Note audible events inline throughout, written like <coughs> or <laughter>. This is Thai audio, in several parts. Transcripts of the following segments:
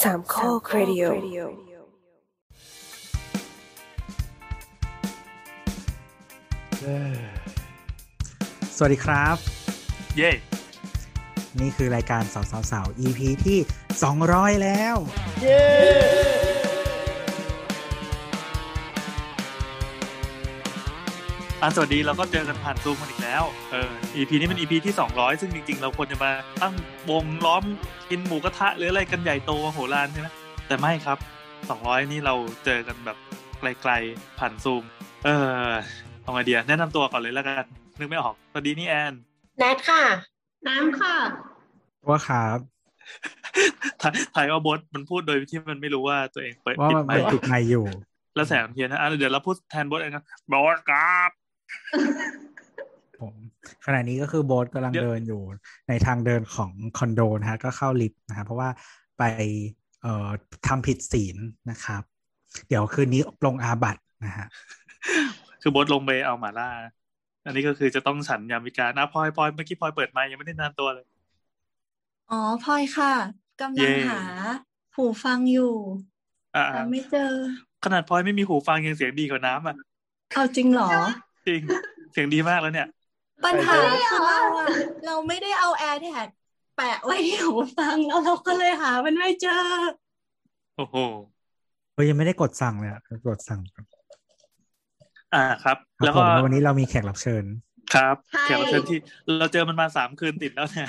สามข้อครดิโอ สวัสดีครับ เย้ นี่คือรายการสาวสาวสาว EP ที่ 200 แล้ว อ่ะสวัสดีเราก็เจอกันผ่านซูมกันอีกแล้ว เออ EP นี้เป็น EP ที่ 200 ซึ่งจริง ๆ เราควรจะมาตั้งวงล้อมกินหมูกระทะ หรืออะไรกันใหญ่โตมโหฬารใช่ไหมแต่ไม่ครับ 200 นี่เราเจอกันแบบไกลๆผ่านซูม เออเอาไอเดียแนะนำตัวก่อนเลยแล้วกันนึกไม่ออกสวัสดีนี่แอน <laughs> แนทค่ะ น้ำค่ะ ว่าครับ ถ่ายถ่ายเอาบทมันพูดโดยที่มันไม่รู้ว่าตัวเองเปิด ว่า ปิด มัน ไม มัน ค์ ติดไม่อยู่ แล้วแสงเทียนนะอ่ะเดี๋ยวเราพูดแทนบทเองนะบอสครับ ผมขณะนี้ก็คือโบทกำลัง เดี๋ยว เดินอยู่ในทางเดินของคอนโดนะฮะก็เข้าลิฟต์นะฮะเพราะว่าไปเอ่อทำผิดศีลนะครับ เดี๋ยวคืนนี้ลงอาบัตนะฮะ คือบดลงไปเอาหมาล่า อันนี้ก็คือจะต้องฉันยามวิการอ่ะพลอยพลอยเมื่อกี้พลอยเปิดไมค์ยังไม่ได้แนานตัวเลย อ๋อพลอยค่ะกำลัเย้งหาหูฟังอยู่ อ่ะ แต่ อ่ะ ไม่เจอ ขนาดพลอยไม่มีหูฟังยังเสียงดีกว่าน้ำอ่ะ เอาจริงเหรอ จริง เสียงดีมากแล้วเนี่ย ปัญหา ไม่ได้เหรคืออเราอะเราไม่ได้เอาแอร์แท็กแปะไว้ที่หูฟังแล้วเราก็เลยหา มันไม่เจอ โอ้โห เฮ้ยยังไม่ได้กดสั่งเลยอะกดสั่งครับ อ่ะครับ แล้ แล้ว ว ก็ ก็ วันนี้เรามีแขกรับเชิญ ครับ ใช่ แขกรับเชิญที่เราเจอมันมาสามคืนติดแล้วเนี่ย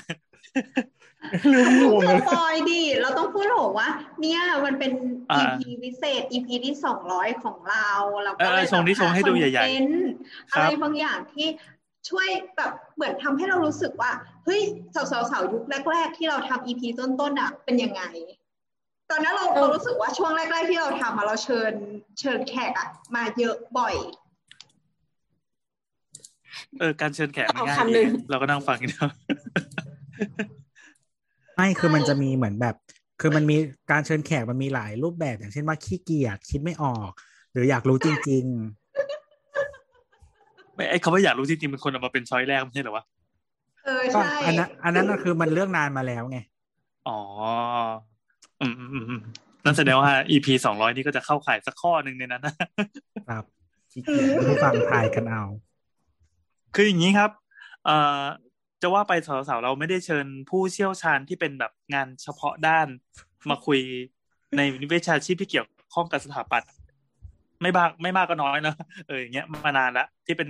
เราปอยดิ เราต้องพูดหรอกว่า เนี่ยมันเป็น อ่า EP พิเศษ EP ที่สองร้อยของเราเราก็ เออ เลย ชงนี่ชงให้ดูใหญ่ๆ ๆ ครั อะ บ ไรบางอย่างที่ช่วยแบบเหมือนทำให้เรารู้สึกว่า เฮ้ยสาวสาวสาวยุคแรก ๆ ที่เราทำ EP ต้นๆอ่ะ เป็นยังไง ตอนนั้นเรา เออ เรารู้สึกว่าช่วงแรก ๆ ที่เราทำอะเราเชิญเชิญแขกอะมาเยอะบ่อย เออการเชิญแขกมัน เอา ง่าย คำหนึ่ ดี ง เราก็นั่งฟังกันเดียว ไม่คือมัน ใช่ จะมีเหมือนแบบ คือมันมีการเชิญแขกมันมีหลายรูปแบบ อย่างเช่นว่าขี้เกียจคิดไม่ออก หรืออยากรู้จริง ไม่ไอ้คำว่าอยากรู้จริงๆมันคนเอามาเป็นช้อยแรกไม่ใช่เหรอวะ เออ ๆ ก็ ใช่ อันนั้นอันนั้นน่ะคือมันเรื่องนานมาแล้วไง อ๋อ อืมอืมอืมอืมนั่นแสดงว่า EP สองร้อยนี่ก็จะเข้าข่ายสักข้อหนึ่งในนั้นนะ ครับขี้เกียจผู้ฟังทายกันเอา คืออย่างนี้ครับเอ่อจะว่าไปสาวๆเราไม่ได้เชิญผู้เชี่ยวชาญที่เป็นแบบงานเฉพาะด้าน มาคุย <laughs> ในวิชาชีพที่เกี่ยวข้องกับสถาปัตย์ไม่มากไม่มากก็น้อยนะเอออย่างเงี้ยมานานละที่เป็น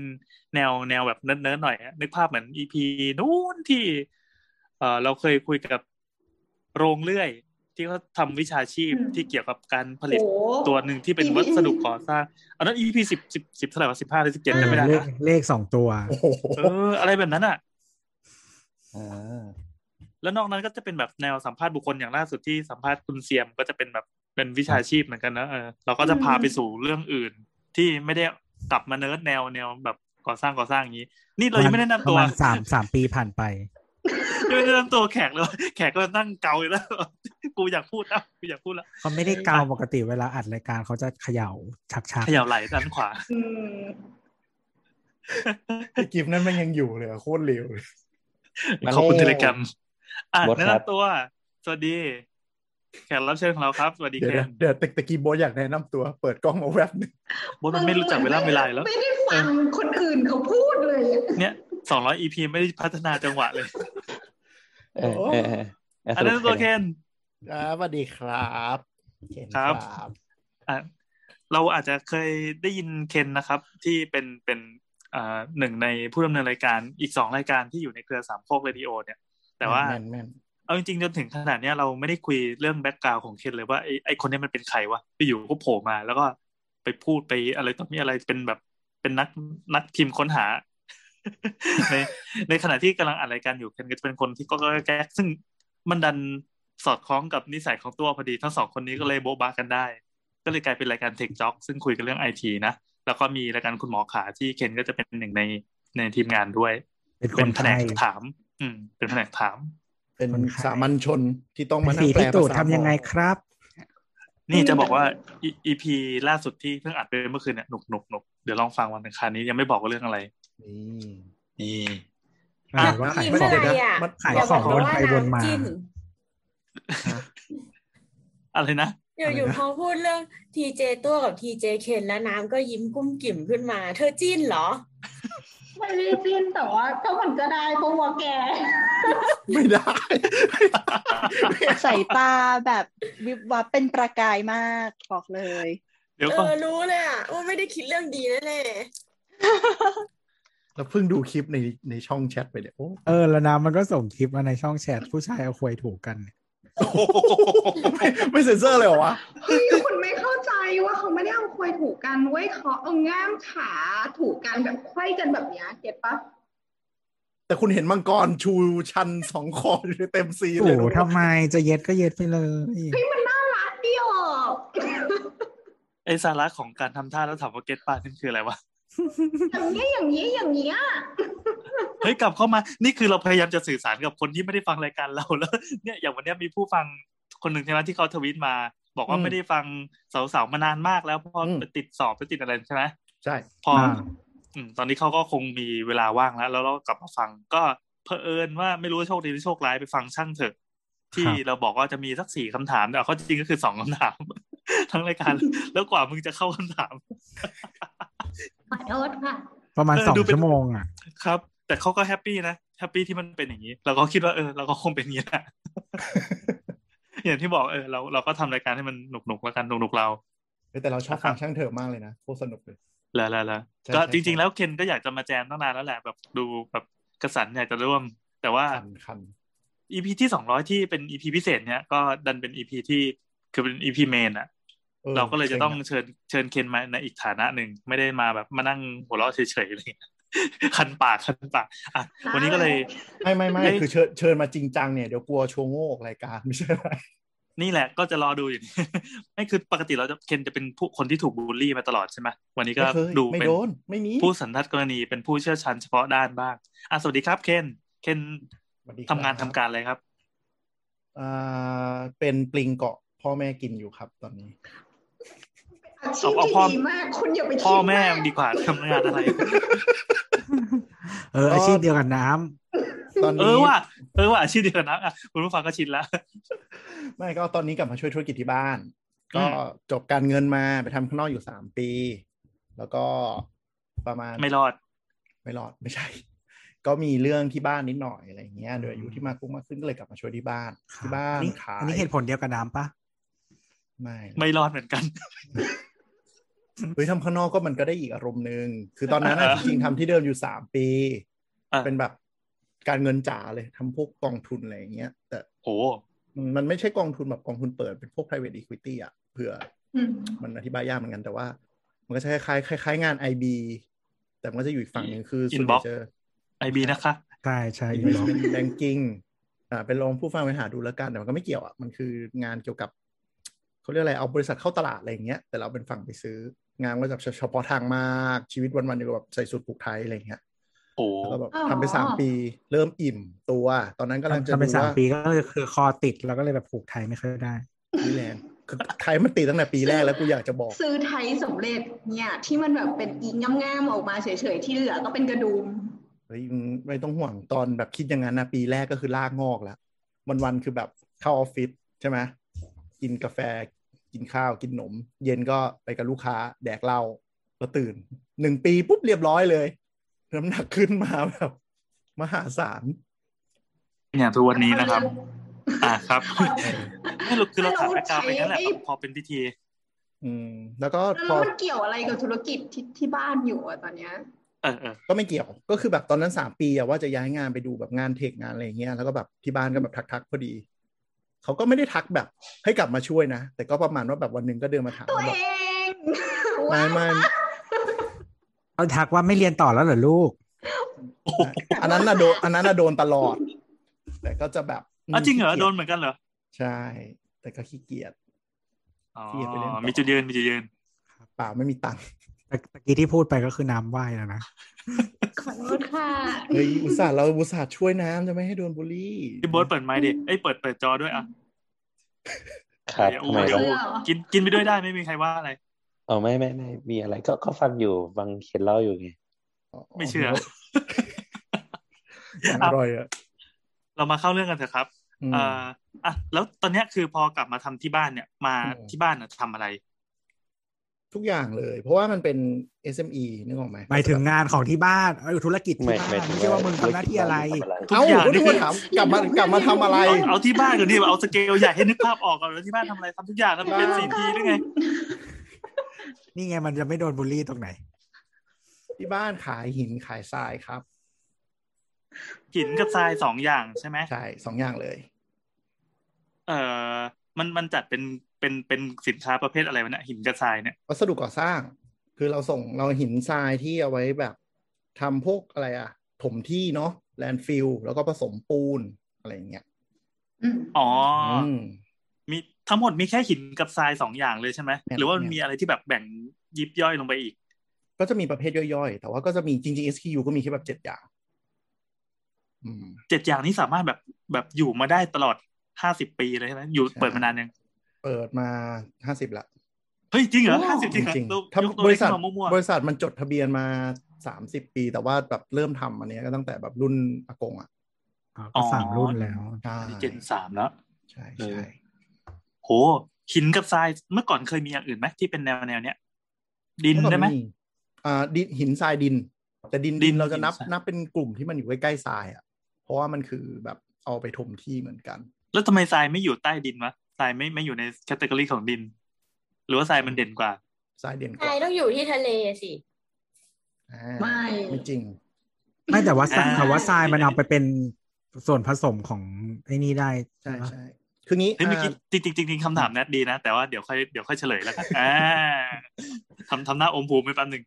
แนวแนวแบบเนิร์ดๆหน่อยอะนึกภาพเหมือนอีพีนู้นที่เออเราเคยคุยกับโรงเลื่อย ที่เขาทำวิชาชีพที่เกี่ยวกับการผลิต โอ้ ตัวหนึ่งที่เป็น EP วัสดุก่อสร้างอันนั้นอีพีสิบสิบสิบเท่าไหร่วะสิบห้าหรือสิบเจ็ดจำไม่ได้ เลข ละ เลขสองตัว เอออะไรแบบนั้นอ่ะ อ่า แล้วนอกนั้นก็จะเป็นแบบแนวสัมภาษณ์บุคคลอย่างล่าสุดที่สัมภาษณ์คุณเซียมก็จะเป็นแบบเป็นวิชาชีพเหมือนกันนะเออเราก็จะพาไปสู่เรื่องอื่น ที่ไม่ได้กลับมาเนิร์ดแนวแนวแบบก่อสร้างก่อสร้างอย่างนี้ นี่เรายังไม่ได้ ป นำ ระ ตัว มาณสามสามปีผ่านไป ยังไม่ได้นำตัวแขกเลยแขกก็นั่งเกาอยู่แล้ว กูอยากพูดแล้วกูอยากพูดแล้ว เขาไม่ได้กาวปกติเวลาอัดรายการเขาจะเขย่าชักชัก เขย่าไหล่ด้านขวา อืม ไอ้กิฟต์นั่นมันยังอยู่เลยอะโคตรเร็วเลย ขอบคุณเทมาแล้วเลกรมอ่ะ บอสครับ แนะนำตัวสวัสดี แขกรับเชิญของเราครับ สวัสดี เดี๋ยว แคน นะเดี๋ยวตะตะกี้โบทอยากแนะนำตัว เปิดกล้องมาแวบหนึง บอสมันไม่รู้จักเวลาเวลาอยู่แล้ว ไม่ได้ฟังคนอื่นเขาพูดเลยอะ เนี่ยสองร้อย EP ไม่ได้พัฒนาจังหวะเลย เออเออเออเออ อันนั้น ส ตั รุ ว ป เคน อ่าสวัสดีครับเคน ครับ อ่ะเราอาจจะเคยได้ยินเคนนะครับ ที่เป็นเป็นอ่าหนึ่งในผู้ดำเนินรายการอีกสองรายการที่อยู่ในเครือสามโคกเรดิโอเนี่ย แต่ว่า แม่นแม่น เอาจริงๆจนถึงขนาดเนี้ยเราไม่ได้คุยเรื่องแบ็กกราวของเคนเลยว่าไอ้ไอ้คนเนี้ยมันเป็นใครวะที่อยู่ก็โผล่มา แล้วก็ไปพูดไปอะไรต่อมีอะไรเป็นแบบเป็นนักนักพิมพ์ค้นหา <laughs> ในในขณะที่กำลังอ่านรายการอยู่เคนก็จะเป็นคนที่ก็แก๊กซึ่งมันดันสอดคล้องกับนิสัยของตัวพอดีทั้งสองคนนี้ก็เลยโบ๊ะบากันได้ ก็เลยกลายเป็นรายการเทคจ็อกซึ่งคุยกันเรื่องไอทีนะ แล้วก็มีรายการคุณหมอขาที่เคนก็จะเป็นหนึ่งในในทีมงานด้วย เป็นค เป็น นแผน ไท ก ย ถาม อืม เป็นแผนกถาม ๆเป็น คนขาย สามัญชนที่ต้องมานั่ สี งแปล ที่ตูด ภาษา ทำยังไงครับ นี่จะบอกว่าอีพีล่าสุดที่เพิ่งอัดไปเมื่อคืนเนี่ยหนุกหนุกหนุกเดี๋ยวลองฟังวันอังคารนี้ยังไม่บอกว่าเรื่องอะไร นี่ นี่ อ่ะ ว่า พิมพ์ขายของ อะไร นะ อะ มัน ขายของวนไปวนมา จิ้น อะไรนะ อยู่อยู่ อะไรนะ พอพูดเรื่องทีเจตัวกับทีเจเคนแล้วน้ำก็ยิ้มกุ้มกิ่มขึ้นมา เธอจิ้นเหรอ ไม่ได้จิ้นแต่ว่าก็มันก็ได้เพราะว่าแก ไม่ได้ ใส่ตาแบบวิบวับเป็นประกายมากบอกเลย เดี๋ยว เอ ก่อน อรู้เลยอ่ะว่าไม่ได้คิดเรื่องดีแน่ แล้วเพิ่งดูคลิปในในช่องแชทไปเนี่ยโอ้ <laughs> เออแล้วน้ำมันก็ส่งคลิปมาในช่องแชทผู้ชายเอาควยถูกกันเนี่ย ไม่ไม่เซ็นเซอร์เลยเหรอวะ เฮ้ยคุณไม่เข้าใจว่าเขาไม่ได้เอาควยถูกกันเว้ยเขาเอาง่ามขาถูกกันแบบไขว้กันแบบเนี้ยเก็ตปะ แต่คุณเห็นมังกรชูชันสองคออยู่ในเต็มซีนเล โอ้ ย โห นะ ทำไมจะเย็ดก็เย็ดไปเลย เฮ้ยมันน่ารักดีอ่ะ ไอสาระของการทำท่าแล้วถามว่าเก็ตป้านี่คืออะไรวะ อย่างเงี้ยอย่างเงี้ยอย่างเงี้ย เฮ้ยกลับเข้ามา นี่คือเราพยายามจะสื่อสารกับคนที่ไม่ได้ฟังรายการ <laughs> เราแล้ว เนี่ยอย่างวันเนี้ยมีผู้ฟังคนหนึ่งใช่ไหมที่เขาทวีตมา บอกว่าไม่ได้ฟังสาวๆมานานมากแล้วเพอติดสอบไปติดอะไรใช่ไหม ใช่ <laughs> พออ อืมตอนนี้เขาก็คงมีเวลาว่างแล้ว แล้วเราก็กลับมาฟัง ก็เพอเอิญว่าไม่รู้ว่าโชคดีหรือโชคร้ายไปฟังช่างเถอะ ที่เราบอกว่าจะมีสักสี่คำถามแต่เอาเข้อจริงก็คือสองคำถาม <laughs> ทั้งรายการ <laughs> แล้วกว่ามึงจะเข้าคำถาม ขอโทษค่ะ ประมาณ เออ สอง ดูเป็น ชั่วโมงอ่ะ ครับ แต่เขาก็แฮปปี้นะแฮปปี้ที่มันเป็นอย่างนี้ เราก็คิดว่าเออเราก็คงเป็นอย่างนี้แหละ <laughs> อย่างที่บอกเออเราเราก็ทำรายการให้มันหนุกหนุกๆแล้วกันหนุกหนุกๆเรา แต่เราชอบฟังช่างเถอะมากเลยนะโคตรสนุกเลย แล้วแล้วแล้ว ใช่ ก็ ใช่ จริง ใช่ ๆ แล้วเคนก็อยากจะมาแจมตั้งนานแล้วแหละแบบดูแบบกระสันอยากจะร่วม แต่ว่า คันคัน อีพีที่สองร้อยที่เป็นอีพีพิเศษเนี้ยก็ดันเป็นอีพีที่คือเป็นอีพีเมนอะ ออ เราก็เลยจะต้อง จ๋ เชิญเชิญเคนมาในอีกฐานะหนึ่งไม่ได้มาแบบมานั่งหัวเราะเฉยๆอะไรอย่างเงี้ย <laughs> คันปากคันปากอ่ะวันนี้ก็เลย อะไม่ไม่ไม่ ไม่ คือเชิญเชิญมาจริงจังเนี่ยเดี๋ยวกลัวชวงโง่ออกรายการไม่ใช่อะไร นี่แหละก็จะรอดูอยู่ <laughs> ไม่คือปกติเราจะเคนจะเป็นผู้คนที่ถูกบูลลี่มาตลอดใช่ไหมวันนี้ก็ ไม่เคย ดู ไม่ เป็น โดนไม่มี ผู้สันทัดกรณีเป็นผู้เชี่ยวชาญเฉพาะด้านบ้างอ่ะสวัสดีครับเคนเคน สวัสดี ทำงาน ค ทำ บ การอะไรครับ อ่าเป็นปลิงเกาะพ่อแม่กินอยู่ครับตอนนี้ <laughs> อาชีพ เอา ที่ พ่อ ดีมาก คุณอย่าไปคิด พ่อแม่ าก ดีกว่าทำงานอะไร เอออาชีพเดียวกันน้ำ ตอน เอ นี้ อว่ะเออว่ะอาชื่อเดียวกันนะอ่ะคุณผู้ฟังก็ชินแล้ว ไม่ก็ตอนนี้กลับมาช่วยธุรกิจที่บ้าน ก็ อืม จบการเงินมาไปทำข้างนอกอยู่สามปี แล้วก็ประมาณ ไม่รอด ไม่รอดไม่ใช่ ก็มีเรื่องที่บ้านนิดหน่อยอะไรอย่างเงี้ยโดยอายุที่มากขึ้นมากขึ้นก็เลยกลับมาช่วยที่บ้านที่บ้าน อั ขาย อันนี้เหตุผลเดียวกับน้ำปะ ไม่ ไม่รอดเหมือนกัน เฮ้ยทำข้างนอกก็มันก็ได้อีกอารมณ์หนึ่งคือตอนนั้นอะ อ่า จริงๆทำที่เดิมอยู่สามปี อ่า เป็นแบบการเงินจ๋าเลยทำพวกกองทุนอะไรอย่างเงี้ย แต่ โอ้ มันไม่ใช่กองทุนแบบกองทุนเปิดเป็นพวก private equity อะเผื่อ อืม มันอธิบายยากเหมือนกันแต่ว่า มันก็จะคล้ายๆคล้ายๆงาน IB แต่มันก็จะอยู่อีกฝั่งหนึ่งคือ อิ ส่วนนให บ็ ญ่ อก จะ ไอบีนะคะ ใช่ใช่อยู่หรอก investment banking อ่าเป็นลองผู้ฟังไปหาดูแล้วกัน แต่มันก็ไม่เกี่ยวอ่ะ มันคืองานเกี่ยวกับเขาเรียกอะไร เอาบริษัทเข้าตลาดอะไรอย่างเงี้ย แต่เราเป็นฝั่งไปซื้อ งานก็จะเฉพาะทางมาก ชีวิตวันๆอยู่แบบใส่สูทผูกไทยอะไรอย่างเงี้ย โอ้ แล้วก็แบบทำไปสามปี เริ่มอิ่มตัว ตอนนั้นกำลังจะ ทำไป ดู สาม ว่า ปีก็คือคือคอติดแล้วก็เลยแบบผูกไทยไม่ค่อยได้ นี่แรงคือไทยมันตีตั้งแต่ปีแรกแล้วกูอยากจะบอก ซื้อไทยสำเร็จเนี่ย ที่มันแบบเป็นอีกง่ามๆออกมาเฉยๆที่เหลือก็เป็นกระดุม เฮ้ยมึงไม่ต้องห่วงตอนแบบคิดอย่างนั้นนะปีแรกก็คือลากงอกแล้ววันวันๆคือแบบเข้าออฟฟิศใช่ไหมกินกาแฟกินข้าวกินขนม เย็นก็ไปกับลูกค้าแดกเหล้าแล้วตื่นหนึ่งปีปุ๊บเรียบร้อยเลย น้ำหนักขึ้นมาแบบ มหาศาล อย่างทุกวันนี้นะครับ อ่าครับไม่รู้คือเราขาดอาการไปงั้นแหละ ไม่ พอเป็นพิธี อืม แล้วก็พ แล้ อ วมันเกี่ยวอะไรกับธุรกิจที่ที่บ้านอยู่อะตอนเนี้ย เออเออ ก็ไม่เกี่ยว ก็คือแบบตอนนั้นสามปีอะว่าจะย้ายงานไปดูแบบงานเทคงานอะไรอย่างเงี้ยแล้วก็แบบที่บ้านก็แบบทักๆพอดีเขาก็ไม่ได้ทักแบบให้กลับมาช่วยนะแต่ก็ประมาณว่าแบบวันหนึ่งก็เดินมาถาม ตัว แบบ เอง ไม่ไม่ เอาทักว่าไม่เรียนต่อแล้วเหรอลูก อันนั้นน่ะโดนอันนั้นน่ะโดนตลอด แต่ก็จะแบบม อ่ะจริงเหรอ ขี้กียจ โดนเหมือนกันเหรอ ใช่ แต่ก็ขี้เกียจ อ๋อ ขี้เกียจไปเล่นต่อ มีจุดยืนมีจุดยืน เปล่าไม่มีตังค์ แต่ตะกี้ที่พูดไปก็คือน้ำไหว้แล้วนะ ขอโทษค่ะ เฮ้ยอุตส่าห์เราอุตส่าห์ช่วยน้ำจะไม่ให้โดนบูลลี่ พี่โบ๊ทเปิดไมค์ดิเอ้ยเปิดเปิดจอด้วยอ่ะ ครับ เดี๋ยว ทำไม เดี๋ยว เรา เรื่องเหรอ กินกินไปด้วยได้ไม่มีใครว่าอะไร เอาไม่ไม่ไม่มีอะไรก็ก็ฟังอยู่ฟังเขียนเล่าอยู่ไง ไม่เชื่อ อร่อยอะ เรามาเข้าเรื่องกันเถอะครับ อืม เอ่ออ่ะแล้วตอนเนี้ยคือพอกลับมาทำที่บ้านเนี่ย มา อืม ที่บ้านน่ะทำอะไร ทุกอย่างเลย เพราะว่ามันเป็น SME นึกออกไหม หมายถึงงานของที่บ้านเออธุรกิจที่ ไม่ บ้าน ไม่ ไม่ใช่ว่ามึงทำหน้าที่อะไร ทุก เอ้า อย่าง ก็ทุ นี่ ก คื ค อน ถามกลับมากลับมาทำอะไร เอาเอาที่บ้านก่อนดิเอาสเกลใหญ่ให้นึกภาพออกก่อนแล้วที่บ้านทำอะไรทำทุกอย่างแล้วมันเป็นซีพีหรือไง นี่ไงมันจะไม่โดนบูลลี่ตรงไหน ที่บ้านขายหินขายทรายครับ หินกับทรายสองอย่างใช่ไหม ใช่สองอย่างเลย เอ่อมันมันจัดเป็นเป็นเป็นสินค้าประเภทอะไรวะเนี่ยหินกับทรายเนี่ย วัสดุก่อสร้าง คือเราส่งเราหินทรายที่เอาไว้แบบทำพวกอะไรอะถมที่เนาะแลนฟิลแล้วก็ผสมปูนอะไรอย่างเงี้ย อืม อ๋ออ ม มีทั้งหมดมีแค่หินกับทรายสองอย่างเลยใช่ไหม แม่น หรือว่ามัน แม่น มีอะไรที่แบบแบ่งยิบย่อยลงไปอีก ก็จะมีประเภทย่อยๆ แต่ว่าก็จะมีจริงๆ SKU ก็มีแค่แบบเจ็ดอย่าง อืม เจ็ดอย่างนี้สามารถแบบแบบอยู่มาได้ตลอดห้าสิบปีเลยใช่ไหมอยู่ ใช่ เปิดมานานยัง เปิดมาห้าสิบละ เฮ้ยจริงเหรอห้าสิบจ จ ริงเหรอ ริง ตัว ๆถ้าย กตัว บ เล ริ ข ษัท ขึ้นมามั่ว บริษัทมันจดทะเบียนมาสามสิบปี แต่ว่าแบบเริ่มทำอันเนี้ยก็ตั้งแต่แบบรุ่นอากงอ่ะ อ๋อก็สามรุ่นแล้ว ใช่ ๆอันนี้เจนสามแล้ว ใช่ เอ ใช่ อ โหหินกับทรายเมื่อก่อนเคยมีอย่างอื่นไหมที่เป็นแนวแนวเนี้ยดินได้ไหม อ่าดินหินทรายดิน แต่ดิน ดิ ดิ น นเราจะนับ หินทราย นับเป็นกลุ่มที่มันอยู่ใกล้ๆทรายอ่ะ เพราะว่ามันคือแบบเอาไปถมที่เหมือนกัน แล้วทำไมทรายไม่อยู่ใต้ดินวะทรายไม่ไม่อยู่ในแคตตากรีของดิน หรือว่าทรายมันเด่นกว่า ทรายเด่นก ทรา ว่าย ต้องอยู่ที่ทะเลสิ อ่า ไม่ ไม่จริง ไม่แต่ว่าทราย อ่า แต่ว่าทรายมันเอาไปเป็นส่วนผสมของไอ้นี่ได้ ใช่ ปะ ใช่คืองี้ เฮ้ยเมื่อกี้ อ่า จริงจริงจริงๆคำถามแนทดีนะ แต่ว่าเดี๋ยวค่อยเดี๋ยวค่อยเฉลยแล้ว <laughs> กันอ่าทำทำหน้าอมภูมิไปแป๊บหนึ่ง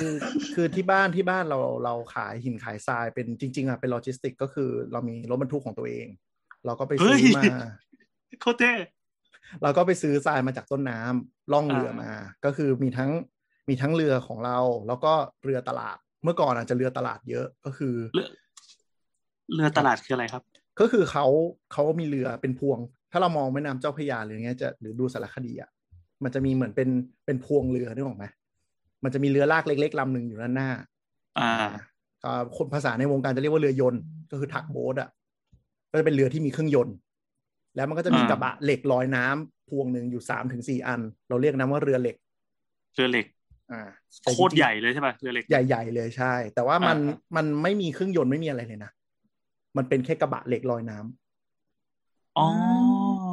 คือคือที่บ้านที่บ้านเราเราขายหินขายทรายเป็นจริง ๆอ่ะเป็นโลจิสติกก็คือเรามีรถบรรทุกของตัวเอง เราก็ไปซื้อ เฮ้ย มา โคตรเท่ เราก็ไปซื้อทรายมาจากต้นน้ำล่องเรือมา ก็คือมีทั้งมีทั้งเรือของเรา แล้วก็เรือตลาด เมื่อก่อนอาจจะเรือตลาดเยอะก็คือ เรือเรือตลาดคืออะไรครับ ก็คือเขาเขามีเรือเป็นพวง ถ้าเรามองแม่น้ำเจ้าพระยาหรืออย่างเงี้ยจะหรือดูสารคดีอ่ะมันจะมีเหมือนเป็นเป็นพวงเรือนึกออกไหมมันจะมีเรือลากเล็กๆลำหนึ่งอยู่ด้านหน้า อ่า อ่าคนภาษาในวงการจะเรียกว่าเรือยนต์ก็คือถักโบ๊ทอ่ะก็จะเป็นเรือที่มีเครื่องยนต์ แล้วมันก็จะมี อ่า กระบะเหล็กลอยน้ำพวงหนึ่งอยู่สามถึงสี่อัน เราเรียกนั้นว่าเรือเหล็ก เรือเหล็ก อ่า โคตรใหญ่เลยใช่ป่ะเรือเหล็ก ใหญ่ๆเลยใช่ แต่ว่ามัน อ่า มันไม่มีเครื่องยนต์ไม่มีอะไรเลยนะมันเป็นแค่กระบะเหล็กลอยน้ำ อ๋อ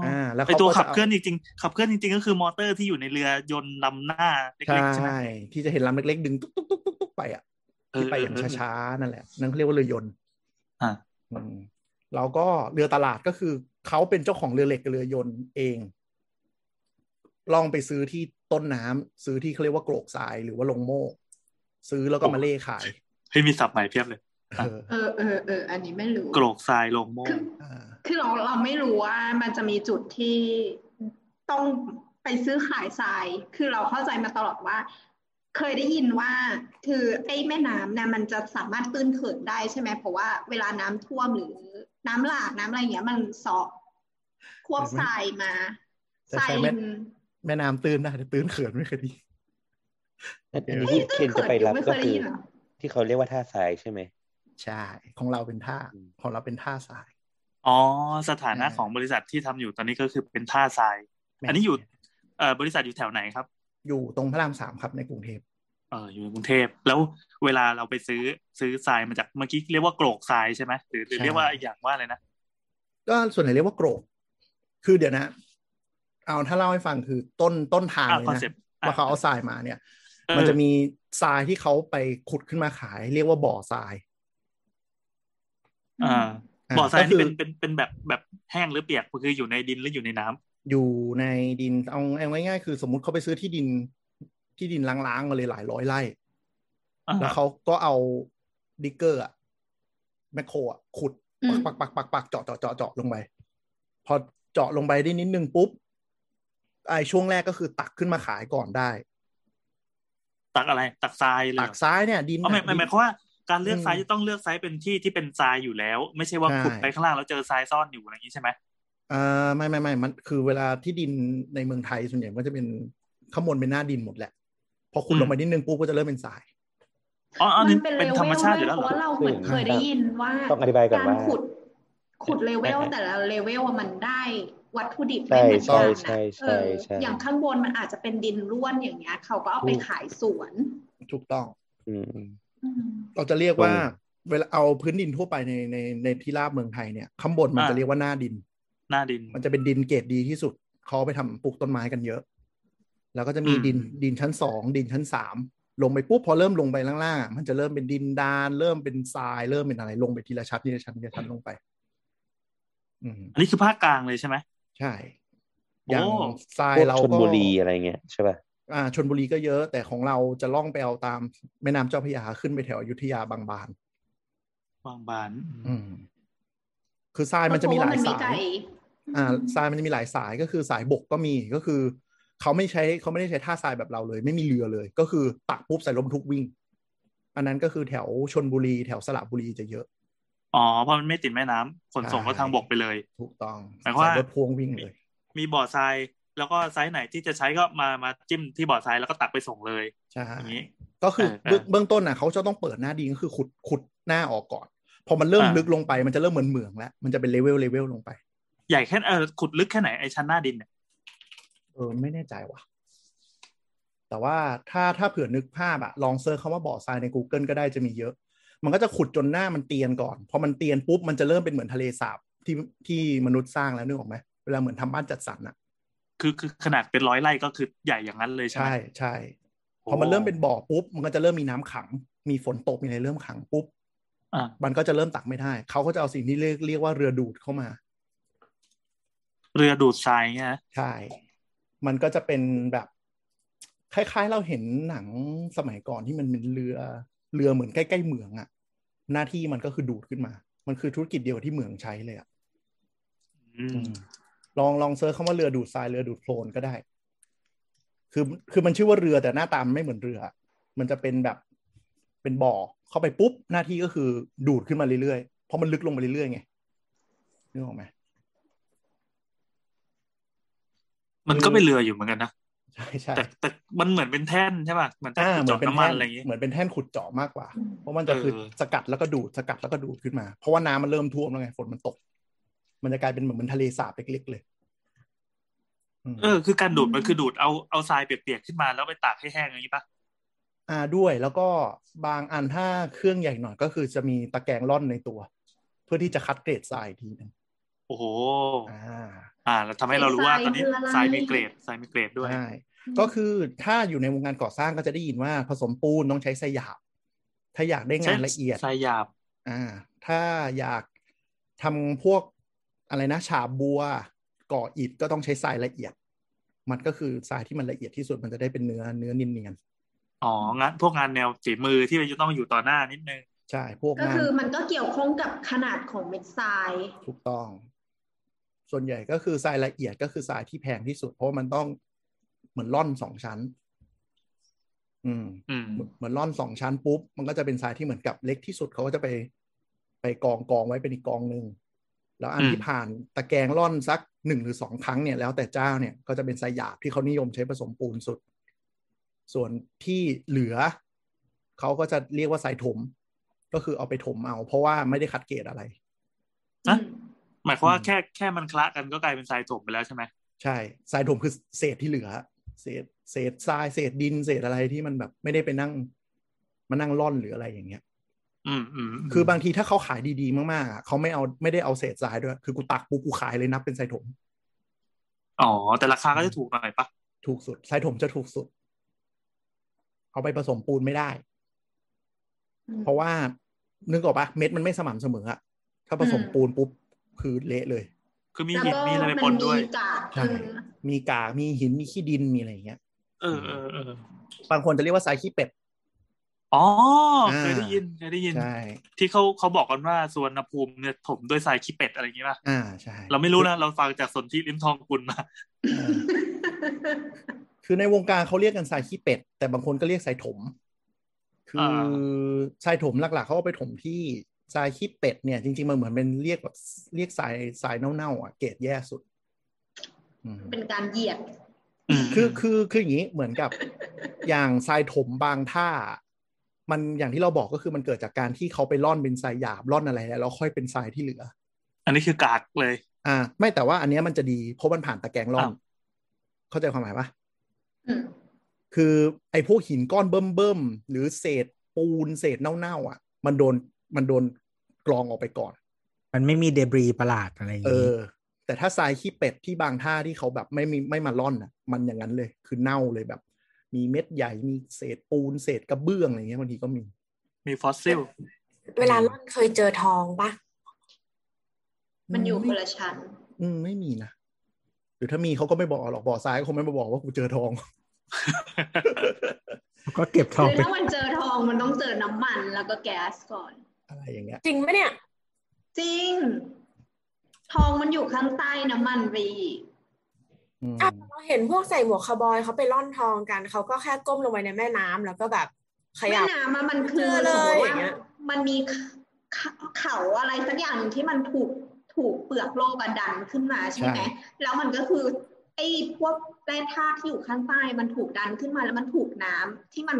อ่า แล้ว ไอ เขา ตัว ก็ ขั จะ บ อา เคลื่อนจริงๆขับเคลื่อนจริงๆก็คือมอเตอร์ที่อยู่ในเรือยนต์ลำหน้าเล็กๆใช่ไหม ใช่ที่จะเห็นลำเล็กๆ ดึงตุ๊กตุ๊กตุ๊กตุ๊กตุ๊กไปอ่ะที่ไปอย่างช้าๆนั่นแหละนั่นเขาเรียกว่าเรือยนต์ ๆอ่า อืมแล้วก็เรือตลาดก็คือเขาเป็นเจ้าของเรือเหล็กกับเรือยนต์เอง ลองไปซื้อที่ต้นน้ำซื้อที่เขาเรียกว่าโกรกทรายหรือว่าลงโม่ ซื้อแล้วก็มาเล่ขาย เฮ้ยมีศัพท์ใหม่เพียบเลย เออ เออเออเอออันนี้ไม่รู้ โกรกทรายลงโม่ คือ อ่า คือเราเราไม่รู้ว่ามันจะมีจุดที่ต้องไปซื้อขายทราย คือเราเข้าใจมาตลอดว่า เคยได้ยินว่าคือไอ้แม่น้ำเนี่ยมันจะสามารถตื้นเขินได้ใช่ไหมเพราะว่าเวลาน้ำท่วมหรือน้ำหลากน้ำอะไรอย่างเงี้ยมันเสาะควบทรายมา แต่ ทราย ใช้ ริ แม่ ม แม่น้ำตื้นนะแต่ตื้นเขินไม่เคยดี อันนี้ที่เคนจะไปรับก็คือ ที่เขาเรียกว่าท่าทรายใช่ไหม ใช่ ของเราเป็นท่า อืม ของเราเป็นท่าทราย อ๋อ สถานะ อ่า ของบริษัทที่ทำอยู่ตอนนี้ก็คือเป็นท่าทราย แม่ อันนี้อยู่เอ่อบริษัทอยู่แถวไหนครับ อยู่ตรงพระรามสามครับในกรุงเทพ เอออยู่ในกรุงเทพแล้วเวลาเราไปซื้อซื้อทรายมาจากเมื่อกี้เรียกว่าโกรกทรายใช่ไหมหรือหรือเรียกว่าอีกอย่างว่าอะไรนะ ก็ส่วนไหนเรียกว่าโกรก คือเดี๋ยวนะ เอาถ้าเล่าให้ฟังคือต้นต้นทาง อ่า เลย คอน นะ เซ็ปต์ ว่าเขาเอาทรายมาเนี่ย เออ มันจะมีทรายที่เขาไปขุดขึ้นมาขาย เรียกว่าบ่อทราย อ่า ะ บ่อทราย ก็คื นี่ อ เป็นเป็นเป็นแบบแบบแห้งหรือเปียกคืออยู่ในดินหรืออยู่ในน้ำ อยู่ในดินเอาเอาง่ายๆคือ สมมติเขาไปซื้อที่ดินที่ดินล้างๆมาเลยหลายร้อยไร่ อ่า แล้วเขาก็เอาดิกเกอร์อะแมคโครอะขุด อืม ปักปักปักปักเจาะเจาะเจาะเจาะลงไป พอเจาะลงไปได้นิดนึงปุ๊บไอช่วงแรกก็คือตักขึ้นมาขายก่อนได้ ตักอะไร ตักทรายเลย ตักซ้ายเนี่ยดิน อ๋อหมายหมายหมายความว่าการเลือก อืม ทรายจะต้องเลือกไซส์เป็นที่ที่เป็นทรายอยู่แล้ว ไม่ใช่ว่า ใช่ ขุดไปข้างล่างแล้วเจอทรายซ่อนอยู่อะไรอย่างนี้ใช่ไหม เอ่อไม่ไม่ไม่มันคือเวลาที่ดินในเมืองไทยส่วนใหญ่มันก็จะเป็นข้างบนเป็นหน้าดินหมดแหละ พอขุดลงไปนิดนึงปุ๊บก็จะเริ่มเป็นทราย อ๋ออัน มั นี้ นเป็นเล เป็น เวล ธรรมชาติอยู่ ด้ แล้ว เพ เหรอราะว่าเราเหมือนเคยได้ยินว่า ต้องอธิบายก่อน การ ว่า ขุด ขุดเลเวลแต่ละเลเวลมันได้วัตถุดิบ ใช่ ไม่เหมือนกัน ใช่ นะ ใช่ เออ ใช่ อย่างข้างบนมันอาจจะเป็นดินร่วนอย่างเงี้ย เขาก็เอาไปขายสวน ถูกต้อง อืม อืม เราจะเรียกว่า ถูก เวลาเอาพื้นดินทั่วไปในในในที่ราบเมืองไทยเนี่ยข้างบนมัน อ่า จะเรียกว่าหน้าดิน หน้าดิน มันจะเป็นดินเกรดดีที่สุดเขาเอาไปทำปลูกต้นไม้กันเยอะ แล้วก็จะมี อืม ดินดินชั้นสองดินชั้นสามลงไปปุ๊บพอเริ่มลงไปล่างๆอ่ะมันจะเริ่มเป็นดินดาน เริ่มเป็นทรายเริ่มเป็นอะไร ลงไปทีละชั้นทีละชั้นทีละชั้นลงไป อืม อันนี้คือภาคกลางเลยใช่ไหม ใช่ อย่าง โอ้ ทราย พวก เรา ชน ก็ บุรีอะไรเงี้ยใช่ป่ะ อ่าชนบุรีก็เยอะ แต่ของเราจะล่องไปเอาตามแม่น้ำเจ้าพระยาขึ้นไปแถวอยุธยาบางบาน บางบาน อืม คือทรายมันจะมีหลาย เพระว่ สาย ไก่ อ่าทรายมันจะมีหลายสายก็คือสายบกก็มีก็คือเขาไม่ใช้เขาไม่ได้ใช้ท่าทรายแบบเราเลย ไม่มีเรือเลย ก็คือตักปุ๊บใส่รถบรรทุกวิ่ง อันนั้นก็คือแถวชนบุรีแถวสระบุรีจะเยอะ อ๋อเพราะมันไม่ติดแม่น้ำขนส่งก็ ใช่ ทางบกไปเลย ถูกต้อง หมายความว่า ใส่รถพ่วงวิ่งเลย มีบ่อทรายแล้วก็ไซส์ไหนที่จะใช้ก็มามาจิ้มที่บ่อทรายแล้วก็ตักไปส่งเลย ใช่ อย่างนี้ ก็คือ เออ เบื้องเบื้องต้นน่ะเขาจะต้องเปิดหน้าดินก็คือขุดขุดหน้าออกก่อน พอมันเริ่ม อ่าลึ ลึกลงไปมันจะเริ่มเหมือนเหมืองแล้วมันจะเป็นเลเวลเลเวลลงไป ใหญ่แค่เออขุดลึกแค่ไหนไอชั้นหน้าดินเนี่ย เออไม่แน่ใจว่ะ แต่ว่าถ้าถ้าเผื่อนึกภาพอะลองเซิร์ชคำว่าบ่อทรายใน Google ก็ได้จะมีเยอะ มันก็จะขุดจนหน้ามันเตียนก่อน พอมันเตียนปุ๊บ มันจะเริ่มเป็นเหมือนทะเลสาบที่ที่มนุษย์สร้างแล้วนึกออกไหมเวลาเหมือนทำบ้านจัดสรรอะ คือคือขนาดเป็นร้อยไร่ก็คือใหญ่อย่างนั้นเลยใช่ไหม ใช่ใช่พอมันเริ่มเป็นบ่อปุ๊บ มันก็จะเริ่มมีน้ำขัง มีฝนตกมีอะไรเริ่มขังปุ๊บ อ่ะ มันก็จะเริ่มตักไม่ได้ เขาก็จะเอาสิ่งที่เรียกเรียกว่าเรือดูดเข้ามา เรือดูดทรายเงี้ยนะ ใช่ มันก็จะเป็นแบบคล้ายๆเราเห็นหนังสมัยก่อนที่มันเป็นเรือเรือเหมือนใกล้ๆเหมืองอะหน้าที่มันก็คือดูดขึ้นมา มันคือธุรกิจเดียวที่เหมืองใช้เลยอะ อืม ลองลองเซิร์ชคำว่าเรือดูดทรายเรือดูดโคลนก็ได้ คือคือมันชื่อว่าเรือแต่หน้าตามนไม่เหมือนเรือ มันจะเป็นแบบเป็นบ่อเข้าไปปุ๊บหน้าที่ก็คือดูดขึ้นมาเรื่อยๆเพราะมันลึกลงไปเรื่อยๆไงนึกออกไหม มันก็เป็นเรืออยู่เหมือนกันนะ ใช่ใช่ แต่แต่มันเหมือนเป็นแท่นใช่ป่ะเหมือนแท่น อ่า ขุดเจอนเหมือเป็น น้ำมั แท่ น น อะไรอย่างงี้ เหมือนเป็นแท่นขุดเจาะมากกว่า เพราะมันจะคือ เออ สกัดแล้วก็ดูดสกัดแล้วก็ดูดขึ้นมา เพราะว่าน้ำมันเริ่มท่วมแล้วไงฝนมันตก มันจะกลายเป็นเหมือนมันทะเลสาบเล็กๆเลยม เออคือการดูดมันคือดูดเอาเอาทรายเปียกๆขึ้นมาแล้วไปตากให้แห้งอย่างนี้ป่ะ อ่าด้วยแล้วก็บางอันถ้าเครื่องใหญ่หน่อยก็คือจะมีตะแกรงร่อนในตัว เพื่อที่จะคัดเกรดทรายอีกทีหนึง โอ้โห อ่า อ่าแล้วทำให้เรารู้ว่าตอนนี้ทรายมีเกรดทรายมีเกรดด้วย ใช่ก็คือถ้าอยู่ในวงการก่อสร้างก็จะได้ยินว่าผสมปูนต้องใช้สยามถ้าอยากได้งานละเอียด ใช่ทรายหยาบ อ่าถ้าอยากทำพวกอะไรนะฉาบบัวก่ออิฐก็ต้องใช้ทรายละเอียด มันก็คือทรายที่มันละเอียดที่สุดมันจะได้เป็นเนื้อเนื้อเนียน อ๋อ งานพวกงานแนวฝีมือที่จะต้องอยู่ต่อหน้านิดนึง ๆใช่พวก ก็ งาน คือมันก็เกี่ยวข้องกับขนาดของเม็ดทราย ถูกต้อง ส่วนใหญ่ก็คือทรายละเอียดก็คือทรายที่แพงที่สุด เพราะว่ามันต้องเหมือนร่อนสองชั้น อืม อืม เหมือนร่อนสองชั้นปุ๊บ มันก็จะเป็นทรายที่เหมือนกับเล็กที่สุดเขาก็จะไป ไปกองกองไว้เป็นอีกกองหนึ่งแล้วอัน อืม ที่ผ่านตะแกรงร่อนสักหนึ่งหรือสองครั้งเนี่ยแล้วแต่เจ้าเนี่ยก็จะเป็นทรายหยาบที่เขานิยมใช้ผสมปูนสุด ส่วนที่เหลือ เขาก็จะเรียกว่าทรายถม ก็คือเอาไปถมเอา เพราะว่าไม่ได้คัดเกรดอะไร ฮะ อืม หมายความว่าแค่แค่มันคละกันก็กลายเป็นทรายถมไปแล้วใช่ไหม ใช่ทรายถมคือเศษที่เหลือ เศษเศษทรายเศษดินเศษอะไรที่มันแบบไม่ได้ไปนั่งมานั่งร่อนหรืออะไรอย่างเงี้ย อืมอืมม คือบางทีถ้าเขาขายดีๆ มากๆอะเขาไม่เอาไม่ได้เอาเศษทรายด้วย คือกูตักปุ๊บกูขายเลยนับเป็นไซถม อ๋อ แต่ราคาก็จะถูกหน่อยปะ ถูกสุดไซถมจะถูกสุด เอาไปผสมปูนไม่ได้ เพราะว่านึกออกปะเม็ดมันไม่สม่ำเสมออะถ้าผสมปูนปุ๊บคือเละเลย คือมี แล้ว หิน ก็ มีอะไรไป มั ปนด้วย มีกาก ใช่ เกลือ มีกากมีหินมีขี้ดินมีอะไรอย่างเงี้ย เออเออเออบ างคนจะเรียกว่าทรายขี้เป็ด อ๋อ อ่า เคยได้ยิน เคยได้ยิน ใช่ ที่เขาเขาบอกกันว่าสุวรรณภูมิเนี่ยถมด้วยทรายขี้เป็ดอะไรอย่างงี้ป่ะ อ่าใช่ เราไม่รู้นะ เราฟังจากสนที่ลิ้มทองกุลมา เออคือในวงการเขาเรียกกันทรายขี้เป็ด แต่บางคนก็เรียกทรายถม คืออา ทรายถมหลักๆเขาก็ไปถมที่ทรายขี้เป็ดเนี่ย จริงๆมันเหมือนเป็นเรียกแบบเรียกทรายทรายเน่าๆอ่ะเกรดแย่สุดอืม เป็นการเหยียด ม คือคือคืออย่างนี้เหมือนกับอย่างทรายถมบางท่า มันอย่างที่เราบอกก็คือมันเกิดจากการที่เขาไปร่อนเป็นทรายหยาบร่อนอะไรแล้วแล้วค่อยเป็นทรายที่เหลือ อันนี้คือกากเลย อ่า ไม่แต่ว่าอันเนี้ยมันจะดีเพราะมันผ่านตะแกรงร่ออ้านว เข้าใจความหมายปะ อืม คือไอ้พวกหินก้อนเบิ่มเบิ่มๆหรือเศษปูนเศษเน่าๆอ่ะ มันโดนมันโดนกรองออกไปก่อน มันไม่มีเดบรีประหลาดอะไรอย่าง เอ นี้ อ แต่ถ้าทรายขี้เป็ดที่บางท่าที่เขาแบบไม่มีไม่มาล่อนอ่ะ มันอย่างนั้นเลยคือเน่าเลยแบบ มีเม็ดใหญ่มีเศษปูนเศษกระเบื้องอะไรเงี้ยบางทีก็มี มีฟอสซิล เวลาล่อนเคยเจอทองปะ มันอยู่คนละชั้น อืมไม่มีนะหรือถ้ามีเขาก็ไม่บอกหรอกบ่อทรายก็คงไม่มาบอกว่ากูเจอทอง <laughs> <laughs> แล้วก็เก็บทอง คือ ไป ถ้ามันเจอทองมันต้องเจอน้ำมันแล้วก็แก๊สก่อน อะไรอย่างเงี้ย จริงปะเนี่ย จริง ทองมันอยู่ข้างใต้น้ำมันไปอีก อืม อ่ะ เราเห็นพวกใส่หมวกคาวบอยเขาไปล่อนทองกัน เขาก็แค่ก้มลงไปในแม่น้ำแล้วก็แบบข แม่ ยับ น้ำอะมันคือ เจอเล ส ย มมอติว่า ย่างเงี้ย มันมีเขเขาอะไรสักอย่างหนึ่งที่มันถูกถูกเปลือกโลกอะดันขึ้นมาใช่ไหม ใช่ แล้วมันก็คือ ไอ้พวกแร่ธาตุที่อยู่ข้างใต้มันถูกดันขึ้นมาแล้วมันถูกน้ำที่มัน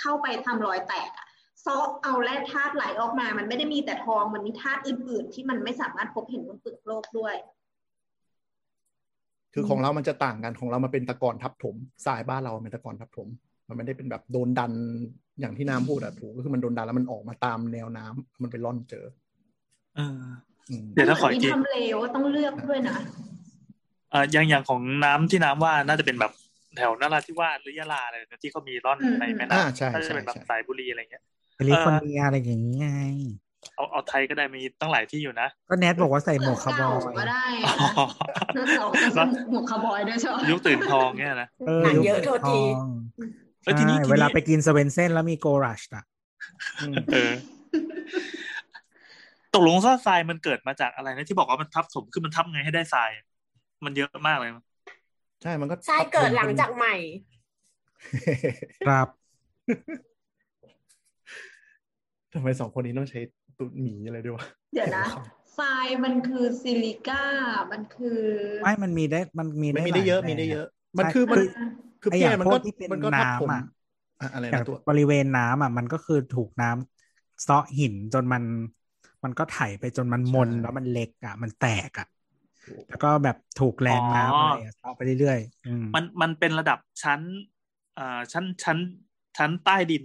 เข้าไปทำรอยแตกอะซอกเอาแร่ธาตุไหลออกมา มันไม่ได้มีแต่ทองมันมีธาตุอื่น ๆ ที่มันไม่สามารถพบเห็นบนเปลือกโลกด้วย คือของเรามันจะต่างกันของเรามันเป็นตะกอนทับถมทรายบ้านเรามันเป็นตะกอนทับถม มันไม่ได้เป็นแบบโดนดันอย่างที่น้ำพูดอะถูกก็คือมันโดนดันแล้วมันออกมาตามแนวน้ำมันไปล่อนเจอ เออ อืม เดี๋ยวถ้าขออีก มี ที ทำเลว่าต้องเลือกด้วยนะ เอ่ออย่างอย่างของน้ำที่น้ำว่าน่าจะเป็นแบบแถวนราธิวาสหรือยะลาอะไรแบบนั้นที่เขามีร่อน อืม ในแม่น้ อ่าใช่ ำน่าจะ ใช่ เป็นแบบ ใช่ สายบุรีอะไรเงี้ย แคลิฟอร์เนียอะไรอย่างนี้ไง เอาเอาไทยก็ได้มีตั้งหลายที่อยู่นะ ก็แนทบอกว่าใส่หมวกคาร์บอ เก่าย ก็ได้นะเลือกเก่าก็จะหมวกคาร์บอยด้วยใช่ไหม ยุคตื่นทองเนี่ยนะ เออ หนังเยอะโทษที ทอง เอ้ยทีนี้ ใช่ ที เวลา นี้ ไปกินสเวนเซนแล้วมีโกรัชอ่ะ อืม เออ ตกลงว่าทรายมันเกิดมาจากอะไรนะที่บอกว่ามันทับถมคือมันทับไงให้ได้ทราย มันเยอะมากเลยมั้ย ใช่มันก็ ใช่เกิดหลัง <laughs> จากใหม่ ครับ ทำไมสองคนนี้ต้องใช้ตุนหมีอะไรด้วยวะ เดี๋ยวนะทรายมันคือซิลิก้า มันคือ ไม่มันมีได้ มันมี มันมี หลา ได้เยอะ แบบ มีได้เยอะ ใช่ มันคือ มัอ่มันา คือ ไอ้อ พี่ ย่าง แอนมัน พว ก็ กที่เป็น มันก็ทับถม น้ำอะ อะอะไร อย่าง นะตัว บริเวณน้ำอ่ะ มันก็คือถูกน้ำเซาะหินจนมัน มันก็ไถไปจนมันมน ใช่ แล้วมันเล็กอ่ะ มันแตกอ่ะ แล้วก็แบบถูกแรงน้ำอะไรอะเซาะไปเรื่อยๆอืม มันมันเป็นระดับชั้นอ่าชั้นชั้น ชั้นใต้ดิน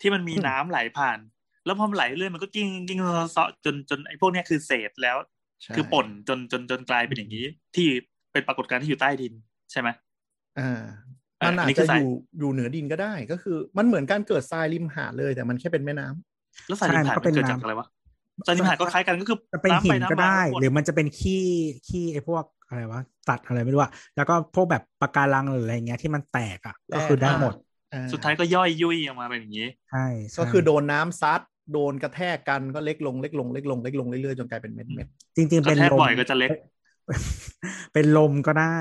ที่มันมีน้ำไหลผ่าน แล้วพอมันไหลเรื่อยมันก็กิ้งกิ้งเซาะจนจนไอ้พวกเนี้ยคือเศษแล้ว ใช่ คือป่นจนจนจนกลายเป็นอย่างนี้ ที่เป็นปรากฏการณ์ที่อยู่ใต้ดินใช่ไหม อ่า อ่ะ มันอัอาน จ นี้คื จะ อทรา อย ยู่อยู่เหนือดินก็ได้ ก็คือ มันเหมือนการเกิดทรายริมหาดเลยแต่มันแค่เป็นแม่น้ำ แล้วสายนิมหานมันเกิดจากอะไรวะสายนิมหานก็คล้ายกันก็คือ จะเป็น ำ หิน ำ ก็ มา ได้ วน หรือมันจะเป็นขี้ขี้ไอ้พวกอะไรวะตัดอะไรไม่รู้อะแล้วก็พวกแบบปะการังหรืออะไรเงี้ยที่มันแตกอ่ะ ก็คือได้หมด อ่ สุดท้ายก็ย่อยยุ่ยออกมาเป็นอย่างนี้ ใช่ใช่ ก็คือโดนน้ำซัด โดนกระแทกกันก็เล็กลงเล็กลงเล็กลงเล็กลงเรื่อยๆจนกลายเป็นเม็ดเม็ด จริง ๆ เป็นลกระแท ม กบ่อยก็จะเล็ก <laughs> เป็นลมก็ได้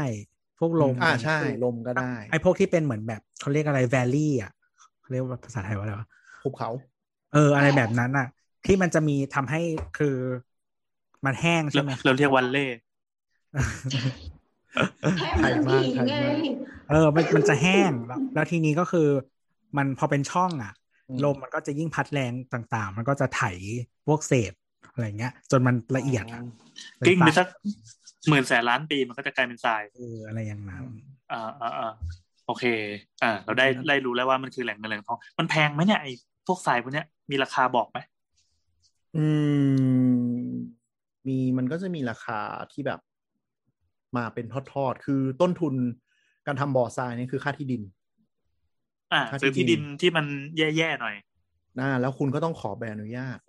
พวกลม อ่าใช่ เป็น ลมก็ได้ ไอ้พวกที่เป็นเหมือนแบบเขาเรียกอะไร valley อ่ะเขาเรียกว่าภาษาไทยว่าอะไรวะ ภูเขา เอออะไรแบบนั้นอ่ะ ที่มันจะมีทำให้คือมันแห้งใช่ไหม เราเรียกวันเล่ แค่มันผีไง <laughs> เออมันมันจะแห้งแล้วแล้วทีนี้ก็คือ มันพอเป็นช่องอ่ะ อืม ลมมันก็จะยิ่งพัดแรงต่างๆ มันก็จะไถพวกเศษอะไรเงี้ย จนมันละเอียดอ่ะ กิ้งไป เป็น สักหมื่นแสนล้านปีมันก็จะกลายเป็นทราย เอออะไรอย่างนั้น อ่าอ่าอ่าโอเค อ่า เราได้ได้รู้แล้วว่ามันคือแหล่งเงินแหล่งทองมันแพงไหมเนี่ยไอ้พวกทรายพวกเนี้ยมีราคาบอกไหม อืมมีมันก็จะมีราคาที่แบบ มาเป็นทอดๆ คือต้นทุนการทำบ่อทรายนี่คือค่าที่ดิน อ่า ค่าที่ ซื้อที่ ดิ ดิ น นที่มันแย่ๆหน่อย นะแล้วคุณก็ต้องขอใบอนุญาต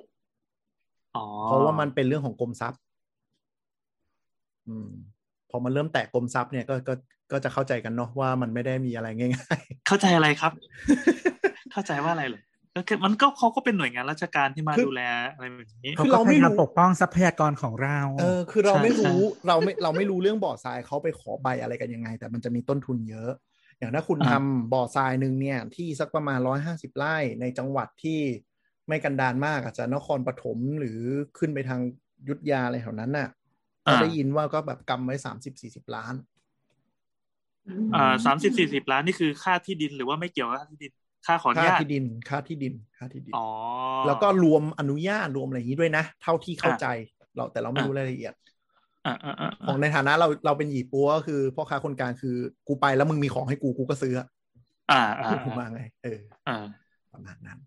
อ๋อ เพราะว่ามันเป็นเรื่องของกรมทรัพย์ อืม พอมันเริ่มแตะกรมทรัพย์เนี่ยก็ก็ก็จะเข้าใจกันเนาะว่ามันไม่ได้มีอะไรง่าย เข้าใจอะไรครับ เข้าใจว่าอะไรเหรอก็คือมันก็เขาก็เป็นหน่วยงานราชการที่มา คือ ดูแลอะไรแบบนี้ เขา คือ ก็ เรา พ ไม่ ยายาม รู้ ปกป้องทรัพยากรของเรา ๆ เออ คือเราไม่ ใช่ รู้เราไม่เราไม่รู้เรื่องบ่อทรายเขาไปขอใบอะไรกันยังไง แต่มันจะมีต้นทุนเยอะ อย่างถ้าคุณทำบ่อทรายหนึ่งเนี่ย ที่สักประมาณร้อยห้าสิบไร่ในจังหวัดที่ไม่กันดานมากอาจจะนครปฐมหรือขึ้นไปทางอยุทธยาอะไรแถวนั้นน่ะก็ อ่า ได้ยินว่าก็แบบกำไว้สามสิบสี่สิบล้าน อ่าสามสิบสี่สิบล้านนี่คือค่าที่ดินหรือว่าไม่เกี่ยวกับค่าที่ดิน ค่าขออนุ ค่า ญาต ที่ดินค่าที่ดินค่าที่ดิน อ๋อ แล้วก็รวมอนุญาตรวมอะไรอย่างนี้ด้วยนะ เท่าที่เข้า อ่ะ ใจ เราแต่เราไม่รู้รายละเอียด อ่าอ่าอ่า ของในฐานะเราเราเป็นหยีปัวก็คือพ่อค้าคนกลางคือกูไปแล้วมึงมีของให้กูกูก็ซื้ออะ อ่าอ่า กูมาไง เออ อ่า ประมาณนั้น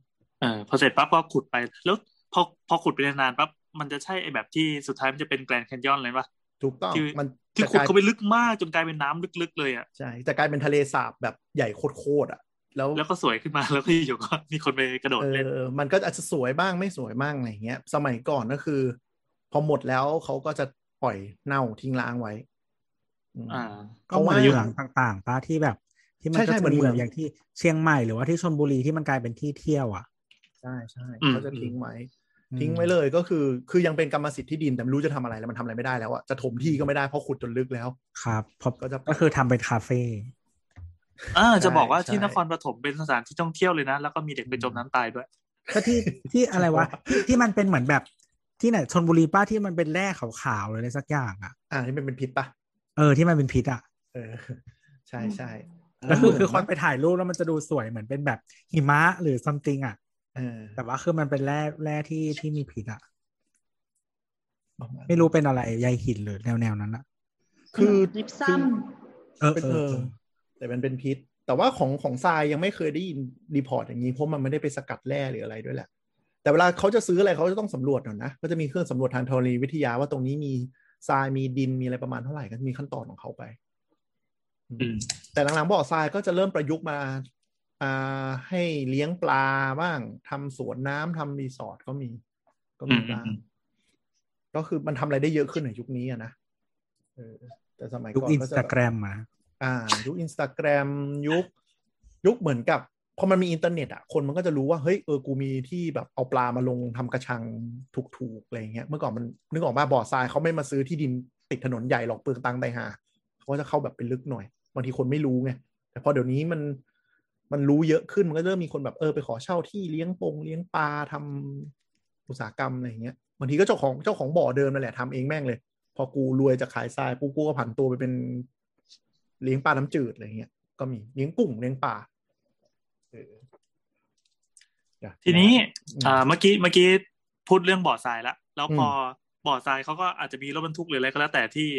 เออพอเสร็จปั๊บก็ขุดไปแล้วพอพอขุดไปนานๆปั๊บมันจะใช่ไอแบบที่สุดท้ายมันจะเป็นแกรนด์แคนยอนเลยปะ ถูกต้อง ที่ มัน ที่ จะ ขุด กลาย เข้าไปลึกมากจนกลายเป็นน้ำลึกๆเลยอ่ะ ใช่จะกลายเป็นทะเลสาบแบบใหญ่โคตรๆอ่ะ แล้ว แล้วก็สวยขึ้นมาแล้วก็อยู่ๆก็ <laughs> มีคนไปกระโดด เอ เล่น อ มันก็อาจจะสวยบ้างไม่สวยบ้างอะไรอย่างเงี้ย สมัยก่อนก็คือ พอหมดแล้วเขาก็จะปล่อยเน่าทิ้งล้างไว้อืม อ่า ก็เหมือนอยู่หลังต่างๆป้าที่แบบ ที่มัน ใช่ ก็ ใช่ จะ เหมือน มี เหมื แบ อน บอย่างที่เชียงใหม่หรือว่าที่ชลบุรีที่มันกลายเป็นที่เที่ยวอ่ะ ใช่ใช่ อืม เขาจะทิ้งไว้ อืม ทิ้งไว้เลยก็คือ คือยังเป็นกรรมสิทธิ์ที่ดินแต่ไม่รู้จะทำอะไรแล้วมันทำอะไรไม่ได้แล้วอะจะถมที่ก็ไม่ได้เพราะขุดจนลึกแล้ว ครับเพราะ ก็จะ ก็คือทำเป็นคาเฟ่ อ่าจะบอกว่า ใช่ ที่ ใช่ นครปฐมเป็นสถานที่ท่องเที่ยวเลยนะ แล้วก็มีเด็กไปจมน้ำตายด้วย ก็ที่ที่อะไร <laughs> วะที่ที่มันเป็นเหมือนแบบที่ไหนชนบุรีป้าที่มันเป็นแร่ขาวๆหรืออะไรสักอย่างอ่ะ อ่านี่มันเป็นพิษปะ เออที่มันเป็นพิษอ่ะ เออ ใช่ใช่ แล้วคือคือคนไปถ่ายรูปแล้วมันจะดูสวยเหมือนเป็นแบบหิมะหรือซัมติงอ่ะ เออ แต่ว่าคือมันเป็นแร่แร่ที่ที่มีพิษอ่ะ ประาณ ไม่รู้เป็นอะไรใยหินหรือแนวแนวๆนั้นอ่ะ คือ ยิบซ้เอคืออ เป็น เอ เอ อ อแต่มันเป็นพิษ แต่ว่าของของทรายยังไม่เคยได้ยินรีพอร์ตอย่างนี้เพราะมันไม่ได้ไปสกัดแร่หรืออะไรด้วยแหละ แต่เวลาเขาจะซื้ออะไรเขาจะต้องสำรวจก่อนนะก็จะมีเครื่องสำรวจทางธรณีวิทยาว่าตรงนี้มีทรายมีดินมีอะไรประมาณเท่าไหร่ก็จะมีขั้นตอนของเขาไป อืม แต่หลังๆบ่อทรายก็จะเริ่มประยุกต์มาอ่าให้เลี้ยงปลาบ้างทำสวนน้ำทำรีสอร์ทก็มี ก็มีบ้าง อืม ก็คือมันทำอะไรได้เยอะขึ้นในยุคนี้อะนะเออแต่สมัย ยุค ก่อน อิน ก็ ส จะ ตา แบบ แกรมมา อ่ายุคอินสตาแกรมยุคยุคเหมือนกับพอมันมีอินเทอร์เน็ตอ่ะคนมันก็จะรู้ว่าเฮ้ยเออกูมีที่แบบเอาปลามาลงทำกระชังถูกๆอะไรอย่างเงี้ยเมื่อก่อนมันนึกออกมาบ่อทรายเขาไม่มาซื้อที่ดินติดถนนใหญ่หรอกเปลืองตังค์ไตหาเขาก็จะเข้าแบบเป็นลึกหน่อยบางทีคนไม่รู้ไงแต่พอเดี๋ยวนี้มันมันรู้เยอะขึ้นมันก็เริ่มมีคนแบบเออไปขอเช่าที่เลี้ยงปงเลี้ยงปลาทำอุตสาหกรรมอะไรอย่างเงี้ยบางทีก็เจ้าของเจ้าของบ่อเดิมนั่นแหละทำเองแม่งเลย พอกูรวยจากขายทรายปุ๊บกูก็ผันตัวไปเป็น เลี้ยงปลาน้ำจืดอะไรเงี้ยก็มีเลี้ยงกุ้งเลี้ยงปลาเออจ้ะ ทีนี้ อืม อ่าเมื่อกี้เมื่อกี้พูดเรื่องบ่อทรายละแล้วพออบ่อทรายเขาก็อาจจะมีรถบรรทุกหรืออะไรก็แล้วแต่ที่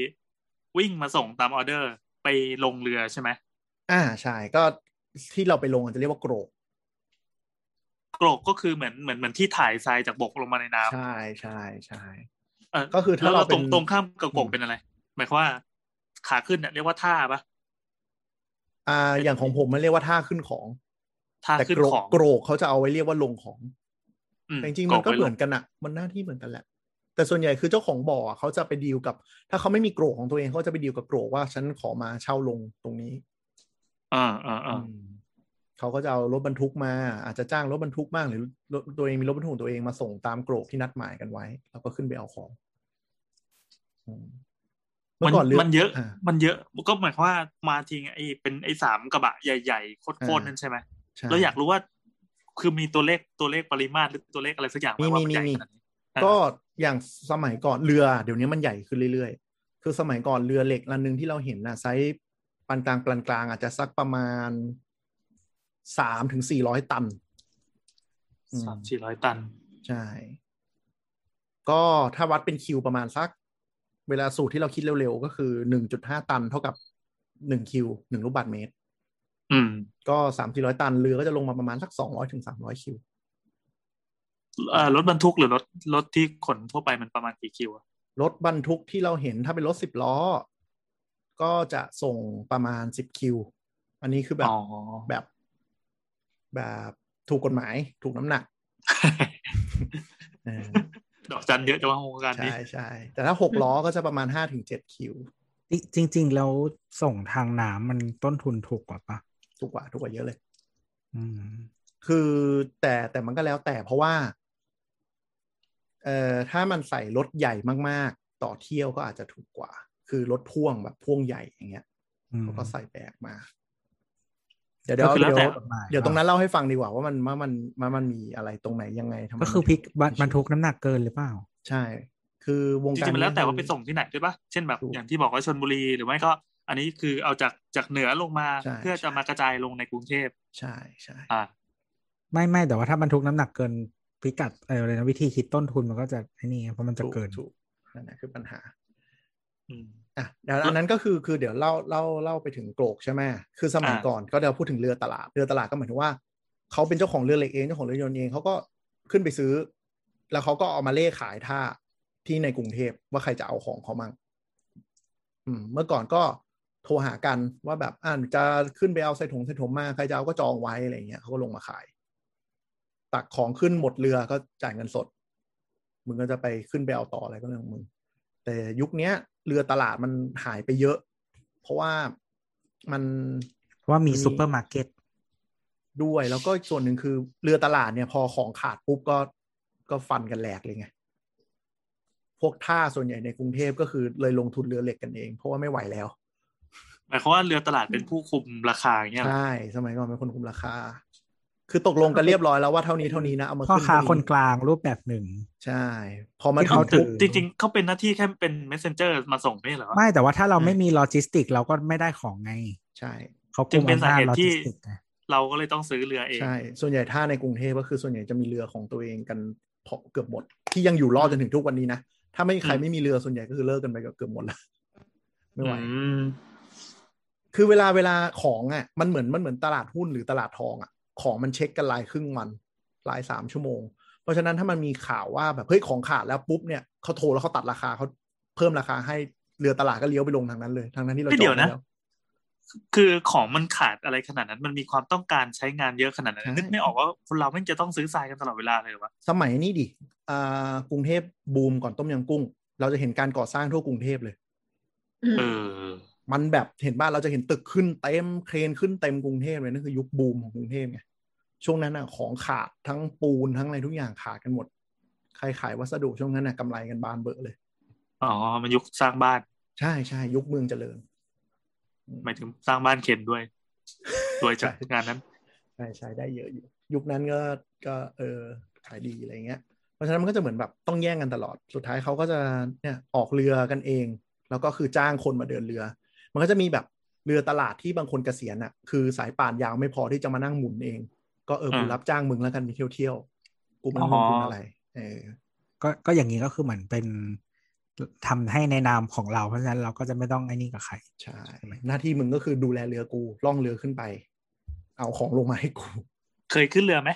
วิ่งมาส่งตามออเดอร์ไปลงเรือใช่ไหม อ่าใช่ก็ที่เราไปลงอาจจะเรียกว่าโกรก โกรกก็คือเหมือนเหมือนเหมือนที่ถ่ายทรายจากบกลงมาในน้ำ ใช่ใช่ใช่ เออ ก็คือถ้า แล้ว เรา เราต เป็ ร น งตรงข้ามกับโกรก อืม เป็นอะไร หมายความว่า ขาขึ้นเนี่ยเรียกว่าท่าปะ อ่าอย่างของผมมันเรียกว่าท่าขึ้นของ ท่า แต่ ขึ้น โกรก ของ โกรกเขาจะเอาไว้เรียกว่าลงของ อื แต่จริงๆมันก็ โรไว้ เหมือน ลง กันอะมันหน้าที่เหมือนกันแหละ แต่ส่วนใหญ่คือเจ้าของบ่ออะเขาจะไปดีลกับ ถ้าเขาไม่มีโกรกของตัวเองเขาจะไปดีลกับโกรกว่าฉันขอมาเช่าลงตรงนี้ อ่าอ่าอ่า อืมเขาก็จะเอารถบรรทุกมา อาจจะจ้างรถบรรทุกบ้างหรือรถตัวเองมีรถบรรทุกของตัวเองมาส่งตามโกรกที่นัดหมายกันไว้ แล้วก็ขึ้นไปเอาของอืมเมื่ มั อน ก่อนเรือ มันเยอะ า มันเยอะก็หมายความว่ามาทิ้งไอ้เป็นไอ้สามกระบะใหญ่ๆโคตรๆอ่านั่ นั่นใช่ไหม ใช่ เราอยากรู้ว่าคือมีตัวเลขตัวเลขปริมาตรหรือตัวเลขอะไรสักอย่างไหม มี ว่ามันมีใหญ่ มี ขนาดนี้อ่า ก็อย่างสมัยก่อนเรือ เดี๋ยวนี้มันใหญ่ขึ้นเรื่อยๆ คือสมัยก่อนเรือเหล็กลำหนึ่งที่เราเห็นนะไซส์ปานกลางปานกลางอาจจะสักประมาณสามถึงสี่ร้อยตันอืม สามสี่ร้อยตัน ใช่ ก็ถ้าวัดเป็นคิวประมาณสัก เวลาสูตรที่เราคิดเร็วๆ ก็คือหนึ่งจุดห้าตันเท่ากับหนึ่งคิวหนึ่งลูกบาทเมตร อืม ก็สามสี่ร้อยตันเรือก็จะลงมาประมาณสักสองร้อยถึงสามร้อยคิว เอ่อรถบรรทุกหรือรถรถที่ขนทั่วไปมันประมาณกี่คิวอะ รถบรรทุกที่เราเห็นถ้าเป็นรถสิบล้อ ก็จะส่งประมาณสิบคิว อันนี้คือแบบ อ๋อ <laughs> แบบ แบบถูกกฎหมายถูกน้ำหนักเออ ดอกจันเยอะจังวะโครงการนี้ ใช่ใช่แต่ถ้าหกล้อก็จะประมาณห้าถึงเจ็ดคิว จริง ๆ แล้วส่งทางน้ำมันต้นทุนถูกกว่าปะ ถูกกว่าถูกกว่าเยอะเลย อืม คือแต่แต่มันก็แล้วแต่เพราะว่า เอ่อถ้ามันใส่รถใหญ่มากๆ ต่อเที่ยวก็อาจจะถูกกว่า คือรถพ่วงแบบพ่วงใหญ่อย่างเงี้ย อืม เขาก็ใส่แบกมา เดี๋ยวเดี๋ ก็ ยว คือแล้ว เดี๋ยว แต่ กฎหมา เดี๋ยวตรงนั้นเล่าให้ฟังดีกว่าว่ามันว่ามันว่ามันมีอะไรตรงไหนยังไงทำไม ก็คือพลิกบรรทุกน้ำหนักเกินหรือเปล่า ใช่ คือวง จ การ ริงๆมันแล้วแต่ว่าไปส่งที่ไหนด้วยปะเช่นแบบ ถูก อย่างที่บอกว่าชนบุรีหรือไม่ก็ อันนี้คือเอาจากจากเหนือลงมา ใช่ เพื่อจะมากระจายลงในกรุงเทพ ใช่ใช่ อ่า ไม่ไม่แต่ว่าถ้าบรรทุกน้ำหนักเกินพิกัดเอออะไรนะวิธีคิดต้นทุนมันก็จะไอ้นี่ไงเพราะมันจะเกิน ถูก นั่นแหละคือปัญหา อืม อ่ะเดี๋ยวอันนั้นก็คือคือเดี๋ยวเล่าเล่าเล่าไปถึงโกรกใช่ไหมคือสมัย อ่า ก่อนก็เดี๋ยวพูดถึงเรือตลาดเรือตลาดก็หมายถึงว่าเขาเป็นเจ้าของเรือเหล็กเองเจ้าของเรือยนต์เองเขาก็ขึ้นไปซื้อ แล้วเขาก็เอามาเล่ขายท่าที่ในกรุงเทพว่าใครจะเอาของเขามั่งอืม เมื่อก่อนก็โทรหากันว่าแบบอ่านจะขึ้นไปเอาใส่ถุงใส่ถุงมาใครจะเอาก็จองไว้อะไรอย่างเงี้ยเขาก็ลงมาขาย ตักของขึ้นหมดเรือก็จ่ายเงินสด มึงก็จะไปขึ้นไปเอาต่ออะไรก็เรื่องของมึง แต่ยุคเนี้ย เรือตลาดมันหายไปเยอะ เพราะว่ามัน เพราะว่ามี มี ซูเปอร์มาร์เก็ต ด้วยแล้วก็ส่วนหนึ่งคือเรือตลาดเนี่ย พอของขาดปุ๊บก็ก็ฟันกันแหลกเลยไง พวกท่าส่วนใหญ่ในกรุงเทพก็คือเลยลงทุนเรือเหล็กกันเอง เพราะว่าไม่ไหวแล้ว หมายความว่าเรือตลาดเป็นผู้คุมราคาอย่างเงี้ยเหรอ ใช่ สมัยก่อนเป็นคนคุมราคา คือตกลงกันเรียบร้อยแล้วว่าเท่านี้เท่านี้นะเอามา พ่อค้า ขึ้ คนกลางรูปแบบหนึ่ง ใช่ พอมา ที่ ถึ เขา ง ถื ปุ๊บ จริง ๆ เขาเป็นหน้าที่แค่เป็น messenger มาส่งนี่เหรอ ไม่แต่ว่าถ้าเรา อืม ไม่มีโลจิสติก เราก็ไม่ได้ของไง ใช่ เขา จึ กุ ง ม เป็น อำ สา นาจ เหตุ โลจิ ที่ สติกไง เราก็เลยต้องซื้อเรือเอง ใช่ ส่วนใหญ่ท่าในกรุงเทพก็คือส่วนใหญ่จะมีเรือของตัวเองกันพอเกือบหมด ที่ยังอยู่รอดจนถึงทุกวันนี้นะ ถ้าไม่ใคร อืม ไม่มีเรือส่วนใหญ่ก็คือเลิกกันไปก็เกือบหมดแล้วไม่ไหว อืม คือเวลาเวลาของอ่ะมันเหมือนมันเหมือนตลาดหุ้นหรือตลาดทองอ่ะ ของมันเช็คกันรายครึ่งวันรายสามชั่วโมง เพราะฉะนั้นถ้ามันมีข่าวว่าแบบเฮ้ยของขาดแล้วปุ๊บเนี่ยเขาโทรแล้วเขาตัดราคาเขาเพิ่มราคาให้เรือตลาดก็เลี้ยวไปลงทางนั้นเลยทางนั้นที่เรา ไม่เดี๋ยว จองไ นะ คือของมันขาดอะไรขนาดนั้น มันมีความต้องการใช้งานเยอะขนาดนั้ ใช่ นนึกไม่ออกว่าคนเราไม่งจะต้องซื้อทรายกันตลอดเวลาเลยเหรอวะ สมัยนี้ดิอ่ากรุงเทพบูมก่อนต้มยำกุ้ง เราจะเห็นการก่อสร้างทั่วกรุงเทพเลย อืม เออ มันแบบเห็นบ้านเราจะเห็นตึกขึ้นเต็มเครนขึ้นเต็มกรุงเทพเลยนั่นคือยุคบูมของกรุงเทพไงช่วงนั้นอ่ะของขาดทั้งปูนทั้งอะไรทุกอย่างขาดกันหมด ใครขายวัสดุช่วงนั้นน่ะกำไรกันบานเบอะเลย อ๋อ มันยุคสร้างบ้าน ใช่ใช่ยุคเมืองเจริญ หมายถึงสร้างบ้านเข็นด้วยรวยจากงานนั้น ใช่ใช่ได้เยอะอยู่ ยุคนั้นก็ก็เออขายดีอะไรเงี้ย เพราะฉะนั้นมันก็จะเหมือนแบบต้องแย่งกันตลอดสุดท้ายเขาก็จะเนี่ยออกเรือกันเอง แล้วก็คือจ้างคนมาเดินเรือ มันก็จะมีแบบเรือตลาดที่บางคนเกษียณอ่ะ คือสายป่านยาวไม่พอที่จะมานั่งหมุนเอง ก็เออกู อ่ารั รับจ้างมึงแล้วกันมีเที่ยวเที่ยวๆกูไมันเงิอ๋นอ คุณอะไรเออ ก็ก็อย่างนี้ก็คือเหมือนเป็นทำให้ในนามของเรา เพราะฉะนั้นเราก็จะไม่ต้องไอ้นี่กับใคร ใช่หน้าที่มึงก็คือดูแลเรือกูล่องเรือขึ้นไป เอาของลงมาให้กู เคยขึ้นเรือไหม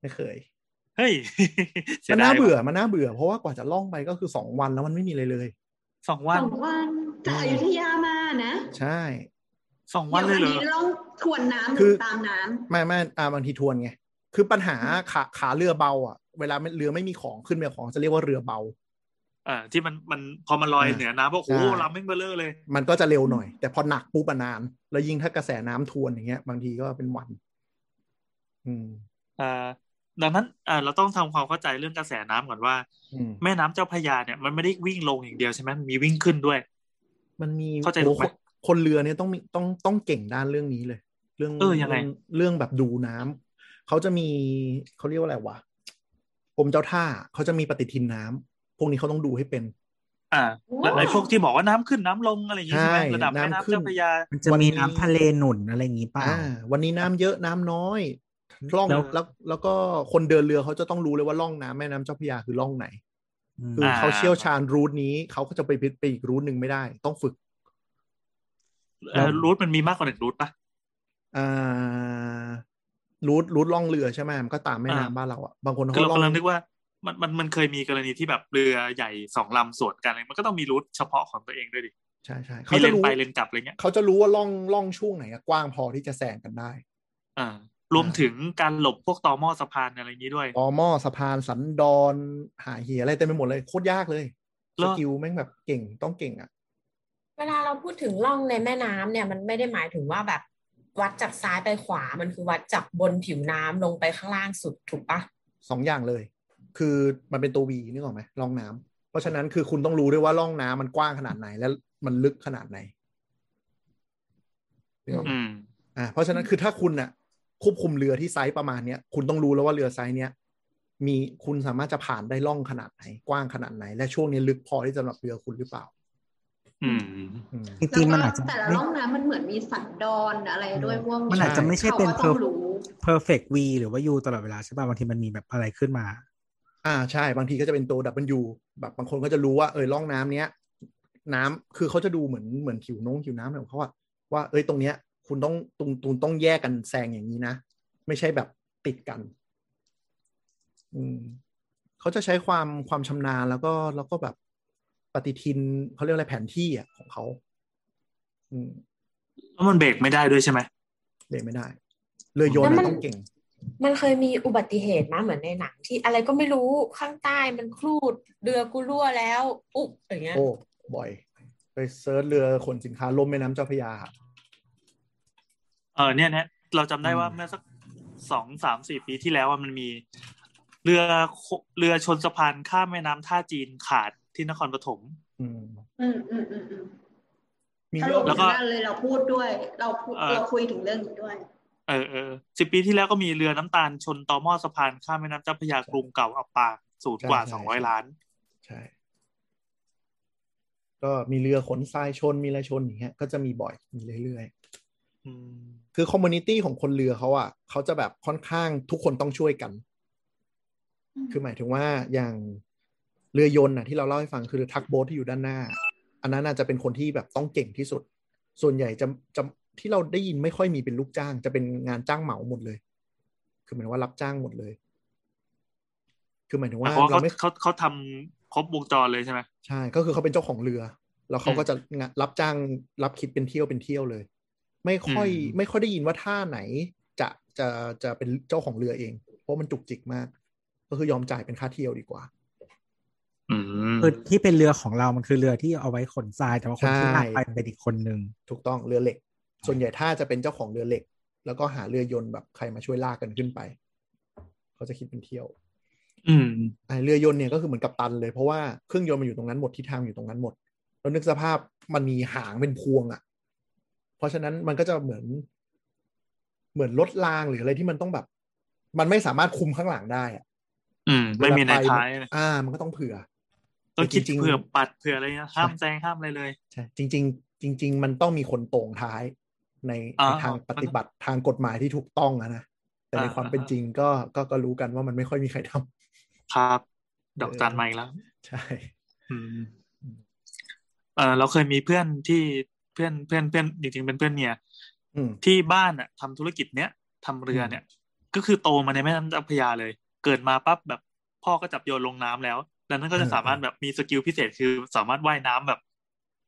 ไม่เคย เฮ้ย สี <laughs> ยมัดนย น่า ว่ะ เบื่อ มันน่าเบื่อ เพราะว่ากว่าจะล่องไปก็คือสองวันแล้วมันไม่มีเลยเลย สองวั ส น องวันจากอยุธยามานะ ใช่ สองวันเล เดี๋ ย ยเหรอวอันนี้ต้องทวนน้ำห คื รือ อตามน้ ไม่ไม่อ่าบางทีทวนไง คือปัญหาขาขาเรือเบาอ่ะ เวลาเรือไม่มีของขึ้นไปเอาของจะเรียกว่าเรือเบา อ่าที่มันมันพอมันลอย อ่า เหนือน้ำบอก ใช่ โอ้โหลำไม่งเบลอเลย มันก็จะเร็วหน่อย แต่พอหนักปุ๊บอะนาน แล้วยิ่งถ้ากระแสน้ำทวนอย่างเงี้ย บางทีก็เป็นวัน อืม อ่า ดังนั้นอ่าเราต้องทำความเข้าใจเรื่องกระแสน้ำก่อนว่า อืม แม่น้ำเจ้าพระยาเนี่ยมันไม่ได้วิ่งลงอย่างเดียวใช่ไหมมันมีวิ่งขึ้นด้วย มันมี เข้าใจ โอ้ ถูกไหม คนคนเรือเนี่ยต้องมีต้องต้องเก่งด้านเรื่องนี้เลย เรื่อง เออยังไง เรื่เรื่องแบบดูน้ำเขาจะมีเขาเรียกว่าอะไรวะกรมเจ้าท่าเขาจะมีปฏิทินน้ำพวกนี้เขาต้องดูให้เป็น อ่าแล้วไอ้พวกที่บอกว่าน้ำขึ้นน้ำลงอะไรอย่างงี้ใช่ไหม ใช่ ระดับแม่น้ำ น้ำขึ้น เจ้าพระยา มันจะ วันนี้ มีน้ำทะเลหนุนอะไรอย่างนี้เปล่า อ่า วันนี้น้ำเยอะน้ำน้อยล่อง แล้ แล้ว วแล้วก็คนเดินเรือเขาจะต้องรู้เลยว่าล่องน้ำแม่น้ำเจ้าพระยาคือล่องไหน อืม คืออา เขาเชี่ยวชาญรูทนี้เขาก็จะไปไปอีกรูทหนึ่งไม่ได้ ต้องฝึก เอ่อรูทมันมีมากกว่าหนึ่งรูทปะ อ่ารูทรูทล่องเรือใช่ไหมมันก็ตามแม่น้ำ อ่า บ้านเราอ่ะบางคน คือ เขา เรา ล่อง กำลังนึกว่ามันมันมันเคยมีกรณีที่แบบเรือใหญ่สองลำสวนกันอะไรมันก็ต้องมีรูทเฉพาะของตัวเองด้วยดิ ใช่ใช่ มี เขา เล จะ น รู้ ไปเลนกลับอะไรเงี้ย เขาจะรู้ว่าล่องล่องช่วงไหนอะกว้างพอที่จะแซงกันได้ อ่ารวมถึงการหลบพวกตอหม้อสะพานอะไรอย่างนี้ด้วย ตอหม้อสะพานสันดอนหาเหียอะไรเต็มไปหมดเลยโคตรยากเลย แล้ ส ว กิลแม่งแบบเก่งต้องเก่งอ่ะ เวลาเราพูดถึงล่องในแม่น้ำเนี่ยมันไม่ได้หมายถึงว่าแบบวัดจากซ้ายไปขวามันคือวัดจากบนผิวน้ำลงไปข้างล่างสุดถูกปะ สองอย่างเลย คือมันเป็นตัววีนึกออกไหมล่องน้ำเพราะฉะนั้นคือคุณต้องรู้ด้วยว่าล่องน้ำมันกว้างขนาดไหนและมันลึกขนาดไหนนึกออกไหม อืม อ่าเพราะฉะนั้นคือถ้าคุณอ่ะ ควบคุมเรือที่ไซส์ประมาณเนี้ยคุณต้องรู้แล้วว่าเรือไซส์เนี้ยมีคุณสามารถจะผ่านได้ล่องขนาดไหน กว้างขนาดไหน และช่วงนี้ลึกพอที่จะสำหรับเรือคุณหรือเปล่า อืม อืม จ ำ ริงๆ แล้ มั วน ก็ อาจจะ แต่ละ ไม่ ล่องน้ำมันเหมือนมีสันดอนอะไรด้วยพวก มันอาจจะไม่ใช่เป็น เขาก็ต้องรู้ perfect v หรือว่า u ตลอดเวลาใช่ป่ะบางทีมันมีแบบอะไรขึ้นมา อ่าใช่บางทีก็จะเป็นตัว W แบบบางคนก็จะรู้ว่าเออร่องน้ำเนี้ย น้ำคือเขาจะดูเหมือนเหมือนผิวน้องผิวน้ำอะไรของเขาอะว่าเอ้ยตรงเนี้ย คุณต้องตรงตุงต้องแยกกันแซงอย่างนี้นะ ไม่ใช่แบบติดกัน อืมเขาจะใช้ความความชำนาญแล้วก็แล้วก็แบบปฏิทินเขาเรียกอะไรแผนที่อะของเขาอืม แล้วมันเบรกไม่ได้ด้วยใช่ไหม เล่นไม่ได้ เรือโยนต์ แล้วมั อะ น ต้องเก่ง มันเคยมีอุบัติเหตุนะเหมือนในหนัง ที่อะไรก็ไม่รู้ข้างใต้มันครูดเรือกูรั่วแล้วอุ๊บอย่างเงี้ย โอ้ บ่อย ไปเซิร์ชเรือขนสินค้าล่มแม่น้ำเจ้าพระยา เออเนี่ยเนี่ยเราจำได้ว่า อืม เมื่อสักสองสามสี่ปีที่แล้วว่ามันมี เรือโคเรือชนสะพานข้ามแม่น้ำท่าจีนขาดที่นครปฐม อืม อืมอืมอืมอืม มี ถ้า เย ล อะ ง แล้ แล้ว ว ก็ ก็ นั่นเลยเราพูดด้วย เราพูด เอ่อ เราคุยถึงเรื่องนี้ด้วย เออเออสิบปีที่แล้วก็มีเรือน้ำตาลชนต่อหม้อสะพานข้ามแม่น้ำเจ้าพระยากรุงเก่าอับปางสูงกว่าสองร้อยล้าน ใช่ ก็มีเรือขนทรายชนมีอะไรชนอย่างเงี้ย ก็จะมีบ่อย มีเรื่อย อืม ๆ คือคอมมูนิตี้ของคนเรือเขาอ่ะเขาจะแบบค่อนข้างทุกคนต้องช่วยกัน คือหมายถึงว่าอย่างเรือยนต์น่ะที่เราเล่าให้ฟังคือทักโบ๊ทที่อยู่ด้านหน้า อันนั้นน่าจะเป็นคนที่แบบต้องเก่งที่สุด ส่วนใหญ่จะจะที่เราได้ยินไม่ค่อยมีเป็นลูกจ้าง จะเป็นงานจ้างเหมาหมดเลย คือหมายถึงว่ารับจ้างหมดเลย คือหมายถึงว่า เพราะว่า เรา เขา ไม่ เขาเขาทำครบวงจรเลยใช่ไหม ใช่ก็คือเขาเป็นเจ้าของเรือ แล้วเขา อืม ก็จะงะรับจ้างรับคิดเป็นเที่ยวเป็นเที่ยวเลย ไม่ค่อย อืม ไม่ค่อยได้ยินว่าท่าไหนจะจะจะเป็นเจ้าของเรือเอง เพราะมันจุกจิกมาก ก็คือยอมจ่ายเป็นค่าเที่ยวดีกว่า อืม คือที่เป็นเรือของเรามันคือเรือที่เอาไว้ขนทรายแต่ว่าคนที่ ใช่ ลากไปเป็นอีกคนนึง ถูกต้องเรือเหล็ก ส่วนใหญ่ถ้าจะเป็นเจ้าของเรือเหล็ก แล้วก็หาเรือยนต์แบบใครมาช่วยลากกันขึ้นไป เขาจะคิดเป็นเที่ยว อืม ไอเรือยนต์เนี่ยก็คือเหมือนกับตันเลยเพราะว่าเครื่องยนต์มันอยู่ตรงนั้นหมดทิศทางอยู่ตรงนั้นหมดแล้วนึกสภาพมันมีหางเป็นพวงอะ่ะ เพราะฉะนั้นมันก็จะเหมือน เหมือนรถรางหรืออะไรที่มันต้องแบบ มันไม่สามารถคุมข้างหลังได้อะ อืม ไม่มีใน เวลป ท้ายนะ อ่า มันก็ต้องเผื่อ ต้องคิด จริงๆ เผื่อปัดเผื่ออะไรนะห้ามแซงห้ามอะไรเลย ใช่จริง ๆ จริง ๆ มันต้องมีคนโตรงท้ายใน อ่า ในทางปฏิบัติทางกฎหมายที่ถูกต้องอะนะแต่ใน อ่า ความเป็น อ่า จริงก็ก็ก็รู้กันว่ามันไม่ค่อยมีใครทำ ครับ ดอก เออ จันใหม่แล้ว <laughs> ใช่ อืมเออเราเคยมีเพื่อนที่เพื่อนเพื่อนเพื่อนจริงๆเป็นเพื่อนเมีย อืม ที่บ้านอ่ะทำธุรกิจเนี้ยทำเรือเนี่ย ก็คือโตมาในแม่น้ำเจ้าพระยาเลย เกิดมาปั๊บแบบพ่อก็จับโยนลงน้ำแล้วดังนั้นก็จะ เออ สามารถแบบมีสกิลพิเศษคือสามารถว่ายน้ำแบบ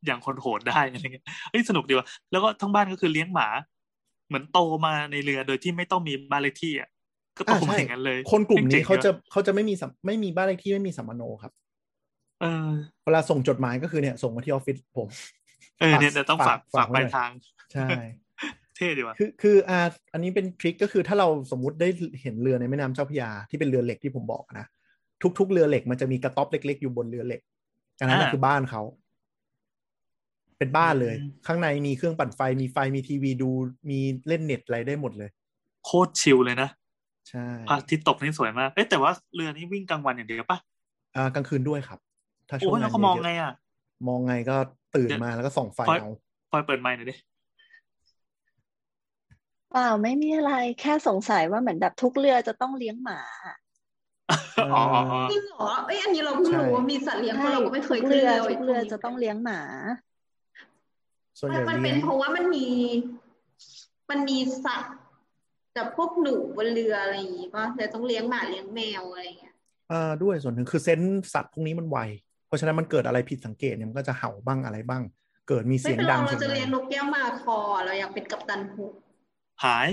อย่างคนโหดได้อะไรเงี้ยเฮ้ยสนุกดีว่ะแล้วก็ทั้งบ้านก็คือเลี้ยงหมา เหมือนโตมาในเรือโดยที่ไม่ต้องมีบ้านเลขที่อ่ะก็โต อ่า มา ใช่ อย่างนั้นเลย คนกลุ่มนี้เขา จ๋งดีว่ จะเขาจะไม่มีสัมไม่มีบ้านเลขที่ไม่มีสัมมโนครับ เออ เวลาส่งจดหมายก็คือเนี่ย ส่งมาที่ออฟฟิศผม เออเนี่ยเดี๋ยวต้องฝากฝากปลายทาง ใช่ เท่ดีว่ะ คือคืออ่าอันนี้เป็นทริคก็คือถ้าเราสมมุติได้เห็นเรือในแม่น้ำเจ้าพระยาที่เป็นเรือเหล็กที่ผมบอกนะทุก ๆ เรือเหล็กมันจะมีกระต๊อบเล็ก ๆ อยู่บนเรือเหล็กอันนั้นนะ อ่า คือบ้านเขา เป็นบ้านเลย อืม ข้างในมีเครื่องปั่นไฟมีไฟมีทีวีดูมีเล่นเน็ตอะไรได้หมดเลย โคตรชิลเลยนะ ใช่ พระอาทิตย์ตกนี่สวยมาก เอ๊ะแต่ว่าเรือนี่วิ่งกลางวันอย่างเดียวปะ อ่ากลางคืนด้วยครับ ถ้าช่ว โอ้ ง ย งา แล้ว น ก็มอง เยะๆ ไงอ่ะ มองไงก็ตื่น เดี๋ยว มาแล้วก็ส่องไฟ พอ เอา พลอยเปิดไมค์หน่อยดิ เปล่าไม่มีอะไรแค่สงสัยว่าเหมือนแบบทุกเรือจะต้องเลี้ยงหมา อ๋ออ๋ออ๋อ จริงเหรอเอ้ยอันนี้เราเพิ่งรู้ว่ามีสัตว์เลี้ยงเพราะเราก็ไม่เคย ทุก ขึ้ เรื น อ เลย ทุกเรือจะต้องเลี้ยงหมา ส่วนให มั ญ่ นมันเป็ เลี้ น ยง เพราะว่ามันมี มันมีสัตว์แบบพวกหนูบนเรืออะไรอย่างงี้ป่ะเลยต้องเลี้ยงหมาเลี้ยงแมวอะไรอย่างเงี้ย อ่าด้วยส่วนหนึ่งคือเซนส์สัตว์พวกนี้มันไวเพราะฉะนั้นมันเกิดอะไรผิดสังเกตเนี่ยมันก็จะเห่าบ้างอะไรบ้าง เกิดมี ไม่ เสียง เป็นไร ดัง เราจะ สียงอไ เลี้ยงนกแก้วมาคอเราอยากเป็นกัปตันฮูก หาย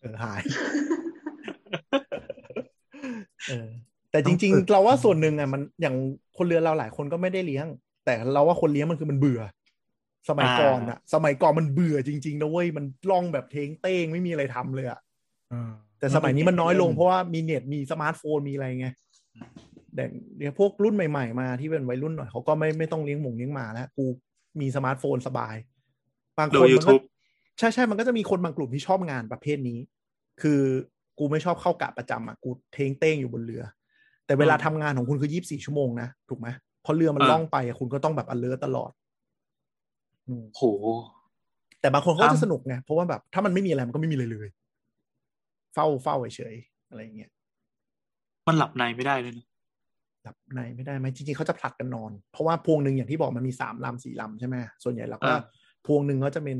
เออหาย เออ แต่จริง ๆ เราว่าส่วนหนึ่งอ่ะมันอย่างคนเรือเราหลายคนก็ไม่ได้เลี้ยง แต่เราว่าคนเลี้ยงมันคือมันเบื่อ สมัยก่อนอ่ะ สมัยก่อนมันเบื่อจริงๆนะเว้ยมันล่องแบบเทงเต้งไม่มีอะไรทำเลยอ่ะ เออ แต่สมัยนี้มันน้อยลงเพราะว่ามีเน็ตมีสมาร์ทโฟนมีอะไรไงแต่เนี่ยพวกรุ่นใหม่ๆมาที่เป็นวัยรุ่นหน่อยเขาก็ไม่ไม่ต้องเลี้ยงหมูเลี้ยงหมาแล้วกูมีสมาร์ทโฟนสบาย บางคน ดู มันก็ YouTube ใช่ใช่มันก็จะมีคนบางกลุ่มที่ชอบงานประเภทนี้ คือกูไม่ชอบเข้ากะประจำอ่ะ กูเทงเต้งอยู่บนเรือ แต่เวลา อืม ทำงานของคุณคือยี่สิบสี่ชั่วโมงนะ ถูกไหมเพราะเรือมัน อ่า ล่องไปอะคุณก็ต้องแบบ alert ตลอดอืม โห แต่บางคนเขา ครับก็จะสนุกไง เพราะว่าแบบ ถ้ามันไม่มีอะไรมันก็ไม่มีเลยเลย เฝ้าเฝ้าเฉยๆอะไรอย่างเงี้ย มันหลับในไม่ได้เลยนะ หลับในไม่ได้ไหมจริงๆเขาจะผลัดกันนอน เพราะว่าพวงหนึ่งอย่างที่บอกมันมีสามลำสี่ลำใช่ไหมส่วนใหญ่แล้วก็ อ่า พวงหนึ่งก็จะเป็น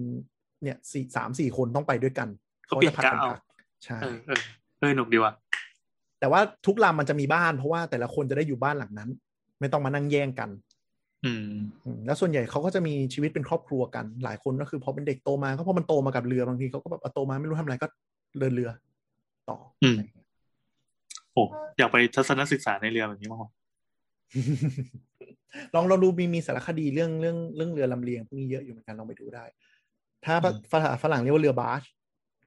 เนี่ยสี่สามสี่คนต้องไปด้วยกันเขาจะผลัดกัน ก็เปลี่ยนกะเอา พักใช่ เออเออเออหนุกดีว่ะ แต่ว่าทุกลำมันจะมีบ้าน เพราะว่าแต่ละคนจะได้อยู่บ้านหลังนั้น ไม่ต้องมานั่งแย่งกัน อืม อืมแล้วส่วนใหญ่เขาก็จะมีชีวิตเป็นครอบครัวกัน หลายคนก็คือพอเป็นเด็กโตมาก็เพราะมันโตมากับเรือบางทีเขาก็แบบเอาโตมาไม่รู้ทำอะไรก็เดินเรือ ต่อ อืม โอ้อยากไปทัศนศึกษาในเรือแบบนี้มั้างวะ <laughs> ลองลองดูมีมีสารคดีเรื่องเรื่องเรื่องเรือลำเลียงพวกนี้เยอะอยู่เหมือนกันลองไปดูได้ ถ้าฝรั่งฝรั่งเรียกว่าเรือบาร์ช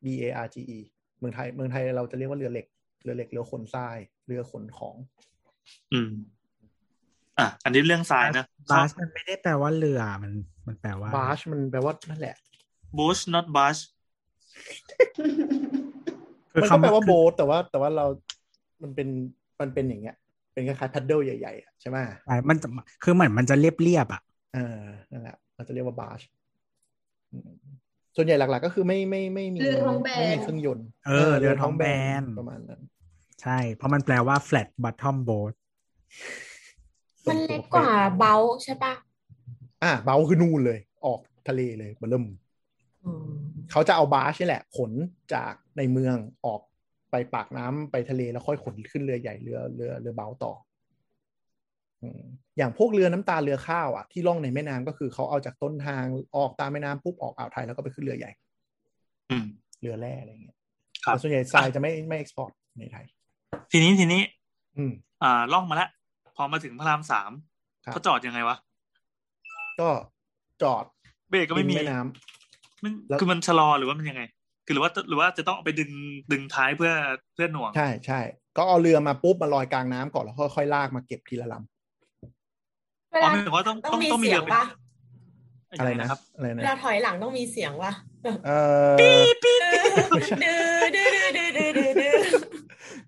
B A R G E เมืองไทยเมืองไทยเราจะเรียกว่าเรือเหล็กเรือเหล็กเรือขนทรายเรือขนของ อืม อ่ะ อันนี้เรื่องทรายนะ บาชมันไม่ได้แปลว่าเรือมันมันแปลว่า บาร์ชมันแปลว่านั่นแหละ bush not bush คือ มันก็ คำ แปล ว่า ว่า คือ โบทแต่ว่าแต่ว่าเรา มันเป็น มันเป็นอย่างเงี้ย เป็นคล้ายๆพัดเดิลใหญ่ๆอะใช่ไหม ใช่มันจะคือเหมือนมันจะเรียบเรียบๆอ่ะ เออนั่นแหละเราจะเรียกว่าบาร์ชอืมส่วนใหญ่หลัก ๆ ก็คือไม่ไม่ไม่มี เรือท้องแบน ไม่มีเครื่องยนต์ เออเรือท้องแบน ประมาณนั้น ใช่ เพราะมันแปลว่า flat bottom boat มันเล็กกว่าเบลใช่ปะ อ่ะเบาคือนู่นเลย ออกทะเลเลยเบอร์เริ่ม อืม เขาจะเอาบาร์ชนี่แหละ ขนจากในเมืองออกไปปากน้ำไปทะเลแล้วค่อยขนขึ้นเรือใหญ่เรือเรือเรือเบาต่ออืมอย่างพวกเรือน้ำตาลเรือข้าวอ่ะที่ล่องในแม่น้ำก็คือเขาเอาจากต้นทางออกตามแม่น้ำปุ๊บออกอ่าวไทยแล้วก็ไปขึ้นเรือใหญ่ อืม เรือแร่อะไรเงี้ย ครับ แต่ส่วนใหญ่ทรายจะไม่ไม่เอ็กซ์พอร์ตในไทย ทีนี้ทีนี้ อืม อ่าล่องมาแล้ว พอมาถึงพระรามสาม ครับ เขาจอดยังไงวะ ก็จอด เบรกก็ไม่มี ริแม่น้ำ มัน แล้ว คือมันชะลอหรือว่ามันยังไง คือหรือว่าหรือว่าจะต้องเอาไปดึงดึงท้ายเพื่อเพื่อหน่วง ใช่ใช่ก็เอาเรือมาปุ๊บมาลอยกลางน้ำก่อนแล้วค่อยๆลากมาเก็บทีละลำ เวลา อ๋อหมายถึงว่าต้อง ต้ ต้ อ อง ง มี ต้องมี เสียงเรือ ปะ อะ อะไร ไร นะ นะครับ อะไรนะ เวลาถอยหลังต้องมีเสียงวะแบบ เออ ดื้อดื้อดื้อดื้อดื้อดื้อดื้อ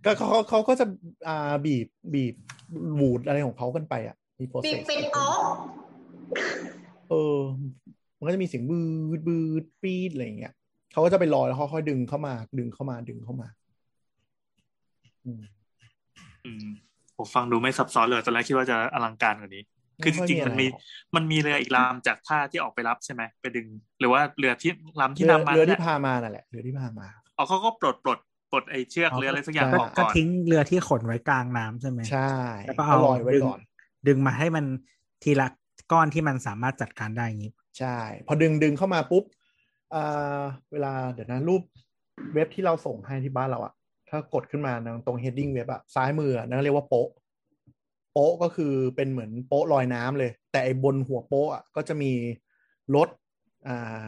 ก็เขาเขาเขาก็จะอ่าบีบบีบบูดอะไรของเขากันไปอ่ะ มีโปร ปิ เซ ด ส ปิดออฟ เออ มันก็จะมีเสียงบืดบืดปีดอะไรอย่างเงี้ยเขาก็จะไปลอยแล้วค่อยๆดึงเข้ามา ดึงเข้ามาดึงเข้ามาอืม อืมผมฟังดูไม่ซับซ้อนเลยตอนแรกคิดว่าจะอลังการกว่านี้ คือจริงๆมันมี มันมีเรืออีกลำจากท่าที่ออกไปรับใช่ไหมไปดึง หรือว่าเรือที่ลำที่ เรือน ำมา เรือที่ แหละ พามานั่นแหละเรือที่พามา อ๋อเขาก็ปลดปลดปลดไอ้เชือกเรืออะไรสักอย่าง ใช่ ออก ก็ ก่อน ทิ้งเรือที่ขนไว้กลางน้ำใช่ไหม ใช่ แล้วก็เอา ลอยไว้ ดึง ก่อน ดึงมาให้มันทีละก้อนที่มันสามารถจัดการได้อย่างนี้ ใช่ พอดึงดึงเข้ามาปุ๊บเอ่อเวลาเดี๋ยวนะรูปเว็บที่เราส่งให้ที่บ้านเราอะถ้ากดขึ้นมาตรง heading เว็บอะซ้ายมืออะนั่นเรียกว่าโป๊ะ โป๊ะก็คือเป็นเหมือนโป๊ะลอยน้ำเลย แต่ไอ้บนหัวโป๊ะอะก็จะมีรถอ่า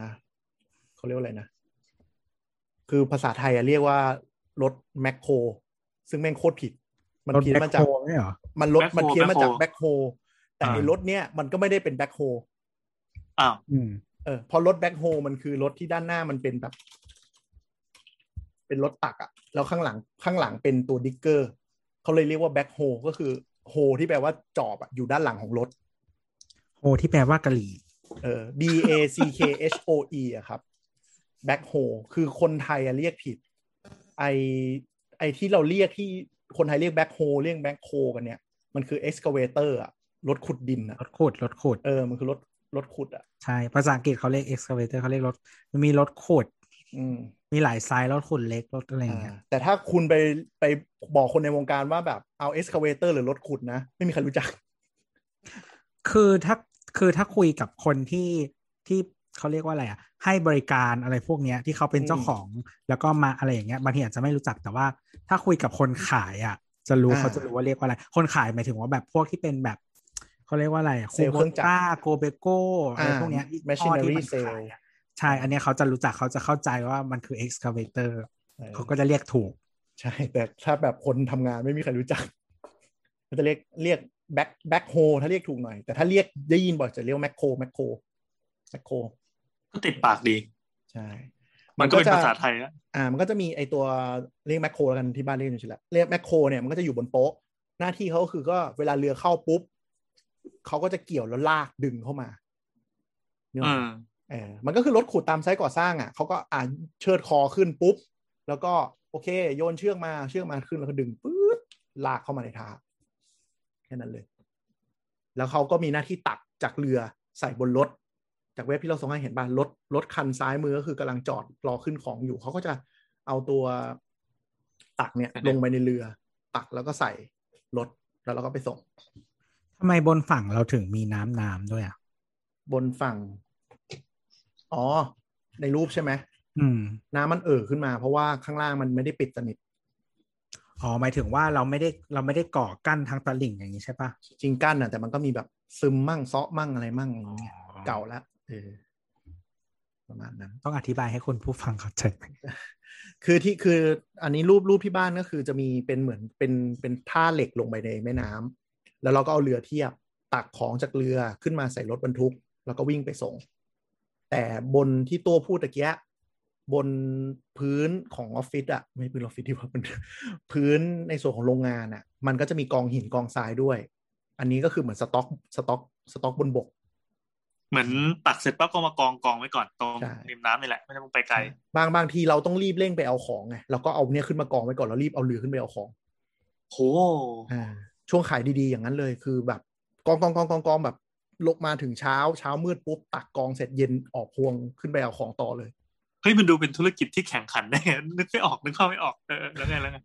เขาเรียกว่าอะไรนะ คือภาษาไทยอะเรียกว่ารถแมคโครซึ่งแม่งโคตรผิด มัน รถ เพี้ยน แบ็ค มา โฮ จาก ไม่เหรอ มันรถ Backhoe มันเพี้ยนมาจาก Backhoe แบ็คโฮแต่ไอ้ อ่าร รถเนี้ยมันก็ไม่ได้เป็นแบ็คโฮ อ้าว อืม เออพอรถแบ็คโฮมันคือรถที่ด้านหน้ามันเป็นแบบ เป็นรถตักอะแล้วข้างหลังข้างหลังเป็นตัวดิกเกอร์เขาเลยเรียกว่าแบ็คโฮก็คือโฮที่แปลว่าจอบอะอยู่ด้านหลังของรถ โฮที่แปลว่ากะหรี่ เออ B A C K H O E อะครับแบ็คโฮคือคนไทยอะเรียกผิด ไอไอที่เราเรียกที่คนไทยเรียกแบ็คโฮเรียกแบ็คโฮกันเนี่ย มันคือเอ็กซ์ a เวเตอร์อะรถขุดดินอะ รถขุดรถขุด เออมันคือรถรถขุดอะ ใช่ ภาษาอังกฤษเขาเรียก excavator เขาเรียกรถ มันมีรถขุด อืม มีหลายไซส์รถขุดเล็กรถอะไรอย่างเงี้ย อ่าแต่ถ้าคุณไปไปบอกคนในวงการว่าแบบเอาเอ็กซ์คาเวเตอร์หรือรถขุดนะ ไม่มีใครรู้จัก คือถ้าคือถ้าคุยกับคนที่ที่เขาเรียกว่าอะไรอ่ะ ให้บริการอะไรพวกเนี้ยที่เขาเป็นเจ้า อืม ของ แล้วก็มาอะไรอย่างเงี้ยบางทีอาจจะไม่รู้จักแต่ว่า ถ้าคุยกับคนขายอ่ะ จะรู้ อ่า เขาจะรู้ว่าเรียกว่าอะไร คนขายหมายถึงว่าแบบพวกที่เป็นแบบเขาเรียกว่าอะไร เซลล์เครื่องจักร ต้าโกเบโกอะไรพวกเนี้ย อ่า ยี่ห้อ machinery ที่มันขายอะใช่ อันเนี้ยเขาจะรู้จักเขาจะเข้าใจว่ามันคือ excavator เออ เขาก็จะเรียกถูก ใช่ แต่ถ้าแบบคนทำงานไม่มีใครรู้จักก็จะเรียกเรียกแบ็คแบ็คโฮถ้าเรียกถูกหน่อย แต่ถ้าเรียกได้ยินบ่อยจะเรียกแมคโครแมคโครแมคโคร ก็ติดปากดี ใช่ มันก็เป็นภาษาไทยอะ อ่ามันก็จะมีไอตัวเรียกแมคโครแล้วกันที่บ้านเรียกอยู่ชิละเรียกแมคโครเนี่ยมันก็จะอยู่บนโป๊ะ หน้าที่เขาก็คือก็เวลาเรือเข้าปุ๊บเขาก็จะเกี่ยวแล้วลากดึงเข้ามาเนก เอ อะ อ เออมันก็คือรถขุดตามไซต์ก่อสร้างอ่ะเขาก็อ่าเชิดคอขึ้นปุ๊บ แล้วก็โอเค โยนเชือกมาเชือกมาขึ้นแล้วก็ดึงปื๊ดลากเข้ามาในท่า ค่นั้นเลย แล้วเขาก็มีหน้าที่ตักจากเรือใส่บนรถ จากเว็บที่เราส่งให้เห็นบ้านรถรถคันซ้ายมือก็คือกำลังจอดรอขึ้นของอยู่ เขาก็จะเอาตัวตักเนี่ยลงไปในเรือ ตักแล้วก็ใส่รถแล้วเราก็ไปส่ง ทำไมบนฝั่งเราถึงมีน้ำน้ำด้วยอ่ะ บนฝั่ง อ๋อ ในรูปใช่ไหม อืม น้ำมันเอ่อขึ้นมาเพราะว่าข้างล่างมันไม่ได้ปิดสนิท อ๋อหมายถึงว่าเราไม่ได้เราไม่ได้ก่อกั้นทางตลิ่งอย่างนี้ใช่ปะ จริงกั้นอ่ะ แต่มันก็มีแบบซึมมั่งเซาะมั่งอะไรมั่งอย่างเงี้ยเก่าละเออประมาณนั้น ต้องอธิบายให้คนผู้ฟังเข้าใจไหม คือที่คืออันนี้รูปรูปที่บ้านก็คือจะมีเป็นเหมือนเป็นเป็นท่าเหล็กลงไปในแม่น้ำแล้วเราก็เอาเรือเทียบตักของจากเรือขึ้นมาใส่รถบรรทุก แล้วก็วิ่งไปส่ง แต่บนที่ตัวพูดตะเกียบนพื้นของออฟฟิศอะไม่พื้นออฟฟิศที่ว่ามัน <laughs> พื้นในส่วนของโรงงานอะมันก็จะมีกองหินกองทรายด้วย อันนี้ก็คือเหมือนสต็อกสต็อกสต็อกบนบก เหมือนตักเสร็จปั๊บก็มากองกองไว้ก่อนตรง ใช่ ริมน้ำนี่แหละไม่ต้องไปไกล บางบางทีเราต้องรีบเร่งไปเอาของไงเราก็เอาเนี่ยขึ้นมากองไว้ก่อนแล้วรีบเอาเรือขึ้นไปเอาของ โห อ่าช่วงขายดีๆ อย่างนั้นเลยคือแบบกองกองกองกองกองแบบลงมาถึงเช้าเช้ามืดปุ๊บตักกองเสร็จเย็นออกพวงขึ้นไปเอาของต่อเลย เฮ้ยมันดูเป็นธุรกิจที่แข่งขันแน่ นึกไม่ออกนึกเข้าไม่ออกเออแล้วไงแล้วไง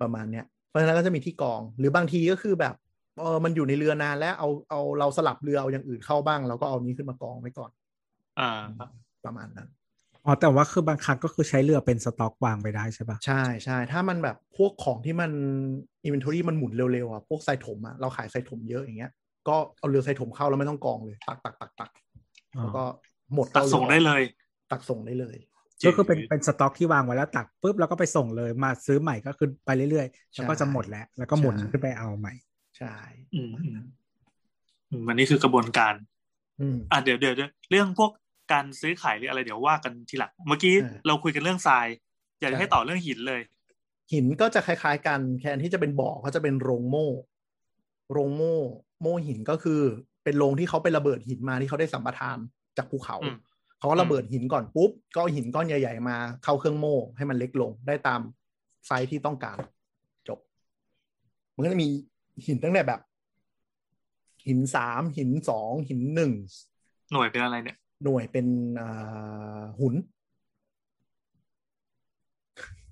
ประมาณเนี้ยเพราะฉะนั้นก็จะมีที่กองหรือบางทีก็คือแบบเออมันอยู่ในเรือนานแล้วเอาเอาเราสลับเรือเอาอย่างอื่นเข้าบ้างเราก็เอานี้ขึ้นมากองไว้ก่อน อ่า ประมาณนั้น อ๋อแต่ว่าคือบางครั้งก็คือใช้เรือเป็นสต็อกวางไปได้ใช่ปะ ใช่ใช่ถ้ามันแบบพวกของที่มันอินเวนทอรี่มันหมุนเร็วๆอ่ะพวกไซถมอ่ะเราขายไซถมเยอะอย่างเงี้ยก็เอาเรือไซถมเข้าแล้วไม่ต้องกองเลยตักตักตักตัก อ๋ แล้ว อ ก็หมด ตัก อารือ ส่งได้เลย ตักส่งได้เลย ก็คือเป็นเป็นสต็อกที่วางไว้แล้วตักปุ๊บแล้วก็ไปส่งเลยมาซื้อใหม่ก็คือไปเรื่อยๆแล้วก็จะหมดแล้วแล้วก็หมุน ใช่ ขึ้นไปเอาใหม่ ใช่ อืมอืมอืมอันนี้คือกระบวนการ อืม อ่ะเดี๋ยวเดี๋ยวเดี๋ยวเรื่องพวกการซื้อขายหรืออะไรเดี๋ยวว่ากันทีหลังเมื่อกี้ อ่า เราคุยกันเรื่องทราย อยาก ใช่ ให้ต่อเรื่องหินเลย หินก็จะคล้ายๆกันแทนที่จะเป็นบ่อก็จะเป็นโรงโม่ โรงโม่ โม่หินก็คือเป็นโรงที่เขาไประเบิดหินมาที่เขาได้สัมปทานจากภูเขา อืม เขาก็ระเบิดหินก่อนปุ๊บ ก็เอาหินก้อนใหญ่ๆมาเข้าเครื่องโม่ให้มันเล็กลงได้ตามไซส์ที่ต้องการจบ มันก็จะมีหินตั้งแต่แบบ หินสามหินสองหินหนึ่ง หน่วยเป็นอะไรเนี่ย หน่วยเป็นอ่าหุน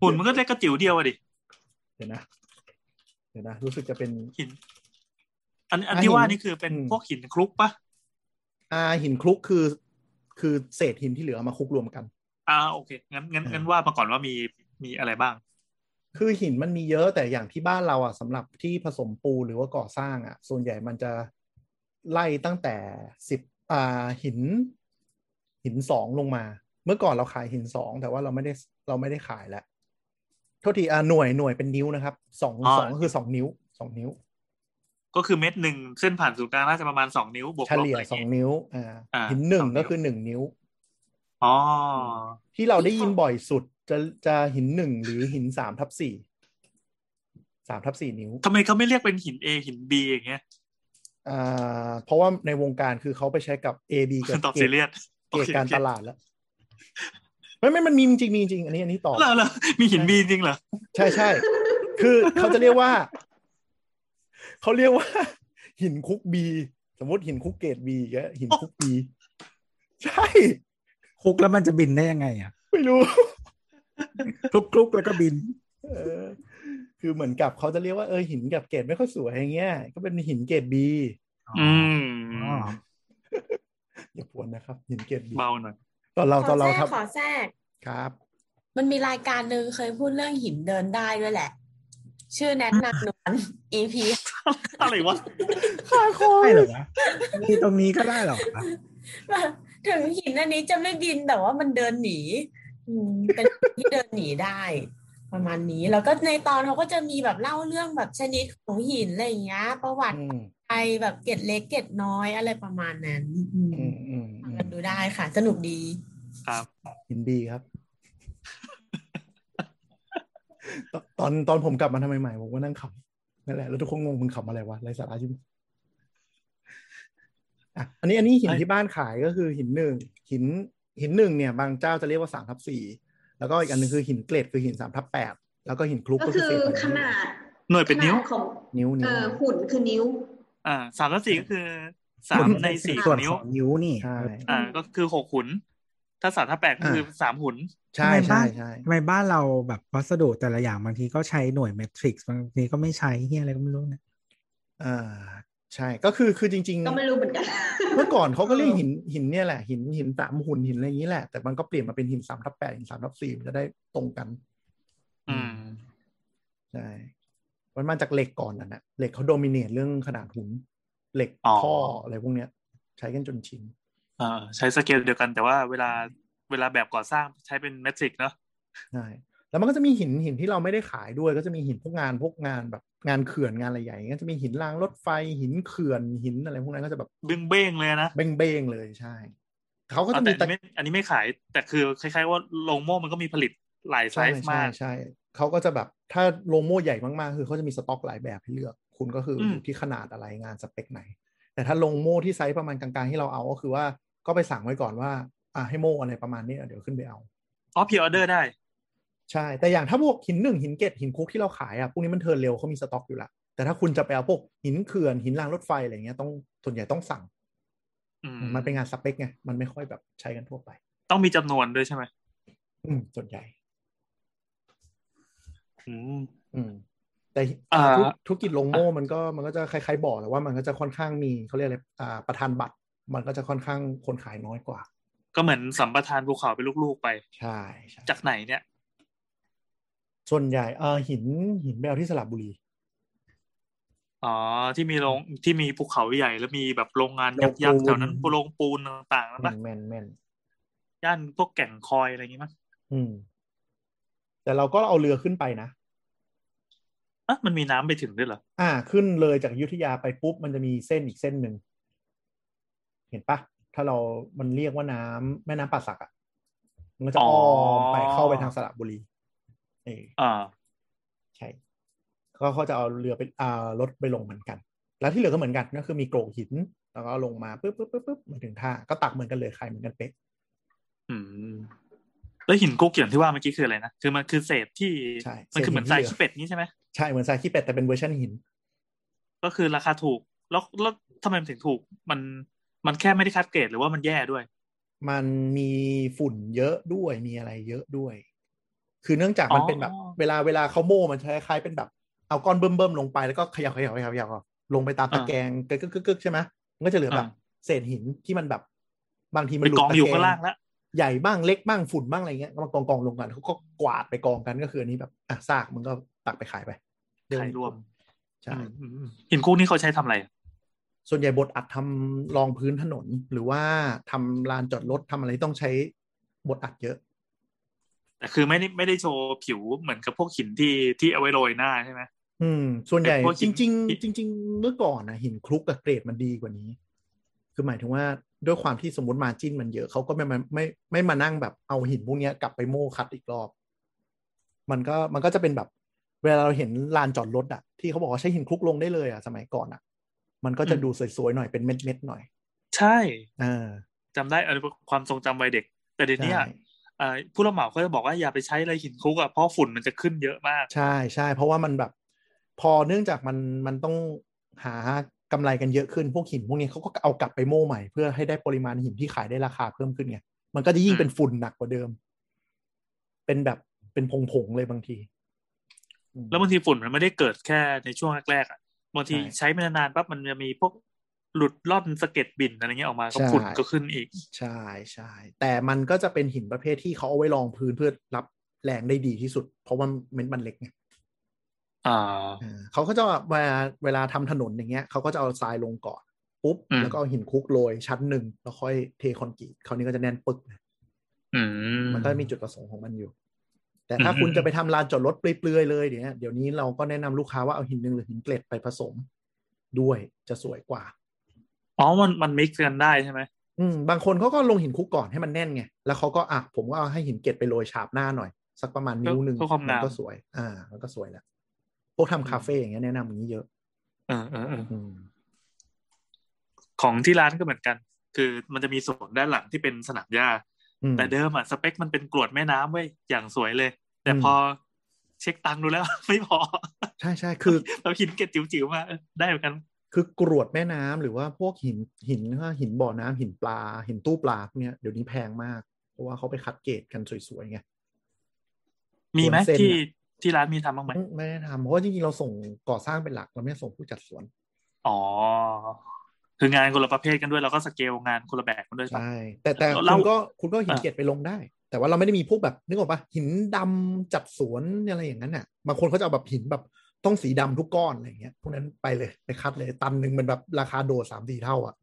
หุ่นมันก็เล็กกระจิ๋วเดียวอะดิ เดี๋ยวนะเดี๋ยวนะรู้สึกจะเป็น หิน อันอัน อ่ะ ที่ว่า หิน นี่คือเป็น อืม พวกหินคลุกปะ อ่าหินคลุกคือคือเศษหินที่เหลือมาคลุกรวมกัน อ่าโอเคงั้นงั้น อ่างั้ งั้นว่ามาก่อนว่ามีมีอะไรบ้าง คือหินมันมีเยอะแต่อย่างที่บ้านเราอ่ะสำหรับที่ผสมปูนหรือว่าก่อสร้างอ่ะ ส่วนใหญ่มันจะไล่ตั้งแต่สิบอ่าหิน หินสองลงมา เมื่อก่อนเราขายหินสองแต่ว่าเราไม่ได้เราไม่ได้ขายแล้วโทษทีอ่าหน่วยหน่วยเป็นนิ้วนะครับสอง อ๋อ สองก็คือสองนิ้วสองนิ้ว ก็คือเม็ดหนึ่งเส้นผ่านศูนย์กลางน่าจะประมาณสองนิ้วบวก เฉ ลบ ลี่ย อะไร ส อ อย่างงงี้ นิ้วอ่า อ่า หินหนึ่สงองนิ้ว ก็คือหนึ่งนิ้ว อ๋อ ที่เราได้ยินบ่อยสุดจะจะหินหนึ่งหรือหินสามทับสี่สามทับสี่นิ้ว ทำไมเขาไม่เรียกเป็นหิน A หิน B อย่างเงี้ย อ่าเพราะว่าในวงการคือเขาไปใช้กับ A B กับ <laughs> ตอบ เก ซี ต เรียส เกตการตลาดแล้วไม่ไม่มันมีจริงมีจริงอันนี้อันนี้ตอบ เหรอเหรอมีหิน B จริงเหรอ ใช่ใช่คือเขาจะเรียกว่า เขาเรียกว่า หินคุกบีสมมติหินคุกเกตบีก็หินคุกบีใช่ คลุกแล้วมันจะบินได้ยังไงอ่ะ ไม่รู้ คลุกคลุกแล้วก็บิน เออคือเหมือนกับเขาจะเรียกว่าเออหินกับเกรดไม่ค่อยสวยอย่างเงี้ยก็เป็นหินเกรดบี อืม อ๋อ อย่าพวนนะครับ หินเกรดบี เบาหน่อย ตอนเรา ข ตอ อน แท เรา รกขอ ทำ แทรก ครับ มันมีรายการหนึ่งเคยพูดเรื่องหินเดินได้ด้วยแหละ ชื่อแน <laughs> ทนางนวล EP อะไรวะ ได้เหรอวะมีตรงนี้ก็ได้เหรอวะ แบบถึงหินอันนี้จะไม่บินแต่ว่ามันเดินหนีอืมเป็นหินที่เดินหนีได้ ประมาณนี้ แล้วก็ในตอนเขาก็จะมีแบบเล่าเรื่องแบบชนิดของหินอะไรอย่างเงี้ย ประวัติ อืม ไปแบบเกร็ดเล็กเกร็ดน้อยอะไรประมาณนั้นอืม อืมอืม ฟั อื ง ม กันดูได้ค่ะ สนุกดี ครับ หินบีครับ <laughs> ตตอนตอนผมกลับมาทำใหม่ๆผมก็นั่งขำนั่นแหละแล้วทุกคนงงคุณขำอะไรวะไรสาระใช่ไหมอ่ะอันนี้อันนี้หิน ไอ้ ที่บ้านขายก็คือหินหนึ่งหินหินหนึ่งเนี่ย บางเจ้าจะเรียกว่าสามทับสี่แล้วก็อีกอันหนึงคือหินเกรดคือหินสามทับแปดแล้วก็หินคลุก ก็ ก็คือ คือ เศษหิน ขนาด หน่วยเป็นนิ้ว ขนาดของ นิ้ว เอ นิ้ว อหุ่นคือนิ้ว อ่าสามกับสี่ก็คือ <laughs> สามในสี่ ส่วน นิ้ ข ว องนิ้วนี่ ใช่ อ่าก็คือหกหุน ถ้าสามถ้าแปดก็คือสามหุน ใช่ ทำไม ใช่ บ้าน ใช่ ทำไมบ้านเราแบบวัสดุแต่ละอย่างบางทีก็ใช้หน่วยเมทริกซ์บางทีก็ไม่ใช้เฮียอะไรก็ไม่รู้นะ อ่าใช่ก็คือคือจริง ๆ ก็ไม่รู้เหมือน <laughs> กัน เมื่อก่อนเขาก็เรียกหินหินเนี่ยแหละหินหินสามหุ่นหินอะไรอย่างนี้แหละ แต่มันก็เปลี่ยนมาเป็นหินสามทับแปดหินสามทับสี่มันจะได้ตรงกัน อืม ใช่มันมาจากเหล็กก่อนนั่นนะเหล็กเขาโดมิเนตเรื่องขนาดหุ่นเหล็ก อ๋อ ท่ออะไรพวกเนี้ย ใช้กันจนชิน อ่าใช้สเกลเดียวกันแต่ว่าเวลาเวลาแบบก่อสร้างใช้เป็นเมทริกเนาะ ใช่แล้วมันก็จะมีหินหินที่เราไม่ได้ขายด้วย ก็จะมีหินพวกงานพวกงานแบบงานเขื่อนงานอะไรใหญ่ก็จะมีหินรางรถไฟหินเขื่อนหินอะไรพวกนั้นก็จะแบบ เบ้งเบ้งๆเลยนะ เบ้งๆเลยใช่เขาก็ เอา จะ แต่ มี อันนี้ตะไม่อันนี้ไม่ขาย แต่คือคล้ายๆว่าโรงโม่มันก็มีผลิตหลายไซ ใช่ ส์ ใช่ มาก ใช่เขาก็จะแบบถ้าโลโม่ใหญ่มากๆ คือเขาจะมีสต็อกหลายแบบให้เลือก คุณก็คืออ ม อยู่ที่ขนาดอะไรงานสเปคไหน แต่ถ้าโลโม่ที่ไซส์ประมาณกลางๆที่เราเอาก็คือว่าก็ไปสั่งไว้ก่อนว่า อ่าให้โม่อะไรประมาณนี้เดี๋ยวขึ้นไปเอา อ๋อพีออเดอร์ได้ ใช่ แต่อย่างถ้าพวกหินหนึ่งหินเกตหินคุกที่เราขายอ่ะพวกนี้มันเทิร์นเร็วเขามีสต็อกอยู่ละแต่ถ้าคุณจะไปเอาพวกหินเขื่อนหินรางรถไฟอะไรเงี้ยต้องส่วนใหญ่ต้องสั่ง อืม มันเป็นงานสเปคไงมันไม่ค่อยแบบใช้กันทั่วไป ต้องมีจำนวนด้วยใช่ไหม อืมส่วนใหญ่ อืม อืมแต่ อ่า ธุรธุรกิจลงโม่มันก็มันก็จะคล้ายๆบ่อแต่ว่ามันก็จะค่อนข้างมีเขาเรียกอะไรอ่าประธานบัตร มันก็จะค่อนข้างคนขายน้อยกว่า ก็เหมือนสัมปทานภูเขาเป็นลูกๆไป ใช่ใช่ จากไหนเนี่ย ส่วนใหญ่อ่าหินหินแมวที่สระบุรี อ๋อที่มีโรงที่มีภูเขาใหญ่แล้วมีแบบโรงงานยักษ์ยักษ์แถวนั้นโรงปูนต่างๆนั้น แม ปะ นแมนแมน ย่านพวกแก่งคอยอะไรอย่างงี้มั้ย อืม แต่เราก็เอาเรือขึ้นไปนะ อ่ะมันมีน้ำไปถึงด้วยเหรอ อ่า ขึ้นเลยจากอยุธยาไปปุ๊บ มันจะมีเส้นอีกเส้นหนึ่ง เห็นปะถ้าเรา มันเรียกว่าน้ำแม่น้ำป่าสักอ่ะ มันก็จะอ้อมไปเข้าไปทางสระบุรี เออ อ่า ใช่ก็เขาจะเอาเรือไปอ่ารถไปลงเหมือนกัน แล้วที่เหลือก็เหมือนกันก็คือมีโกรกหิน แล้วก็ลงมาปุ๊บปุ๊บปุ๊บปุ๊บมาถึงท่าก็ตักเหมือนกันเลยใครเหมือนกันเป๊ะ อืมแล้วหินกุกอย่างที่ว่าเมื่อกี้คืออะไรนะคือมันคือเศษที่ ใช่ มันคือเหมือนทรายขี้เป็ดนี้ใช่ไหม ใช่เหมือนทรายขี้เป็ดแต่เป็นเวอร์ชันหิน ก็คือราคาถูก แล้วแล้วทำไมมันถึงถูก มันมันแค่ไม่ได้คัดเกรดหรือว่ามันแย่ด้วย มันมีฝุ่นเยอะด้วยมีอะไรเยอะด้วย คือเนื่องจากมัน อ๋อ เป็นแบบ เวลาเวลาเขาโม่มันจะคล้ายๆเป็นแบบเอาก้อนเบิ่มๆลงไปแล้วก็เขยับขยับขยับขยับลงไปตามตะแกรงกึกกึกกึกกึกใช่ไหมมันก็จะเหลือแบบ เศษหินที่มันแบบ บางทีมั ไป นหลุด กอง ตะ อยู่ แกร ข้าง ง ล่างแล้ว ใหญ่บ้างเล็กบ้างฝุ่นบ้างอะไรเงี้ยก็มากองกองๆลงกันเขาก็กวาดไปกองกันก็คืออันนี้แบบอ่ะซากมันก็ตักไปขายไปเดี๋ยว ขายรวม ใช่ อืมอืมอืมหินกุกนี่เขาใช้ทำอะไรอ่ะ ส่วนใหญ่บทอัดทำรองพื้นถนนหรือว่าทำลานจอดรถทำอะไรต้องใช้บทอัดเยอะ แต่คือไม่ได้ไม่ได้โชว์ผิวเหมือนกับพวกหินที่ที่เอาไว้โรยหน้าใช่ไหม อืม ส่วนใหญ่ แต่พวกหิ จ น ริง หิน ๆ จริง ๆ เมื่อก่อนนะหินคลุกกับเกรดมันดีกว่านี้ คือหมายถึงว่าด้วยความที่สมมติมาจิ้นมันเยอะเขาก็ไม่มาไม่ไม่มานั่งแบบเอาหินพวกเนี้ยกลับไปโม่คัดอีกรอบ มันก็มันก็จะเป็นแบบ เวลาเราเห็นลานจอดรถอะที่เขาบอกว่าใช้หินคลุกลงได้เลยอะสมัยก่อนอะมันก็จะดูสวยๆหน่อยเป็นเม็ดๆหน่อย ใช่ อ่า จำได้อันนี้ความทรงจำวัยเด็ก แต่เดี๋ยวนี้ ใช่ อ่ะเอ่อผู้รับเหมาเขาจะบอกว่าอย่าไปใช้อะไรหินคุกอ่ะเพราะฝุ่นมันจะขึ้นเยอะมาก ใช่ใช่เพราะว่ามันแบบ พอเนื่องจากมันมันต้องหากำไรกันเยอะขึ้นพวกหินพวกนี้เขาก็เอากลับไปโม่ใหม่เพื่อให้ได้ปริมาณหินที่ขายได้ราคาเพิ่มขึ้นไงมันก็จะยิ่งเป็นฝุ่นหนักกว่าเดิม เป็นแบบเป็นผงๆเลยบางที แล้วบางทีฝุ่นมันไม่ได้เกิดแค่ในช่วงแรกๆอ่ะบางที ใช่ ใช้มานานๆปั๊บมันจะมีพวกหลุดล่อนสะเก็ดบินอะไรเงี้ยออกมาก็ ใช่ ฝุ่นก็ขึ้นอีก ใช่ใช่แต่มันก็จะเป็นหินประเภทที่เขาเอาไว้รองพื้นเพื่อรับแรงได้ดีที่สุด เพราะว่าเม็ดมันเล็กไง อ่า อ่าเขาก็จะเวลาเวลาทำถนนอย่างเงี้ยเขาก็จะเอาทรายลงก่อนปุ๊บ อืม แล้วก็เอาหินคลุกโรยชั้นหนึ่งแล้วค่อยเทคอนกรีตคราวนี้ก็จะแน่นปึกนะ อืม มันก็มีจุดประสงค์ของมันอยู่ แต่ถ้า อืม คุณจะไปทำลานจอดรถเปลือยๆเลยเดี๋ยวนี้เดี๋ยวนี้เราก็แนะนำลูกค้าว่าเอาหินหนึ่งหรือหินเกล็ดไปผสม ด้วยจะสวยกว่า อ๋อมันมันมิกซ์กันได้ใช่ไหม อืม บางคนเขาก็ลงหินคลุกก่อนให้มันแน่นไง แล้วเขาก็อ่ะผมก็เอาให้หินเกล็ดไปโรยฉาบหน้าหน่อย สักประมาณนิ้วหนึ่งมัก็สวย อ่า มันก็สวยแล้วพวกทำคาเฟ่อย่างเงี้ยแนะนำอย่างนี้เยอะ เออเออเออ อืม ของที่ร้านก็เหมือนกัน คือมันจะมีส่วนด้านหลังที่เป็นสนามหญ้า อืม แต่เดิมอ่ะสเปคมันเป็นกรวดแม่น้ำเว้ยอย่างสวยเลย แต่ อืม พอเช็คตังค์ดูแล้ว <laughs> ไม่พอ ใช่ใช่คือ <laughs> เราหินเกล็ดจิ๋วๆมาเออได้เหมือนกัน คือกรวดแม่น้ำหรือว่าพวกหินหินหินบ่อน้ำหินปลา หินตู้ปลาพวกเนี้ยเดี๋ยวนี้แพงมาก เพราะว่าเขาไปคัดเกรดกันสวยๆไง มีไหม สวนเส้น ที่ อะ ที่ร้านมีทำบ้างไหม ไม่ได้ทำเพราะว่าจริงๆเราส่งก่อสร้างเป็นหลักเราไม่ได้ส่งผู้จัดสวน อ๋อ คืองานคนละประเภทกันด้วย แล้วก็สเกลงานคนละแบบกันด้วยปะ ใช่ แต่แต่ เรา คุ เล่า ณก็คุณก็หิน อ่ะ เกล็ดไปลงได้ แต่ว่าเราไม่ได้มีพวกแบบนึกออกปะหินดำจัดสวนอะไรอย่างนั้นน่ะบางคนเขาจะเอาแบบหินแบบต้องสีดำทุกก้อนอะไรอย่างเงี้ยพวกนั้นไปเลยไปคัดเลยตันหนึ่งมันแบบราคาโดสามสี่เท่าอ่ะ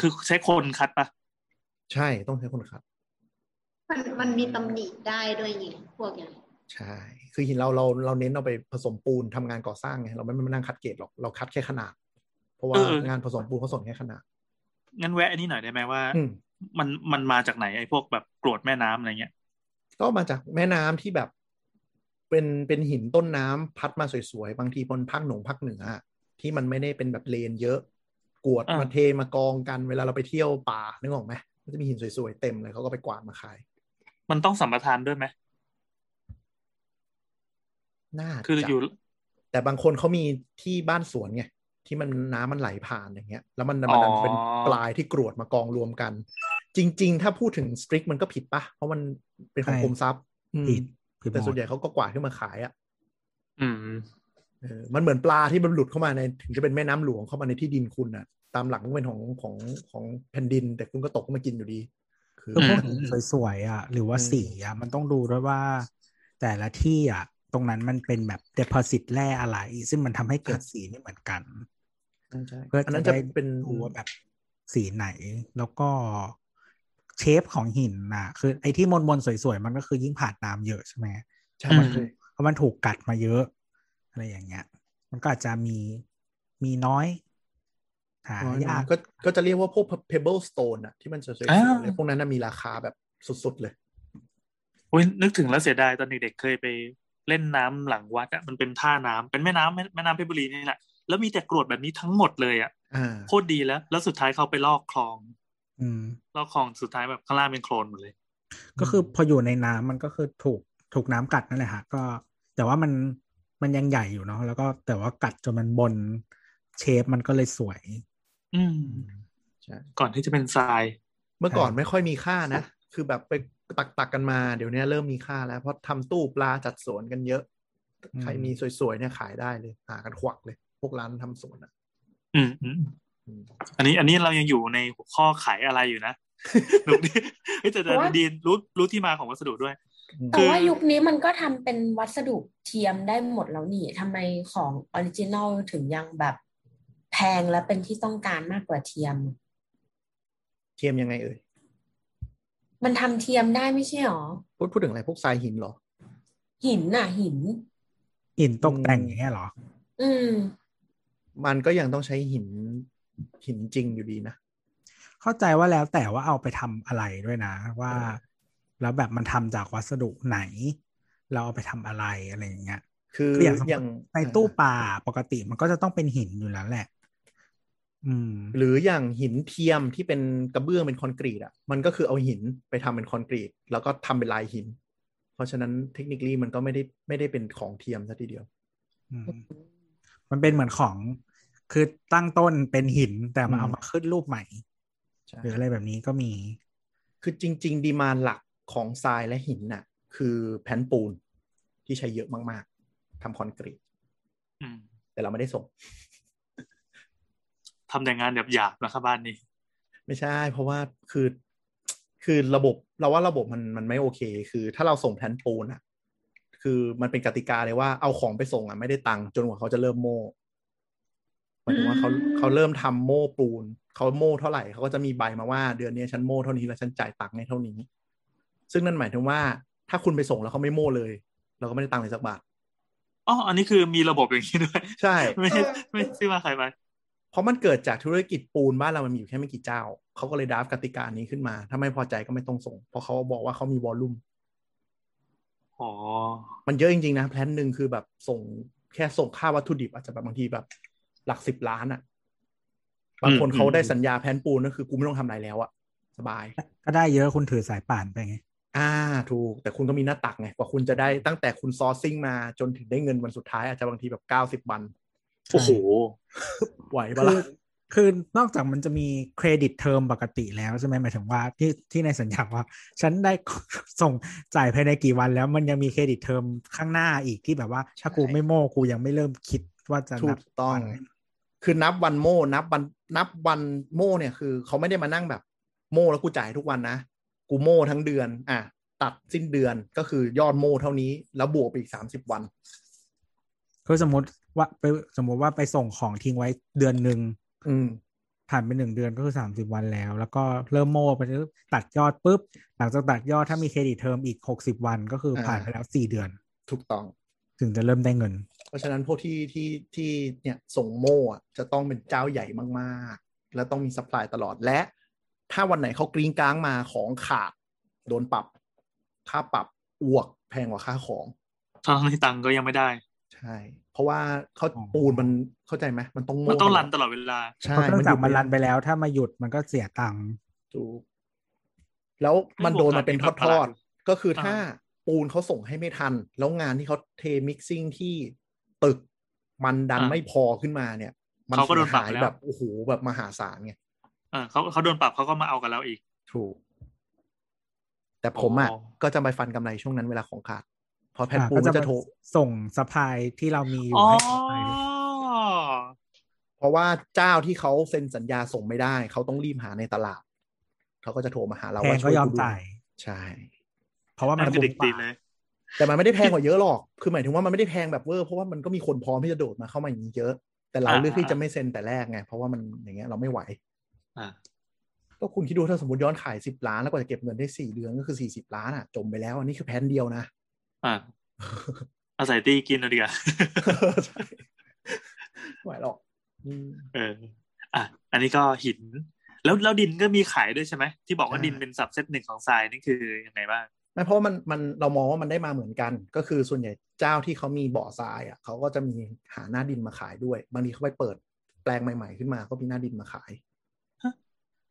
คือใช้คนคัดปะ ใช่ต้องใช้คนคัด มันมันมีตำหนิได้ด้วยไงพวกเนี้ย ใช่ คือหินเราเราเราเน้นเอาไปผสมปูนทำงานก่อสร้างไงเราไม่ไม่มานั่งคัดเกรดหรอกเราคัดแค่ขนาด เพราะว่างานผสมปูนเขาส่งแค่ขนาด งั้นแวะอันนี้หน่อยได้ไหมว่า อืม มันมันมาจากไหนไอ้พวกแบบกรวดแม่น้ำอะไรเงี้ย ก็มาจากแม่น้ำที่แบบเป็นเป็นหินต้นน้ำพัดมาสวยๆ บางทีบนภาคหนงภาคเหนืออะที่มันไม่ได้เป็นแบบเลนเยอะ กวด อ่าม มาเทมากองกัน เวลาเราไปเที่ยวป่านึกออกไหมมันจะมีหินสวยๆ เต็มเลยเขาก็ไปกวาดมาขาย มันต้องสัมปทานด้วยไหม น่า คือ จะ อยู่ แต่บางคนเขามีที่บ้านสวนไงที่มันน้ำมันไหลผ่านอย่างเงี้ย แล้วมัน อ๋ มัน อ ดันเป็นปลายที่กรวดมากองรวมกัน จริง ๆ ถ้าพูดถึงสตริกมันก็ผิดปะเพราะมันเป็นของ ใช่ กรมทรัพย์อืม ผิดผิดหม แต่ส่ว ด นใหญ่เขาก็กวาดขึ้นมาขายอะ อืม เออมันเหมือนปลาที่มันหลุดเข้ามาในถึงจะเป็นแม่น้ำหลวงเข้ามาในที่ดินคุณน่ะ ตามหลักมันเป็นของของของแผ่นดิน แต่คุณก็ตกเข้ามากินอยู่ดี คือ คือพวก อื หิ ม นสวยๆอ่ะ หรือว่า อืม สีอ่ะ มันต้องดูด้วยว่า แต่ละที่อ่ะ ตรงนั้นมันเป็นแบบ deposit แร่อะไร ซึ่งมันทำให้เกิดสีไม่เหมือนกัน ใช่ เพื่อ อัจะนนั้นจะ ได้ เป็น ดูว่าแบบสีไหน แล้วก็เชฟของหินน่ะ คือไอ้ที่มนมนๆสวยๆ มันก็คือยิ่งผ่านน้ำเยอะใช่ไหม ใช่ อืม ใช่ เพราะมันถูกกัดมาเยอะ อะไรอย่างเงี้ย มันก็อาจจะมีมีน้อยหา น้อย ยาก ก็ก็จะเรียกว่าพวก pebble stone อ่ะที่มันสวย อ่า ๆเลยพวกนั้นน่ะมีราคาแบบสุดๆเลย โอ้ยนึกถึงแล้วเสียดายตอนเด็กๆเคยไปเล่นน้ำหลังวัดอะมันเป็นท่าน้ำเป็นแม่น้ำแม่แม่น้ำเพชรบุรีนี่แหละแล้วมีแต่กรวดแบบนี้ทั้งหมดเลยอะ อ่า โคตรดีแล้ว แล้วสุดท้ายเขาไปลอกคลอง อืม ลอกคลองสุดท้ายแบบข้างล่างเป็นโคลนหมดเลย ก็คือพออยู่ในน้ำมันก็คือถูกถูกน้ำกัดนั่นแหละฮะก็ แต่ว่ามันมันยังใหญ่อยู่เนาะแล้วก็แต่ว่ากัดจนมันบนเชฟมันก็เลยสวย อืม ใช่ ก่อนที่จะเป็นทราย เมื่อก่อน ใช่ ไม่ค่อยมีค่านะ คือแบบไปตักตักๆกันมา เดี๋ยวนี้เริ่มมีค่าแล้ว เพราะทำตู้ปลาจัดสวนกันเยอะ ใครมีสวยๆเนี่ยขายได้เลย หากันขวักเลย พวกร้านทำสวนอ่ะ อืมอืม อืม อันนี้อันนี้เรายังอยู่ในหัวข้อขายอะไรอยู่นะหนุกดีเฮ้ยแต่แต่ดีรู้รู้ที่มาของวัสดุด้วย อืม แต่ว่ายุคนี้มันก็ทำเป็นวัสดุเทียมได้หมดแล้วนี่ทำไมของออริจินอลถึงยังแบบแพงและเป็นที่ต้องการมากกว่าเทียม เทียมยังไงเอ่ย มันทำเทียมได้ไม่ใช่หรอ พูดพูดถึงอะไรพวกทรายหินเหรอ หินน่ะ หิน หินตกแต่งอย่างเงี้ยเหรอ อืม มันก็ยังต้องใช้หินหินจริงอยู่ดีนะ เข้าใจว่าแล้วแต่ว่าเอาไปทำอะไรด้วยนะ ว่า เออ แล้วแบบมันทำจากวัสดุไหน เราเอาไปทำอะไรอะไรอย่างเงี้ย คือ คืออย่างสมมติ อย่าง ในตู้ปลาปกติมันก็จะต้องเป็นหินอยู่แล้วแหละ อืม หรืออย่างหินเทียมที่เป็นกระเบื้องเป็นคอนกรีตอ่ะมันก็คือเอาหินไปทำเป็นคอนกรีต แล้วก็ทำเป็นลายหิน เพราะฉะนั้นเทคนิคลีมันก็ไม่ได้ไม่ได้เป็นของเทียมซะทีเดียว อืมมันเป็นเหมือนของ คือตั้งต้นเป็นหินแต่มา อืม เอามาขึ้นรูปใหม่ ใช่ หรืออะไรแบบนี้ก็มี คือจริง ๆ ดีมานหลักของทรายและหินน่ะ คือแผ่นปูนที่ใช้เยอะมากๆทำคอนกรีต อืม แต่เราไม่ได้ส่ง ทำแต่งานแบบหยาบๆนะครับบ้านนี้ ไม่ใช่ เพราะว่าคือคือระบบเราว่าระบบมันมันไม่โอเค คือถ้าเราส่งแทนปูนอ่ะ คือมันเป็นกติกาเลยว่าเอาของไปส่งอ่ะไม่ได้ตังค์จนกว่าเขาจะเริ่มโม่หมายถึงว่าเขาเขาเริ่มทำโม่ปูนเขาโม่เท่าไหร่เขาก็จะมีใบมาว่าเดือนนี้ฉันโม่เท่านี้แล้วฉันจ่ายตังค์ให้เท่านี้ ซึ่งนั่นหมายถึงว่า ถ้าคุณไปส่งแล้วเขาไม่โม่เลย เราก็ไม่ได้ตังค์เลยสักบาท อ๋อ อันนี้คือมีระบบอย่างนี้ด้วย <laughs> ใช่ ไม่ใช่ไม่ใช่ซื้อมาขายไป เพราะมันเกิดจากธุรกิจปูนบ้านเรามันมีอยู่แค่ไม่กี่เจ้า เขาก็เลยดราฟต์กติกานี้ขึ้นมา ถ้าไม่พอใจก็ไม่ต้องส่ง เพราะเขาบอกว่าเขามีวอลลุ่ม อ๋อ มันเยอะจริง ๆ นะแพลนหนึ่งคือแบบส่งแค่ส่งค่าวัตถุดิบอาจจะแบบบางทีแบบหลักสิบล้านอะ่ะ บางคน อืม เขาได้สัญญาแพลนปูนก็คือกูไม่ต้องทำอะไรแล้วอะ่ะ สบาย ก็ได้เยอะคุณถือสายป่านไปไง อ่าถูก แต่คุณก็มีหน้าตักไงกว่าคุณจะได้ตั้งแต่คุณซอร์ซิ่งมาจนถึงได้เงินวันสุดท้ายอาจจะบางทีแบบเก้าสิบ90วัน โอ้โห ไหวปะล่ะคือนอกจากมันจะมีเครดิตเทอมปกติแล้วใช่ไหมหมายถึงว่าที่ที่ในสัญญาว่า ฉันได้ ส่งจ่ายภายในกี่วันแล้วมันยังมีเครดิตเทอมข้างหน้าอีกที่แบบว่า ถ้ากูไม่โม่กูยังไม่เริ่มคิดว่าจะ ถู นับ กต้อง คือนับวันโม่ นับวันนับวันโม่เนี่ยคือเขาไม่ได้มานั่งแบบ โม่แล้วกูจ่ายทุกวันนะ กูโม่ทั้งเดือน อ่ะ ตัดสิ้นเดือนก็คือยอดโม่เท่านี้ แล้วบวกไปอีกสามสิบวัน คือสมมติว่าไปสมมติว่าไปส่งของทิ้งไว้เดือนหนึ่ง อืม ผ่านไปหนึ่งเดือนก็คือสามสิบวันแล้ว แล้วก็เริ่มโม่ไปเรื่อยตัดยอดปุ๊บ หลังจากตัดยอดถ้ามีเครดิตเทอมอีกหกสิบวันก็คือผ่านไปแล้วสี่เดือน ถูกต้อง ถึงจะเริ่มได้เงิน เพราะฉะนั้นพวกที่ที่ที่เนี่ยส่งโม่อะจะต้องเป็นเจ้าใหญ่มากๆ แล้วต้องมีซัพพลายตลอดและ ถ้าวันไหนเขากรีงกลางมาของขาดโดนปรับ ค่าปรับอ้วกแพงกว่าค่าของ ตอนนี้ตังค์ก็ยังไม่ได้ ใช่ เพราะว่าเขา อ๋อ ปูนมันเข้าใจไหมมันต้องโม่ มันต้องรันตลอดเวลา ใช่ เพราะเครื่อง อ จัก ยู่ รมันรันไปแล้ว ถ้ามาหยุดมันก็เสียตังค์ ถูกแล้วมันโดนมาเป็นทอดๆ ก็คือถ้าปูนเขาส่งให้ไม่ทัน แล้วงานที่เขาเทมิกซิ่งที่ตึกมันดัน อ่า ไม่พอขึ้นมาเนี่ย มัน เขาก็โด เสี นปรับยหาย แล้ว แบบโอ้โหแบบมหาศาลไง เออเขาเขาโดนปรับเขาก็มาเอากับเราอีก ถูก แต่ผมอ่ะ อ๋อ ก็จะไปฟันกำไรช่วงนั้นเวลาของขาดเพอแผ่น อ่ะ ปู ก็ น จะ ก็จะโทร ส่งสปายที่เรามีอยู่ อ๋อ ให้เขาไป เพราะว่าเจ้าที่เขาเซ็นสัญญาส่งไม่ได้ เขาต้องรีบหาในตลาด เขาก็จะโทรมาหาเรา แพ ว่าง ช่ ก็ วย ยอม กูดู จ่าย ใช่ เพราะว่ามั นั่ น นคือเด็กดีเลย แต่มันไม่ได้แพงกว่าเยอะหรอก คือหมายถึงว่ามันไม่ได้แพงแบบเวอร์เพราะว่ามันก็มีคนพร้อมที่จะโดดมาเข้ามาอย่างนี้เยอะ แต่เรา อ่า เลือกที่จะไม่เซ็นแต่แรกไงเพราะว่ามันอย่างเงี้ยเราไม่ไหว อ่า ก็คุณคิดดูถ้าสมมติย้อนขายสิบล้านแล้วกว่าจะเก็บเงินได้สี่เดือนก็คือสี่สิบล้านอ่ะจมไปแล้วอันนี้คือแพนเดียวนะ <laughs> อ่าอาศัยตีกินเอาดีกว่า ใช่ไม่ไหวหรอกอืม เออ อ่ะ อันนี้ก็หิน แล้วแล้วดินก็มีขายด้วยใช่ไหม ที่บอกว่า ใช่ ดินเป็นสับเซตหนึ่งของทรายนี่คือยังไงบ้าง ไม่เพราะว่ามันมันเรามองว่ามันได้มาเหมือนกัน ก็คือส่วนใหญ่เจ้าที่เขามีบ่อทรายอ่ะเขาก็จะมีหาหน้าดินมาขายด้วย บางทีเขาไปเปิดแปลงใหม่ ๆ ขึ้นมาก็มีหน้าดินมาขาย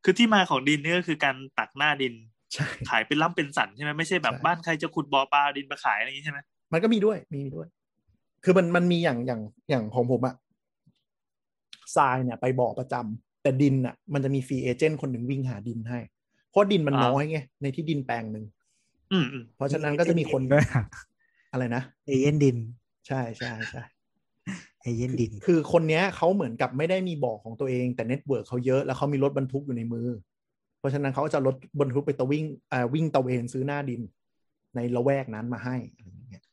คือที่มาของดินนี่ก็คือการตักหน้าดิน ใช่ ขายเป็นล่ำเป็นสันใช่ไหมไม่ใช่แบบ ใช่ บ้านใครจะขุดบ่อปลาดินมาขายอะไรอย่างนี้ใช่ไหม มันก็มีด้วยมีด้วย คือมันมันมีอย่างอย่างอย่างของผมอะทรายเนี่ยไปบ่อประจำแต่ดินอะมันจะมีฟรีเอเจนต์คนหนึ่งวิ่งหาดินให้ เพราะดินมันน้อยไงในที่ดินแปลงหนึ่ง อืมอืม เพราะฉะนั้นก็จะมี <laughs> คน ด้วยค่ะ อะไรนะ เอเย่นดิน ใช่ใช่ใช่ เอเย่นดิน คือคนเนี้ยเขาเหมือนกับไม่ได้มีบ่อของตัวเองแต่เน็ตเวิร์กเขาเยอะแล้วเขามีรถบรรทุกอยู่ในมือ เพราะฉะนั้นเขาก็จะรถบรรทุกไปตะวิ่งเอ่อวิ่งตะเวนซื้อหน้าดิน ในละแวกนั้นมาให้อะไรอย่างเงี้ย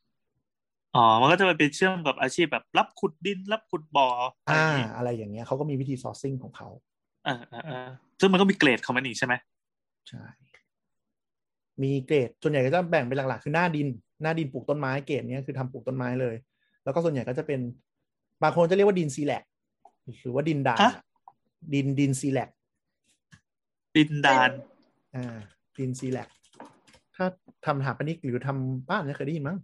อ๋อ มันก็จะไปเป็นเชื่อมกับอาชีพแบบรับขุดดิน รับขุดบ่ออะไรอ อ่า ย่างนี้ อะไรอย่างเงี้ยเขาก็มีวิธีซอร์ซิ่งของเขา อ่าอ่าอ่าซึ่งมันก็มีเกรดของมันอีกใช่ไหม ใช่ มีเกรดส่วนใหญ่ก็จะแบ่งเป็นหลักๆคือหน้าดิน หน้าดินปลูกต้นไม้เกรดเนี้ยคือทำปลูกต้นไม้เลย แล้วก็ส่วนใหญ่ก็จะเป็นบางคนจะเรียกว่าดินซีแลกหรือว่าดินด่างอะดินดินซีแลก ดินดาน อ่าดินซีแลกถ้าทำสถาปนิกหรือทำบ้านเนี่ยเคยได้ยินมั้ง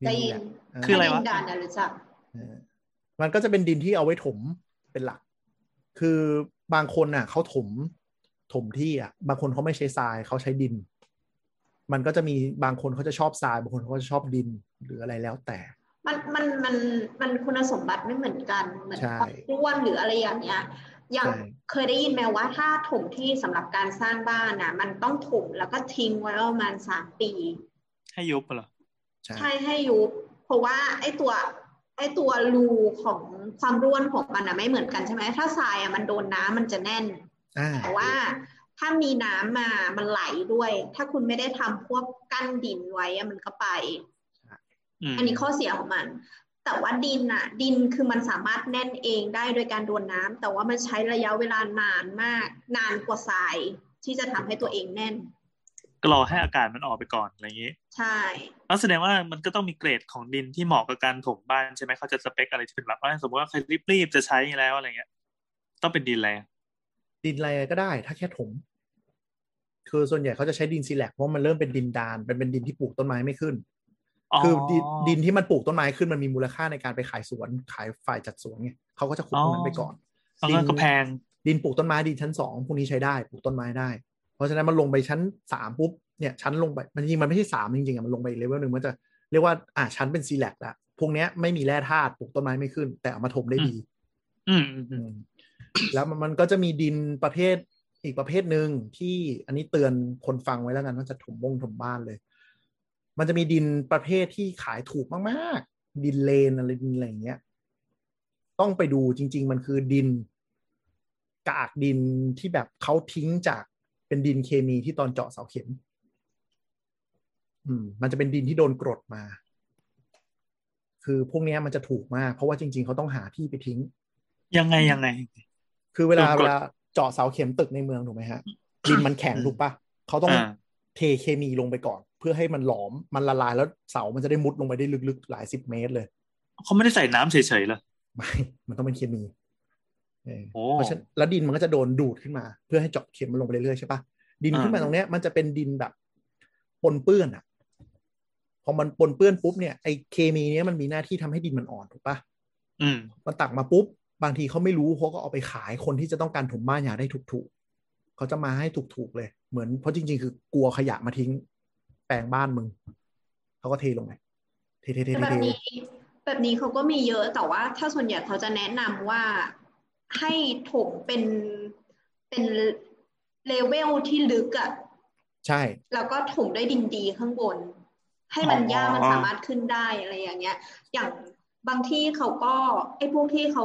ได้ยิน น คือ อะไรวะ ด้ยินด่านนะรู้จัก อ่ามันก็จะเป็นดินที่เอาไว้ถมเป็นหลัก คือบางคนน่ะเขาถมถมที่อ่ะ บางคนเขาไม่ใช้ทรายเขาใช้ดิน มันก็จะมีบางคนเขาจะชอบทราย บางคนเขาก็จะชอบดินหรืออะไรแล้วแต่ มันมันมันมันคุณสมบัติไม่เหมือนกันเหมือน ใช่ ความร่วนหรืออะไรอย่างเงี้ย อย่าง ใช่ เคยได้ยินไหมว่าถ้าถมที่สำหรับการสร้างบ้านน่ะ มันต้องถมแล้วก็ทิ้งไว้ประมาณสามปี ให้ยุบเหรอ ใช่ ใช่ให้ยุบเพราะว่าไอ้ตัวไอ้ตัวรูของความร่วนของมันอะไม่เหมือนกันใช่ไหมถ้าทรายอะมันโดนน้ำมันจะแน่น อ่า แต่ว่าถ้ามีน้ำมามันไหลด้วย ถ้าคุณไม่ได้ทำพวกกั้นดินไว้อะมันก็ไป อืม อันนี้ข้อเสียของมัน แต่ว่าดินอะดินคือมันสามารถแน่นเองได้โดยการโดนน้ำแต่ว่ามันใช้ระยะเวลานานมาก นานกว่าทรายที่จะทำให้ตัวเองแน่น ก็รอให้อากาศมันออกไปก่อนอะไรอย่างนี้ ใช่ แล้วแสดงว่ามันก็ต้องมีเกรดของดินที่เหมาะกับการถมบ้านใช่ไหมเขาจะสเปคอะไรที่เป็นแบบว่าสมมติว่าใครรีบๆจะใช้แล้วอะไรเงี้ย ต้องเป็นดินอะไรอ่ะ ดินอะไรก็ได้ ถ้าแค่ถม คือส่วนใหญ่เขาจะใช้ดินซีแลกเพราะมันเริ่มเป็นดินดานเป็นเป็นดินที่ปลูกต้นไม้ไม่ขึ้น คือดินดินที่มันปลูกต้นไม้ขึ้นมันมีมูลค่าในการไปขายสวนขายฝ่ายจัดสวนไงเขาก็จะขุดตรงนั้นไปก่อน มัน ดิน ก็แพง ดินปลูกต้นไม้ดินชั้นสองพวกนี้ใช้ได้ปลูกต้นไม้ได้ เพราะฉะนั้นมันลงไปชั้นสามปุ๊บเนี่ยชั้นลงไปมันจริงๆมันไม่ใช่สามจริงๆอะมันลงไปอีกเลเวลหนึ่งมันจะเรียกว่าอ่าชั้นเป็นซีแลกละ พวกเนี้ยไม่มีแร่ธาตุปลูกต้นไม้ไม่ขึ้น แต่เอามาถมได้ดี อืมอืมอื อื ม มแล้วมันมันก็จะมีดินประเภทอีกประเภทหนึ่งที่อันนี้เตือนคนฟังไว้แล้วกันว่าจะถมบงถมบ้านเลย มันจะมีดินประเภทที่ขายถูกมากๆ ดินเลนอะไรดินอะไรอย่างเงี้ย ต้องไปดูจริง ๆ มันคือดิน กากดินที่แบบเขาทิ้งจากเป็นดินเคมีที่ตอนเจาะเสาเข็ม อืม มันจะเป็นดินที่โดนกรดมา คือพวกเนี้ยมันจะถูกมาก เพราะว่าจริง ๆเขาต้องหาที่ไปทิ้ง ยังไงยังไง คือเวลา โดนกด เวลาเจาะเสาเข็มตึกในเมืองถูกไหมฮะดินมันแข็งถูกปะเขาต้อง อ่า เทเคมีลงไปก่อน เพื่อให้มันหลอมมันละลายแล้วเสามันจะได้มุดลงไปได้ลึกๆ หลายสิบเมตรเลย เขาไม่ได้ใส่น้ำเฉยๆเหรอ <laughs> ไม่ มันต้องเป็นเคมีเออ โอ้ เพราะฉะนั้นแล้วดินมันก็จะโดนดูดขึ้นมา เพื่อให้เจาะเข็มมันลงไปเรื่อยๆใช่ปะดินขึ้นมาตรงเนี้ยมันจะเป็นดินแบบปนเปื้อนอ่ะ พอมันปนเปื้อนปุ๊บเนี่ยไอเคมีเนี้ยมันมีหน้าที่ทำให้ดินมันอ่อนถูกปะ อืม มันตักมาปุ๊บ บางทีเขาไม่รู้เขาก็เอาไปขายคนที่จะต้องการถมบ้านอยากได้ถูกๆเขาจะมาให้ถูกๆเลย เหมือนเพราะจริงๆ คือกลัวขยะมาทิ้ง แปลงบ้านมึงเขาก็เทลงไปเทๆๆๆๆ แต่แบบนี้แบบนี้เขาก็มีเยอะแต่ว่าถ้าส่วนใหญ่เขาจะแนะนำว่าให้ถมเป็นเป็นเลเวลที่ลึกอะ ใช่ แล้วก็ถมด้วยดินดีข้างบน ให้มัน อ๋อ หญ้ามันสามารถขึ้นได้อะไรอย่างเงี้ย อย่างบางที่เขาก็ไอ้พวกที่เขา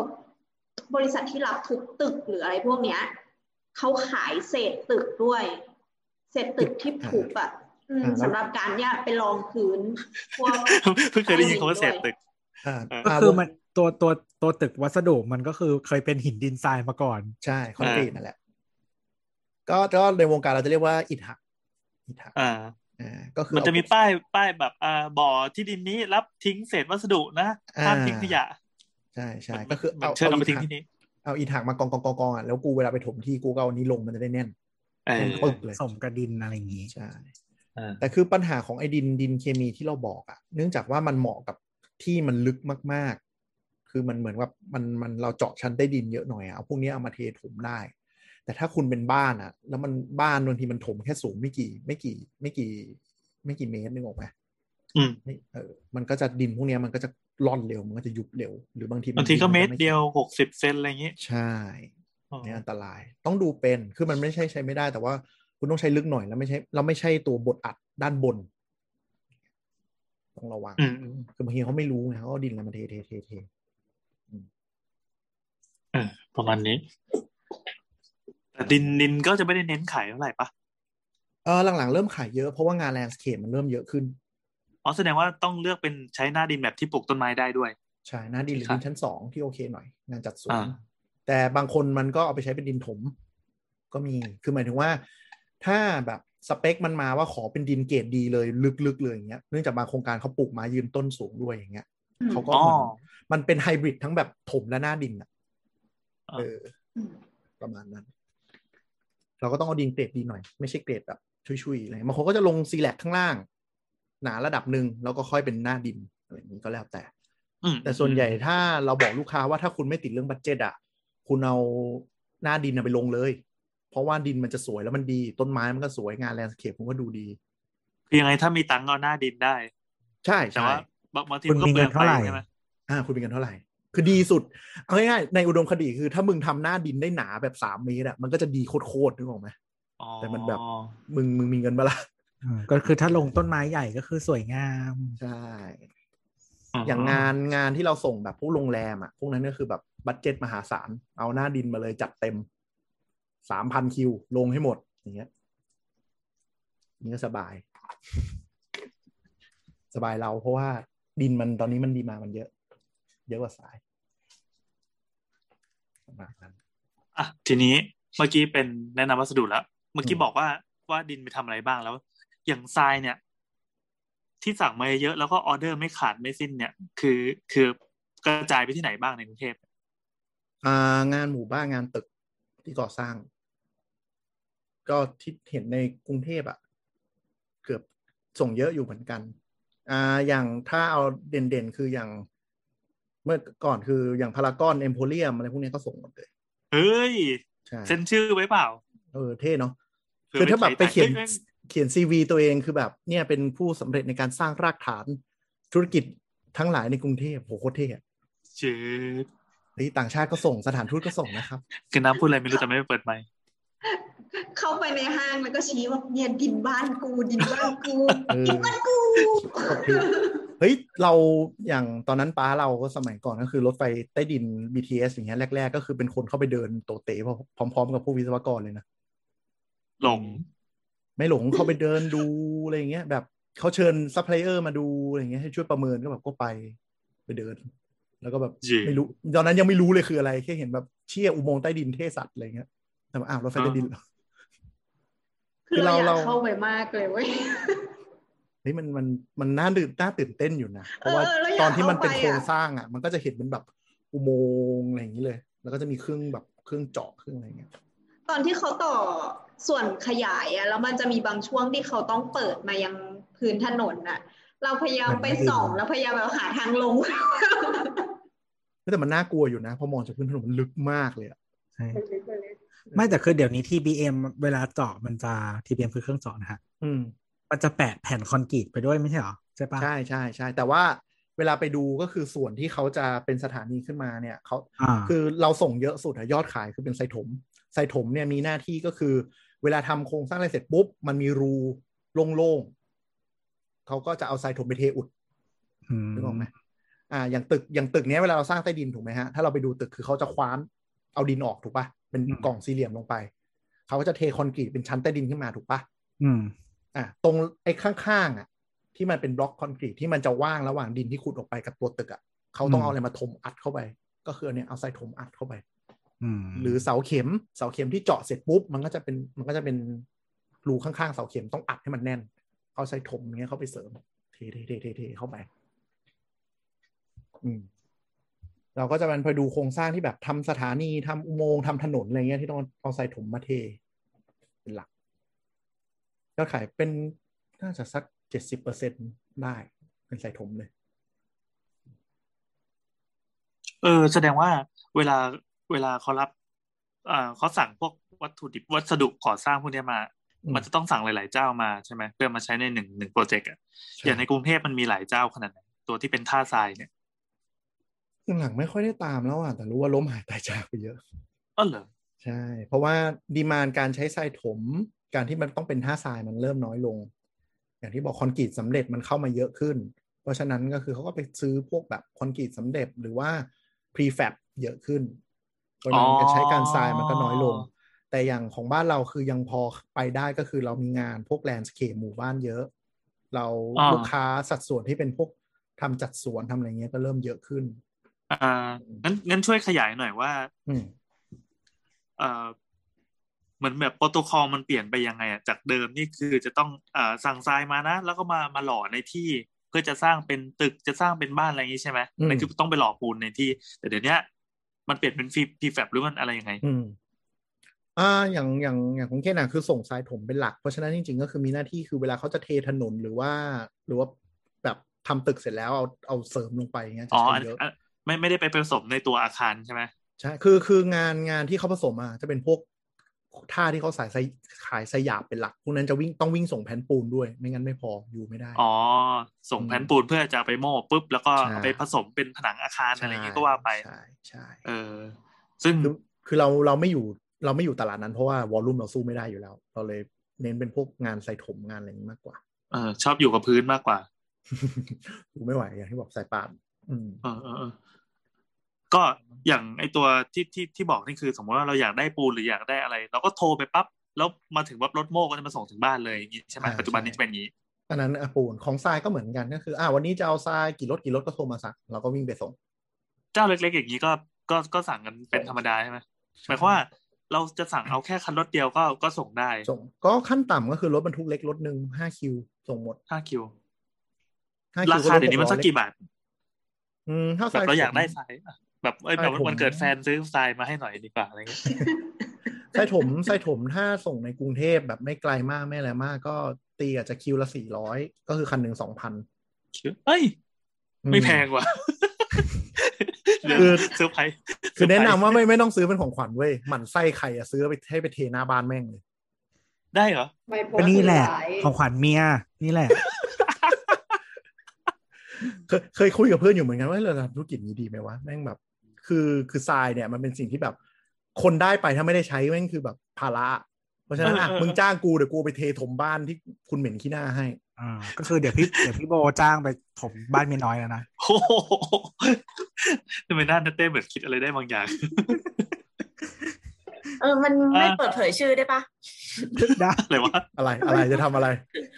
บริษัทที่รับทุกตึกหรืออะไรพวกเนี้ยเขาขายเศษตึกด้วย เศษตึกที่ถูกอะอืม อ่าแล้ว สำหรับการเนี่ยไปรองพื้นพวก เพิ่งเคยได้ยินคำว่าเศษตึก อ่า ก็คือมันตัวตัวตัวตึกวัสดุมันก็คือเคยเป็นหินดินทรายมาก่อน ใช่คอนกรีตนั่นแหละ ก็ก็ในวงการเราจะเรียกว่าอิฐหักอิฐหัก อ่า อ่าก็คือ มันจะมีป้ายป้ายแบบอ่าบ่อที่ดินนี้รับทิ้งเศษวัสดุนะ อ่า ห้ามทิ้งขยะ ใช่ใช่ก็คือ มัน เอา เชิญเอามาทิ้ง หัก ที่นี่ เอาอิฐหักมากองกองกองกองอ่ะแล้วกูเวลาไปถมที่กูก็เอาอันนี้ลงมันจะได้แน่น เออ ปึ๊กเลย สมกระดินอะไรอย่างนี้ ใช่ อ่า แต่คือปัญหาของไอ้ดินดินเคมีที่เราบอกอะเนื่องจากว่ามันเหมาะกับที่มันลึกมาก ๆ คือมันเหมือนว่ามันมันเราเจาะชั้นใต้ดินเยอะหน่อยอะเอาพวกนี้เอามาเทถมได้ แต่ถ้าคุณเป็นบ้านอะแล้วมันบ้านบางทีมันถมแค่สูงไม่กี่ไม่กี่ไม่กี่ ไม่กี่เมตรนึกออกไหม อืม ไม่เออมันก็จะดินพวกเนี้ยมันก็จะร่อนเร็วมันก็จะยุบเร็ว หรือบางทีน บางทีก็ น เม จะ ตร ไ เดียวหกสิบเซนอะไรอย่างงี้ ใช่ อ๋อ เนี่ยอันตรายต้องดูเป็นคือมันไม่ใช่ใช้ไม่ได้ แต่ว่าคุณต้องใช้ลึกหน่อยแล้วไม่ใช่เราไม่ใช่ตัวบทอัดด้านบน ต้องระวัง อืมอืม คือบางทีเขาไม่รู้ไงเขาเอาดินอะไรมาเทเทเทเท เออประมาณนี้แต่ดินดินก็จะไม่ได้เน้นขายเท่าไหร่ปะ เออหลังๆเริ่มขายเยอะเพราะว่างานแลนด์สเคปมันเริ่มเยอะขึ้น อ๋อแสดงว่าต้องเลือกเป็นใช้หน้าดินแบบที่ปลูกต้นไม้ได้ด้วย ใช่หน้าดินหรือ ครั ดิ บ นชั้นสองที่โอเคหน่อย งานจัดสวน อ่า แต่บางคนมันก็เอาไปใช้เป็นดินถม ก็มีคือหมายถึงว่า ถ้าแบบสเปคมันมาว่าขอเป็นดินเกรดดีเลยลึกๆเลยอย่างเงี้ยเนื่องจากบางโครงการเขาปลูกไม้ยืนต้นสูงด้วยอย่างเงี้ย อืม เขาก็ อ๋อ เหมือนมันเป็นไฮบริดทั้งแบบถมและหน้าดินอ่ะ อ่า เออ ประมาณนั้น เราก็ต้องเอาดินเกรดดีหน่อย ไม่ใช่เกรดแบบชุยๆอะไรบางคนก็จะลงซีแลกข้างล่าง หนาระดับหนึ่งแล้วก็ค่อยเป็นหน้าดินอะไรอย่างนี้ก็แล้วแต่ อืม แต่ส่วนใหญ่ถ้าเราบอกลูกค้าว่าถ้าคุณไม่ติดเรื่องบัตเจตอ่ะ คุณเอาหน้าดินน่ะไปลงเลย เพราะว่าดินมันจะสวยแล้วมันดีต้นไม้มันก็สวยงานแลนด์สเคปมันก็ดูดี คือยังไงถ้ามีตังค์เอาหน้าดินได้ ใช่ แต่ ใช่ ว่าบางบางที คุ มั ณ นก็ มี เป เงิ ลือน ง เท่า ไป ไหร่ ใช่ไหม อ่าคุณเป็นกันเท่าไหร่ คือดีสุด เอาง่ายๆในอุดมคติคือถ้ามึงทำหน้าดินได้หนาแบบสามเมตรอ่ะมันก็จะดีโคตรๆนึกออกไหม อ๋อ แต่มันแบบ มึงมึงมีเงินบ้าละ อืมก็คือถ้าลงต้นไม้ใหญ่ก็คือสวยงาม ใช่ อย่างงานงานที่เราส่งแบบพวกโรงแรมอ่ะ พวกนั้นก็คือแบบบัตเจ็ตมหาศาล เอาหน้าดินมาเลยจัดเต็มสามพันคิว ลงให้หมด อย่างเงี้ยนี่ก็สบาย <laughs> สบายเราเพราะว่าดินมันตอนนี้มันดีมามันเยอะ เยอะกว่าสายประมาณนั้น อ่ะทีนี้เมื่อกี้เป็นแนะนำวัสดุแล้ว เมื่อกี้ อืม บอกว่าว่าดินไปทำอะไรบ้างแล้ว อย่างทรายเนี่ย ที่สั่งมาเยอะแล้วก็ออเดอร์ไม่ขาดไม่สิ้นเนี่ย คือคือกระจายไปที่ไหนบ้างในกรุงเทพ อ่างานหมู่บ้านงานตึกที่ก่อสร้าง ก็ที่เห็นในกรุงเทพอะ่ะ เกือบส่งเยอะอยู่เหมือนกัน อ่าอย่างถ้าเอาเด่นๆ คืออย่าง เมื่อก่อนคืออย่างพารากอนเอ็มโพเรียมอะไรพวกเนี้ยก็ส่งหมดเลย เฮ้ย ใช่ เซ็นชื่อไว้เปล่า เออเท่เนาะ เผื่อ คือถ้าแบบไป ไปใช้ เขียน ได้ เขียนซีวีตัวเองคือแบบ เนี่ยเป็นผู้สำเร็จในการสร้างรากฐานธุรกิจ ทั้งหลายในกรุงเทพโหโคตรเท่อะ เจืด เฮ้ยต่างชาติก็ส่งสถานทูตก็ส่งนะครับ คือน้ำพูดอะไรไม่รู้แต่ไม่เปิดไมค์ เข้าไปในห้างแล้วก็ชี้ว่าเนี่ยดินบ้านกูดินบ้านกู เออ ดินบ้านกู เฮ้ย เราอย่างตอนนั้นป้าเราก็สมัยก่อนก็คือรถไฟใต้ดิน BTS อย่างเงี้ยแรก ๆ ก็คือเป็นคนเข้าไปเดินโตเตะพร้อม ๆ กับผู้วิศวกรเลยนะ หลง ไม่หลงเข้าไปเดินดูอะไรอย่างเงี้ยแบบเขาเชิญซัพพลายเออร์มาดูอะไรอย่างเงี้ยให้ช่วยประเมินก็แบบก็ไปไปเดิน แล้วก็แบบ จริง ไม่รู้ ตอนนั้นยังไม่รู้เลยคืออะไร แค่เห็นแบบเชี่ยอุโมงค์ใต้ดินเท่สัตว์อะไรอย่างเงี้ยแต่ว่าอ้าวรถไฟใต้ดินเหรอ คือเราอยา เรา ก เรา เข้าไปมากเลยเว้ย เฮ้ยมันมันมันน่าตื่นน่าตื่นเต้นอยู่นะ เพราะว่า เออแล้วอยาก ตอนที่มันเป็น เข้าไปอะ โครงสร้างอ่ะ มันก็จะเห็นเป็นแบบอุโมงค์อะไรอย่างนี้เลย แล้วก็จะมีเครื่องแบบเครื่องเจาะเครื่องอะไรอย่างเงี้ย ตอนที่เขาต่อส่วนขยายอะแล้วมันจะมีบางช่วงที่เขาต้องเปิดมายังพื้นถนนอะเราพยายามไปส่อง เหมือนแล้วไม่ได้พยายามแบบหาทาง <laughs> ลง แต่มันน่ากลัวอยู่นะเพอมองจากพื้นถนนมันลึกมากเลยอะ ใช่ไม่แต่คือเดี๋ยวนี้ TBM เวลาเจาะมันจะ TBM คือเครื่องเจาะนะฮะ อืม มันจะแปะแผ่นคอนกรีตไปด้วยไม่ใช่เหรอใช่ปะ ใช่ใช่ใช่แต่ว่าเวลาไปดูก็คือส่วนที่เขาจะเป็นสถานีขึ้นมาเนี่ยเขา อ่า คือเราส่งเยอะสุดอะยอดขายคือเป็นไซถมไซถมเนี่ยมีหน้าที่ก็คือ เวลาทำโครงสร้างอะไรเสร็จปุ๊บ มันมีรูโล่งๆเขาก็จะเอาไซถมไปเทอุด อืม นึกออกไหมอ่า อย่างตึกอย่างตึกเนี้ยเวลาเราสร้างใต้ดินถูกไหมฮะถ้าเราไปดูตึกคือเขาจะคว้านเอาดินออกถูกปะเป็นกล่องสี่เหลี่ยมลงไปเขาก็จะเทคอนกรีตเป็นชั้นใต้ดินขึ้นมาถูกปะ อืม อ่ะตรงไอ้ข้างๆอ่ะ ที่มันเป็นบล็อกคอนกรีตที่มันจะว่างระหว่างดินที่ขุดออกไปกับตัวตึกอ่ะเขาต้อง อืม เอาอะไรมาถมอัดเข้าไป ก็คือเนี่ยเอาใส่ถมอัดเข้าไป อืม หรือเสาเข็มเสาเข็มที่เจาะเสร็จปุ๊บมันก็จะเป็นมันก็จะเป็นรูข้างๆเสาเข็มต้องอัดให้มันแน่นเอาใส่ถมเนี้ยเข้าไปเสริมเทเทเทเทเทเข้าไป อืม เราก็จะมันไปดูโครงสร้างที่แบบทำสถานีทำอุโมงค์ทำถนนอะไรเงี้ยที่ต้องเอาใส่ถมมาเท เป็นหลักยอดขายเป็นน่าจะสักเจ็ดสิบเปอร์เซ็นได้ เป็นใส่ถมเลย เออ แสดงว่าเวลาเวลาเขารับอ่าเขาสั่งพวกวัตถุดิบวัสดุก่อสร้างพวกเนี้ยมา อืม มันจะต้องสั่งหลาย ๆ เจ้ามาใช่ไหมเพื่อมาใช้ในหนึ่งหนึ่งโปรเจกต์อะ ใช่ อย่างในกรุงเทพมันมีหลายเจ้าขนาดไหนตัวที่เป็นท่าทรายเนี่ย หลังๆไม่ค่อยได้ตามแล้วอ่ะแต่รู้ว่าล้มหายตายจากไปเยอะ อ้อเหรอ ใช่ เพราะว่าดีมานการใช้ทรายถม การที่มันต้องเป็นท่าทรายมันเริ่มน้อยลง อย่างที่บอกคอนกรีตสำเร็จมันเข้ามาเยอะขึ้น เพราะฉะนั้นก็คือเขาก็ไปซื้อพวกแบบคอนกรีตสำเร็จหรือว่าพรีแฟบเยอะขึ้นเพราะฉะนั้นการใช้การทรายมันก็น้อยลง แต่อย่างของบ้านเราคือยังพอไปได้ก็คือเรามีงานพวกแลนด์สเคปหมู่บ้านเยอะ เราลูกค้าสัดส่วนที่เป็นพวกทำจัดสวนทำอะไรเงี้ยก็เริ่มเยอะขึ้น อ่างั้นงั้นช่วยขยายหน่อยว่า อืม เอ่อเหมือนแบบโปรโตคอลมันเปลี่ยนไปยังไงอะจากเดิมนี่คือจะต้องเอ่อสั่งทรายมานะ แล้วก็มามาหล่อในที่เพื่อจะสร้างเป็นตึกจะสร้างเป็นบ้านอะไรอย่างนี้ใช่ไหม อืม นั่นคือต้องไปหล่อปูนในที่ แต่เดี๋ยวเนี้ย มันเปลี่ยนเป็นฟีแฟบหรือมันอะไรยังไง อืม อ่า อย่าง อย่าง อย่างของเคนอ่ะคือส่งทรายถมเป็นหลัก เพราะฉะนั้นจริงๆ ก็คือมีหน้าที่คือเวลาเขาจะเทถนนหรือว่า หรือว่าแบบทำตึกเสร็จแล้วเอา เอาเสริมลงไปอย่างเงี้ยจะ อ๋อ ใช้ อัน เยอะ อันไม่ไม่ได้ไปผสมในตัวอาคารใช่ไหม ใช่ คือ คืองาน งานที่เขาผสมมาจะเป็นพวกท่าที่เขาสายไซขายไซหยาบเป็นหลัก พวกนั้นจะวิ่ง ต้องวิ่งส่งแผ่นปูนด้วย ไม่งั้นไม่พอ อยู่ไม่ได้ อ๋อ ส่งแผ่นปูนเพื่อจะเอาไปโม่ปุ๊บ แล้วก็ ใช่ เอาไปผสมเป็นผนังอาคาร ใช่ อะไรอย่างนี้ก็ว่าไป ใช่ ใช่ เออ ซึ่ง คือคือเราเราไม่อยู่เราไม่อยู่ตลาดนั้นเพราะว่าวอลลุ่มเราสู้ไม่ได้อยู่แล้ว เราเลยเน้นเป็นพวกงานไซถมงานอะไรอย่างนี้มากกว่า เออชอบอยู่กับพื้นมากกว่า ดูไม่ไหวอย่าง <laughs> ที่บอกสายป่านอืม เออเออเออก็อย่างไอตัวที่ที่ที่บอกนี่คือ สมมติว่าเราอยากได้ปูนหรืออยากได้อะไรเราก็โทรไปปั๊บแล้วมาถึงปั๊บรถโม่ก็จะมาส่งถึงบ้านเลยอย่างนี้ใช่ไหม อ่า ปัจจุบันนี้ ใช่ เป็นอย่างนี้ อันนั้นอะปูนของทรายก็เหมือนกันก็คืออ่าวันนี้จะเอาทรายกี่รถกี่รถก็โทรมาสั่งเราก็วิ่งไปส่ง เจ้าเล็ก ๆ อย่างนี้ก็ก็ก็สั่งกันเป็นธรรมดาใช่ไหมหมายความว่าเราจะสั่งเอาแค่คันรถเดียวก็ก็ส่งได้ ส่งก็ขั้นต่ำก็คือรถบรรทุกเล็กรถหนึ่งห้าคิวส่งหมด ห้าคิว ห้า รา คิว คาเดี๋ยวนี้มันสักกี่บาท อืมถ้า แบ ทรา บ ย เราอยากได้ท ถม รายอะแบบเอ้ย ใช่ แบบ ผม วันเกิดแฟนซื้อทรายมาให้หน่อยดีกว่าอะไรเงี้ย <laughs> ทรายถมทรายถมถ้าส่งในกรุงเทพแบบไม่ไกลมากไม่อะไรมาก ก็ตีอาจจะคิวละสี่ร้อยก็คือคันหนึ่งสองพัน เอ้ย <laughs> ไม่แพงว่ะเดี๋ยว คือ เซอร์ไพรส์ คือแนะนำว่าไม่ไม่ต้องซื้อเป็นของขวัญเว้ยหมั่นไส้ใครอะซื้อไปให้ไปเทหน้าบ้านแม่งเลย ได้เหรอ ก็นี่แหละ ของขวัญเมียนี่แหละ เคยเคยคุยกับเพื่อนอยู่เหมือนกันว่าเราทำธุรกิจนี้ดีไหมวะแม่งแบบ คือคือทรายเนี่ยมันเป็นสิ่งที่แบบ คนได้ไปถ้าไม่ได้ใช้แม่งคือแบบภาระ เพราะฉะ <laughs> นั้นอ่ะ เออเออ มึงจ้างกูเดี๋ยวกูไปเทถมบ้านที่คุณเหม็นขี้หน้าให้ อ่าก็คือเดี๋ยวพี่เดี๋ยวพี่โบจ้างไปถมบ้านเมียน้อยแล้วนะ โอ้โหทำไมหน้าเต้เหมือนคิดอะไรได้บางอย่าง <laughs> เออ มันไม่ อ่ะ เปิดเผยชื่อได้ปะ ได้ อะไรวะ <laughs> อะไรอะไรจะทำอะไร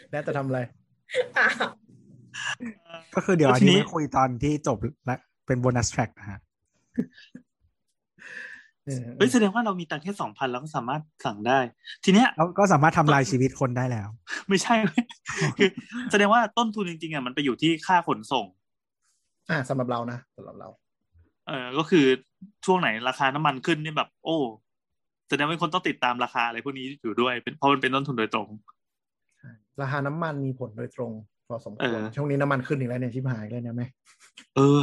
แล้วจะทำอะไร อ่ะ ก็คือเดี๋ยวอันนี้ ที ไว้คุยตอนที่จบและเป็นโบนัสแทร็กนะฮะ เออ เฮ้ยแสดงว่าเรามีตังค์แค่สองพันเราก็สามารถสั่งได้ ทีเนี้ย <laughs> แล้วก็สามารถทำลายชีวิตคนได้แล้ว ไม่ใช่ <laughs> เว้ยคือแสดงว่าต้นทุนจริงๆอ่ะมันไปอยู่ที่ค่าขนส่ง อ่ะสำหรับเรานะสำหรับเรา เออก็คือช่วงไหนราคาน้ำมันขึ้นนี่แบบ โอ้แสดงว่าคนต้องติดตามราคาอะไรพวกนี้อยู่ด้วยเป็นเพราะมันเป็นต้นทุนโดยตรง ราคาน้ำมันมีผลโดยตรงพอสมควร เออ ช่วงนี้น้ำมันขึ้นอีกแล้วเนี่ยชิบหายเลยเนี่ยไหม เออ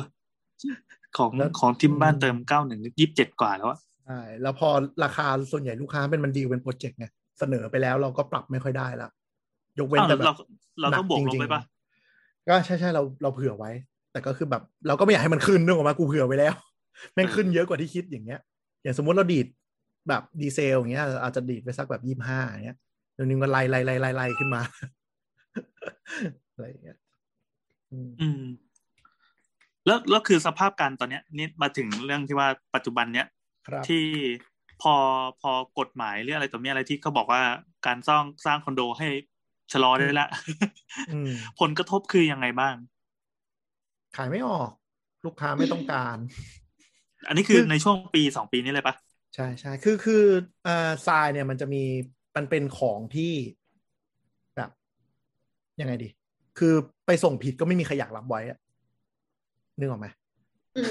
ของ แล้ว ของที่บ้านเติมเก้าหนึ่งยี่สิบเจ็ดกว่าแล้วอะ ใช่แล้วพอราคาส่วนใหญ่ลูกค้าเป็นมันดีลเป็นโปรเจกต์ไงเสนอไปแล้วเราก็ปรับไม่ค่อยได้ละยกเว้น อ้าว แต่แบ เรา บ เราต้องบวกลงไปปะ ก็ใช่ใช่ๆเราเราเผื่อไว้ แต่ก็คือแบบ เราก็ไม่อยากให้มันขึ้นนึกออกมากูเผื่อไว้ <laughs> แล้ว แม่งขึ้นเยอะกว่าที่คิดอย่างเงี้ย อย่างสมมติเราดีดแบบดีเซลอย่างเงี้ยเราอาจจะดีดไปสักแบบยี่ห้าอย่างเงี้ยเดี๋ยวนี้มันไล่ไล่ไล่ไล่ไล่ขึ้นมา <laughs> อะไรอย่างเงี้ยอืม อืม แล้วแล้วคือสภาพการตอนเนี้ยนี่มาถึงเรื่องที่ว่าปัจจุบันเนี้ย ครับ ที่พอพอกฎหมายหรืออะไรตัวเนี้ยอะไรที่เขาบอกว่าการสร้างสร้างคอนโดให้ชะลอได้ละ อืม <laughs> ผลกระทบคือยังไงบ้าง ขายไม่ออก ลูกค้าไม่ต้องการ อันนี้คือ คือ ในช่วงปีสองปีนี้เลยปะ ใช่ใช่คือคือเอ่อทรายเนี่ยมันจะมีมันเป็นของที่แบบยังไงดี คือไปส่งผิดก็ไม่มีใครอยากรับไว้อะนึกออกไหม อืม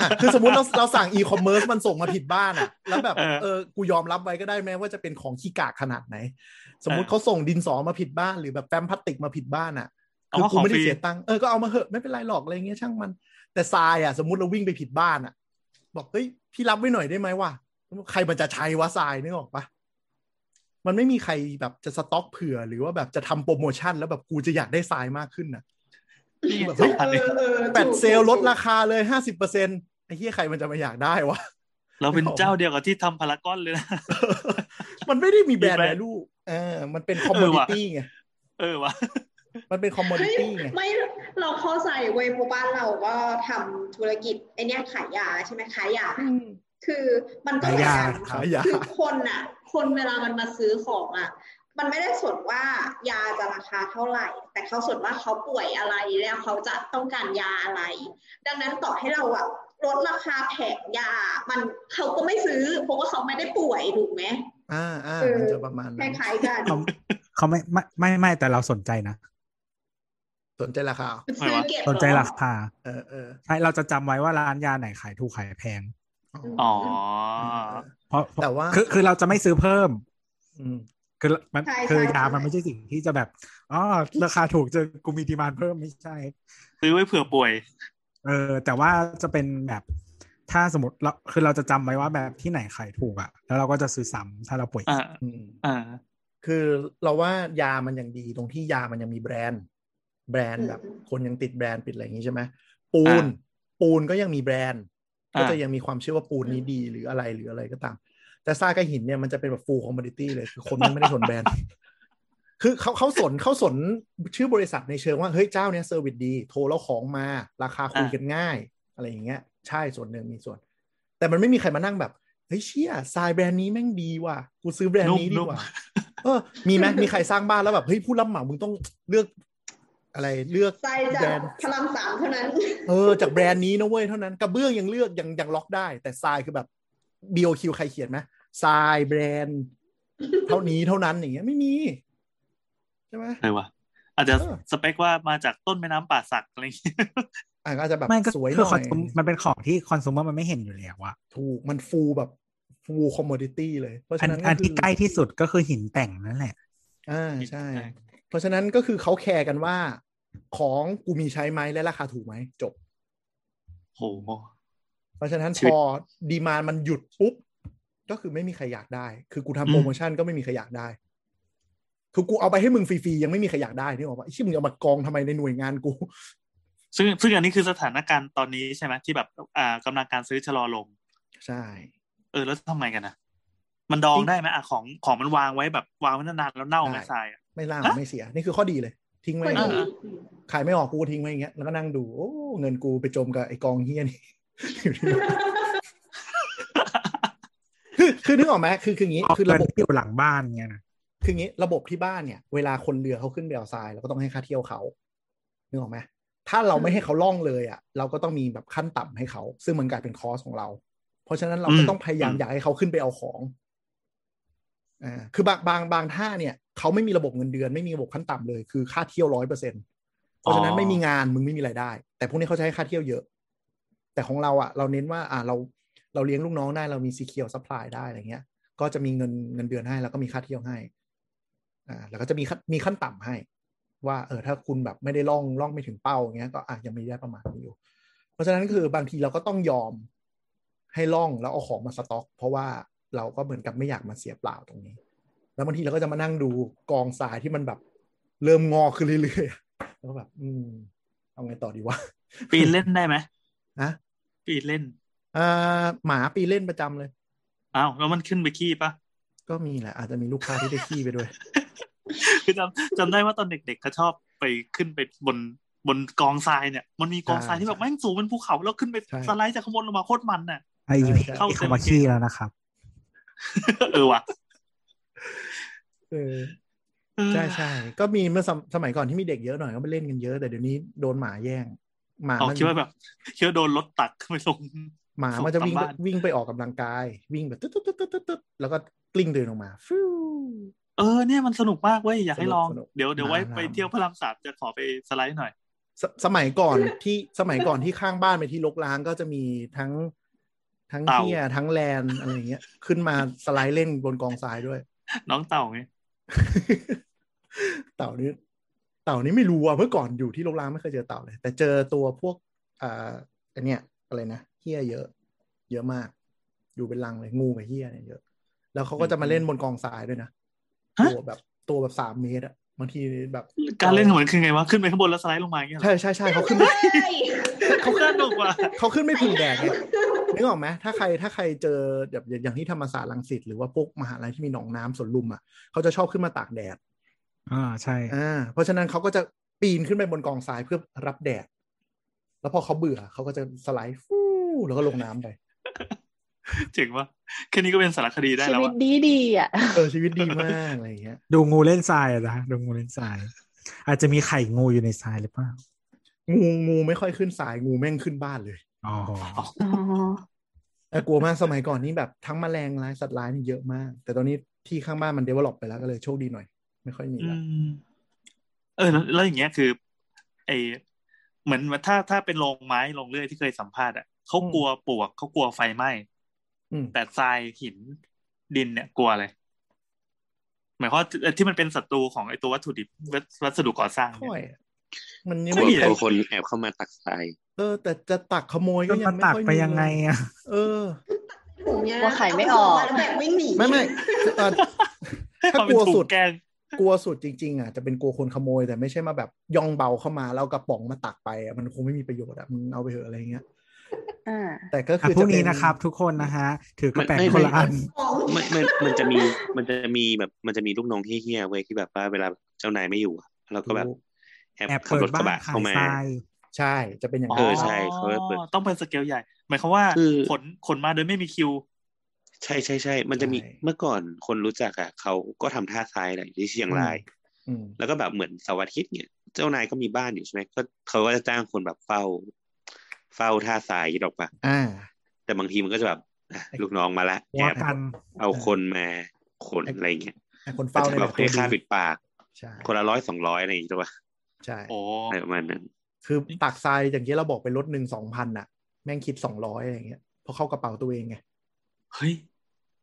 อ่ะคือสมมติเราเราสั่งอีคอมเมิร์ซมันส่งมาผิดบ้านอะแล้วแบบเออกูยอมรับไว้ก็ได้แม้ว่าจะเป็นของขี้กากขนาดไหน สมมติเขาส่งดินสอมาผิดบ้านหรือแบบแฟ้มพลาสติกมาผิดบ้านอะ เอา คือ ว่าขกูองฟไม่ได้ รี เสียตังค์เออก็เอามาเหอะไม่เป็นไรหรอกอะไรเงี้ยช่างมัน แต่ทรายอ่ะสมมติเราวิ่งไปผิดบ้านอ่ะ บอกเฮ้ยพี่รับไว้หน่อยได้ไหมวะใครมันจะใช้วะทรายนึกออกปะมันไม่มีใครแบบจะสต็อกเผื่อหรือว่าแบบจะทำโปรโมชั่นแล้วแบบกูจะอยากได้ทรายมากขึ้นน่ะ นี่ไง แบบ สองพันเอง <laughs> เออเออ แปด ถูก เซลล ถูก ลดราคาเลยห้าสิบเปอร์เซ็นไอ้เหี้ยใครมันจะมาอยากได้วะ <laughs> เราเป็นเจ้าเดียวกับที่ทำพารากอนเลยนะ <laughs> มันไม่ได้มีแบรนด์ มี แว แบรนด์ ลูเออมันเป็นคอม เออมูนิ ว่ะ ตี้ไง เออวะ มันเป็นคอมมูนิ เฮ้ย ตี้ไง ไม่เราเข้าใจเว้ยเพราะบ้านเราก็ทำธุรกิจไอเนี้ยขายยาใช่ไหมขายยา อืม คือมันก็เหมือนกัน ขายยา คือคนอ่ะ คนเวลามันมาซื้อของอ่ะ มันไม่ได้สนว่ายาจะราคาเท่าไหร่ แต่เขาสนว่าเขาป่วยอะไรแล้วเขาจะต้องการยาอะไร ดังนั้นต่อให้เราอ่ะลดราคาแผงยา มันเขาก็ไม่ซื้อเพราะว่าเขาไม่ได้ป่วยถูกไหม อ่าอ่า เออ มันจะประมาณ ค นั้น ล้ายๆกัน เขาเขาไม่ไม่ไม่ไม่ไม่แต่เราสนใจนะ สนใจราคาเหรอ ซื้อเก็บเหรอ สนใจราคา เออเออ ใช่เราจะจำไว้ว่าร้านยาไหนขายถูกขายแพง อ๋อ อ๋อ เพราะ แต่ว่า คือคือเราจะไม่ซื้อเพิ่ม อืม คือมัน ใช่ คือ ใช่ ยามันไม่ใช่สิ่งที่จะแบบอ๋อราคาถูกจะกูมีดีมานเพิ่มไม่ใช่ ซื้อไว้เผื่อป่วย เออแต่ว่าจะเป็นแบบถ้าสมมติเราคือเราจะจำไว้ว่าแบบที่ไหนขายถูกอะแล้วเราก็จะซื้อซ้ำถ้าเราป่วย อ่า อืม อ่า คือเราว่ายามันยังดีตรงที่ยามันยังมีแบรนด์ แบรนด์แบบคนยังติดแบรนด์ติดอะไรอย่างนี้ใช่ไหมปูอ่านปูนก็ยังมีแบรนด์ อ่า ก็จะยังมีความเชื่อว่าปูนนี้ดีหรืออะไรหรืออะไรก็ตาม แต่ซากกับหินเนี่ยมันจะเป็นแบบฟูลคอมมูนิตี้เลยคือคนมันไม่ได้สนแบร <laughs> นด์ คือเขาเขาสนเขาสนชื่อบริษัทในเชิงว่า เฮ้ยเจ้าเนี้ยเซอร์วิสดี โทรแล้วของมา ราคาคุยกันง่าย อะไรอย่างเงี้ย ใช่ส่วนหนึ่งมีส่วน แต่มันไม่มีใครมานั่งแบบ เฮ้ยเชี่ยทรายแบรนด์นี้แม่งดีว่ะ กูซื้อแบรนด์นี้ดีกว่า นุ่ม เออ มีไหมมีใครสร้างบ้านแล้วแบบ เฮ้ยผู้รับเหมามึงต้องเลือก อะไรเลือก ใจจากพลังสามเท่านั้น เออจากแบรนด์นี้นะเว้ยเท่านั้นกระเบื้องยังเลือกยังยังล็อกได้ แต่ทรายคือแบบ BOQ ใครเขียนไหมทรายแบรนด์ เท่านี้เท่านั้นอย่างเงี้ยไม่มีใช่ไหม อะไรวะอาจจะ เออ สเปคว่ามาจากต้นแม่น้ำป่าสักอะไรอย่างเงี้ย <laughs> อ่ะก็อาจจะแบบ ไม่ก็ สวยห คือ น่ ค อ อน ย ซูมมันเป็นของที่คอน sumer มันไม่เห็นอยู่แล้วอะ ถูกมันฟูแบบฟูคอมมอดิตี้เลย เพราะ อั ฉะ น นั้น อัน คื ที่ใกล้ที่สุดก็คือหินแต่งนั่นแหละ อ่าใช่ เพราะฉะนั้นก็คือเขาแคร์กันว่า ของกูมีใช้ไหมและราคาถูกไหมจบ โห เพราะฉะนั้น ชี พ วิต อดีมานมันหยุดปุ๊บ ก็คือไม่มีใครอยากได้ คือกู อื ทำ ม โปรโมชั่นก็ไม่มีใครอยากได้ คือกูเอาไปให้มึงฟรีๆ ยังไม่มีใครอยากได้นี่บอกว่าไอ้ชิมึงเอามากองทำไมในหน่วยงานกู ซึ่งซึ่งอันนี้คือสถานการณ์ตอนนี้ใช่ไหมที่แบบอ่ากำลังการซื้อชะลอลง ใช่ เออแล้วทำไงกันนะมันดองได้ไหมอะของของมันวางไว้แบบวางไว้นานๆแล้วเน่าไหม ได้ ทรายอะ ไม่ล่าง ฮะ ไม่เสีย นี่คือข้อดีเลย ทิ้งไว้ คน อย่าง ดี เงี้ยขายไม่ออกกูก็ทิ้งไว้อย่างเงี้ยแล้วก็นั่งดูโอ้เงินกูไปจมกับไอ้กองเฮี้ยนี่ อยู่ที่คือคือนึกออกไหมคือคืออย่างงี้ คือ เงิ ระ น บบ ที่อยู่หลังบ้านเนี่ยนะ คืองี้ระบบที่บ้านเนี่ย เวลาคนเรือเขาขึ้นไปเอาทรายเราก็ต้องให้ค่าเที่ยวเขานึกออกไหมถ้าเราไม่ให้เขาล่องเลยอ่ะ เราก็ต้องมีแบบขั้นต่ำให้เขา ซึ่งมันกลายเป็นคอสของเรา เพราะฉะนั้นเราก็ อืม ต้องพยายามอยากให้เขาขึ้นไปเอาของอ่าคือบางบางบางท่าเนี่ยเขาไม่มีระบบเงินเดือนไม่มีระบบขั้นต่ำเลยคือค่าเที่ยวร้อยเปอร์เซ็นเพราะฉะนั้นไม่มีงานมึงไม่มีรายได้ แต่พวกนี้เขาจะให้ค่าเที่ยวเยอะ แต่ของเราอ่ะ เราเน้นว่าอ่าเราเราเลี้ยงลูกน้องได้เรามีซีเคียวซัพพลายได้อะไรเงี้ย ก็จะมีเงินเงินเดือนให้แล้วก็มีค่าเที่ยวให้ อ่าแล้วก็จะมีขั้นมีขั้นต่ำให้ ว่าเออถ้าคุณแบบไม่ได้ล่องล่องไม่ถึงเป้าอย่างเงี้ยก็อ่ะยังมีได้ประมาณนี้อยู่ เพราะฉะนั้นคือบางทีเราก็ต้องยอมให้ล่องแล้วเอาของมาสต็อก เพราะว่าเราก็เหมือนกับไม่อยากมาเสียเปล่าตรงนี้ แล้วบางทีเราก็จะมานั่งดูกองทรายที่มันแบบ เริ่มงอกขึ้นเรื่อยๆแล้วก็แบบ อืมเอาไงต่อดีวะ ปีนเล่นได้ไหม ฮะ ปีนเล่น อ่าหมาปีเล่นประจำเลย อ้าวแล้วมันขึ้นไปขี้ปะ ก็มีแหละอาจจะมีลูกค้าที่ได้ขี้ไปด้วย คือจำจำได้ว่าตอนเด็กๆเขาชอบไปขึ้นไปบนบนกองทรายเนี่ย มันมีกองทรายที่แบบ ใช่ แม่งสูงเป็นภูเขาแล้วขึ้นไป ใช่ สไลด์จากข้างบนลงมาโคตรมันน่ะ ไอ้ ใช่ใช่ เข้าคำว่าขี้แล้วนะครับ เออว่ะ <laughs> เออ ใช่ใช่ก็มีเมื่อสมสมัยก่อนที่มีเด็กเยอะหน่อยก็ไปเล่นกันเยอะแต่เดี๋ยวนี้โดนหมาแย่ง หมา เอา มัน คิดว่าแบบคิดว่าโดนรถตักขึ้นไปลง หมามันจะวิ่ง ตามบ้าน วิ่งไปออกกำลังกาย วิ่งแบบตึ๊ดตึ๊ดตึ๊ดตึ๊ดตึ๊ดแล้วก็กลิ้งเดินออกมาฟิว เออเนี่ยมันสนุกมากเว้ยอยากให้ลอง สนุกสนุก เดี๋ยวเดี๋ยวไว้ น่า ไปเที่ยวพระรามสามจะขอไปสไลด์หน่อย สสมัยก่อน <laughs> ที่สมัยก่อนที่ข้างบ้านไปนที่ลกล้างก็จะมีทั้งทั้ง เต่า เที่ยทั้งแลนอะไรอย่างเงี้ยขึ้นมาสไลด์เล่นบนกองทรายด้วย น้องเต่าไง <laughs> เต่านี่เต่านี่ไม่รู้อ่ะเมื่อก่อนอยู่ที่โรงแรมไม่เคยเจอเต่าเลย แต่เจอตัวพวกอ่าอันเนี้ยอะไรนะเฮี้ยเยอะ เยอะมาก อยู่เป็นรังเลยงูกับเฮี้ยเนี่ยเยอะ แล้วเขาก็จะมาเล่นบนกองทรายด้วยนะตัวแบบตัวแบบสามเมตรอะบางทีแบบ การเล่นของมันคือไงวะขึ้นไปข้างบนแล้วสไลด์ลงมาอย่างเงี้ <laughs> ยเหรอ ใช่ใช่ใช่เขาขึ้นไม่ เขาสนุกว่ะ <laughs> เขาขึ้นไม่พึงแดดไงนึกออกไหมถ้าใครถ้าใครเจอแบบอย่างที่ธรรมศาสตร์รังสิตหรือว่าพวกมหาลัยที่มีหนองน้ำสวนลุมอ่ะเขาจะชอบขึ้นมาตากแดด อ่าใช่ อ่าเพราะฉะนั้นเขาก็จะปีนขึ้นไปบนกองทรายเพื่อรับแดด แล้วพอเขาเบื่อเขาก็จะสไลด์ฟูแล้วก็ลงน้ำไป เจ๋งว่ะแค่นี้ก็เป็นสารคดีได้ ชี แล้ว วิต ว่ะ ดีดีๆอ่ะ เออ ชีวิตดีมาก อะไรอย่างเงี้ย ดูงูเล่นทรายอะนะดูงูเล่นทราย อาจจะมีไข่งูอยู่ในทรายหรือเปล่า งูงูไม่ค่อยขึ้นสายงูแม่งขึ้นบ้านเลย อ๋อ อ๋อ แต่ากลัวมากสมัยก่อนนี่แบบทั้งแมลงร้ายสัตว์ร้ายนี่เยอะมาก แต่ตอนนี้ที่ข้างบ้านมันเดเวลลอปไปแล้วก็เลยโชคดีหน่อย ไม่ค่อยมี อื ละ มเออแล้วแล้วอย่างเงี้ยคือไอเหมือนว่าถ้าถ้าเป็นโรงไม้โรงเลื่อยที่เคยสัมภาษณ์อ่ะเขากลัวปลวกเขากลัวไฟไหม้ อืม แต่ทรายหินดินเนี่ยกลัวอะไรหมายความว่าที่ที่มันเป็นศัตรูของไอตัววัตถุดิบวัสวัสดุก่อสร้าง ค่ เนี่ อย ยอะมันยังกลั ไม่ วไมี ก เลย ลัวคนแอบเข้ามาตักทราย เออ แต่จะตักขโมย ก็ ก็ยั มาง ไม่ ตัก ค่อย ไป มี ยังไงอะ เออ ถุงเนี้ย ว่าขายไม่ออก แล้วแบบวิ่งหนี ไม่ไม่เอ่อ <laughs> ถ้ากลัวมันเป็นสุดถูกแกง กลัวสุดจริงๆอ่ะจะเป็นกลัวคนขโมยแต่ไม่ใช่มาแบบย่องเบาเข้ามาแล้วเอากระป๋องมาตักไปอ่ะมันคงไม่มีประโยชน์อ่ะมึงเอาไปเถอะอะไรเงี้ย อ่า แต่ก็ อ่ะ คือ พรุ่งจะเป็ นี้นะครับ ทุกคนนะฮะ ถือกระแปง ไม่ คน ไม่ ละอัน ของ ไม่ไม่มันจะมีมันจะมีแบบมันจะมีลูกน้องเฮี้ยๆเว้ยที่แบบว่าเวลาเจ้านายไม่อยู่อะเราก็แบบแอบ แอบ ขับ เปิ ร ด ถกระ บ้าน บะ ขา เข้าย มา ทราย ใช่จะเป็นอย่าง เอ นั้น อใช่เขาก็เปิด ต้องเป็นสเกลใหญ่ หมายความว่า คือ ขนขนมาโดยไม่มีคิว ใช่ใช่ใช่มันจะมีเมื่อก่อนคนรู้จักอ่ะเขาก็ทำท่าทรายแหละอยู่ที่เชียงราย อืม แล้วก็แบบเหมือนเสาร์อาทิตย์เนี่ย เจ้านายก็มีบ้านอยู่ใช่ไหมก็เขาก็จะจ้างคนแบบเฝ้า เฝ้าท่าทรายดอกปะ อ่า แต่บางทีมันก็จะแบบอ่ะลูกน้องมาละ หัวแอบ กัน เอาคนมาขนอะไรเงี้ย ไอ้คน ก็ เฝ้า จะ เนี่ย แบ แบบ บ ให้ค่าปิดปาก ใช่ คนละร้อยสองร้อยอะไรอย่างเงี้ยถูกปะ ใช่ โอ้ อะไรประมาณนั้น คือตักทรายอย่างเงี้ยเราบอกไปลดหนึ่งสองพันอ่ะ แม่งคิดสองร้อยอะไรเงี้ยเพราะเข้ากระเป๋าตัวเองไง เฮ้ย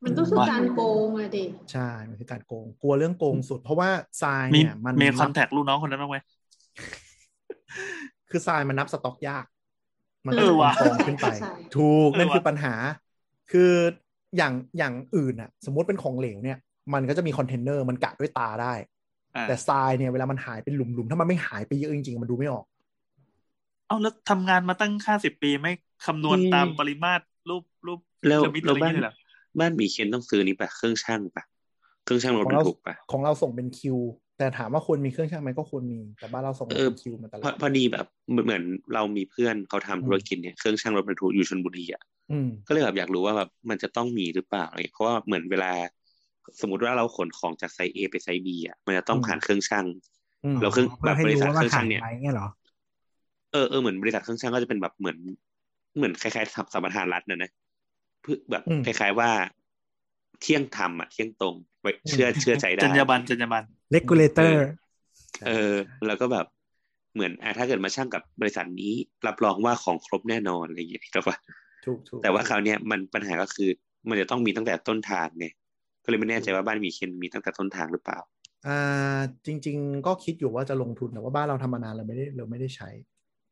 มันก็คือการโกงอะดิ ใช่มันคือการโกงกลัวเรื่องโกงสุด เพราะว่าทราย มี เนี่ยมัน เม นั ล บ คอนแทคลูกน้องคนนั้นบ้างไหม คือทรายมันนับสต็อกยาก มันก็ เออจะเป็น ว่ะ กองขึ้นไป ถูก เออ นั่นคือ ว่ะ ปัญหา คืออย่างอย่างอื่นอะสมมติเป็นของเหลวเนี่ย มันก็จะมีคอนเทนเนอร์มันกะด้วยตาได้ อ่า แต่ทรายเนี่ยเวลามันหายเป็นหลุมๆ ถ้ามันไม่หายไปเยอะจริงๆ มันดูไม่ออก เอ้าแล้วทำงานมาตั้งห้าสิบปีไม่คำนวณ อืม ตามปริมาตรรูปรูป แล้ว มิดอะ แล้ว ไร บ้าน เงี้ยเหรอ บ้านหมีเคนต้องซื้อนี่ปะเครื่องช่างปะเครื่องช่างรถ ของ บรร เรา ทุกปะ ของเราส่งเป็นคิว แต่ถามว่าควรมีเครื่องช่างไหมก็ควรมี แต่บ้านเราส่ง เออ เป็นคิวมาตล พ อ อ ด พอดีแบบเหมือนเรามีเพื่อนเขาทำธุรกิจเนี่ยเครื่องช่างรถบรรทุกอยู่ชลบุรีอ่ะ อืม ก็เลยแบบอยากรู้ว่าแบบมันจะต้องมีหรือเปล่าอะไรเงี้ยเพราะว่าเหมือนเวลา สมมติว่าเราขนของจากไซต์ A ไปไซต์ B อ่ะมันจะต้อง อืม ผ่านเครื่องช่าง อืม เราเครื่อง เพื่อให้ แบบบริ รู้ ษัท ว่ามาเครื่อขางช่าย งเนี่ย ไหมเนี่ยเหรอ เออเออเหมือนบริษัทเครื่องช่างก็จะเป็นแบบเหมือนเหมือนคล้ายๆสัมสัมปทานรัฐนะนะเพื่อแบบคล้ายๆว่า เที่ยงธรรมอ่ะเที่ยงตรงไว้เชื่อเชื่อใจได้ จรรยาบรรณจรรยาบรรณ regulator เออ แล้วก็แบบเหมือนอ่ะถ้าเกิดมาช่างกับบริษัทนี้ รับรองว่าของครบแน่นอนอะไรอย่างเงี้ยครับว่า ถูกถูก แต่ว่าคราวเนี้ยมันปัญหาก็คือ มันจะต้องมีตั้งแต่ต้นทางไงก็เลยไม่แน่ใจว่าบ้านหมีเคนมีตั้งแต่ต้นทางหรือเปล่า อ่า จริง ๆ ก็คิดอยู่ว่าจะลงทุนแต่ว่าบ้านเราทำมานานเราไม่ได้เราไม่ได้ใช้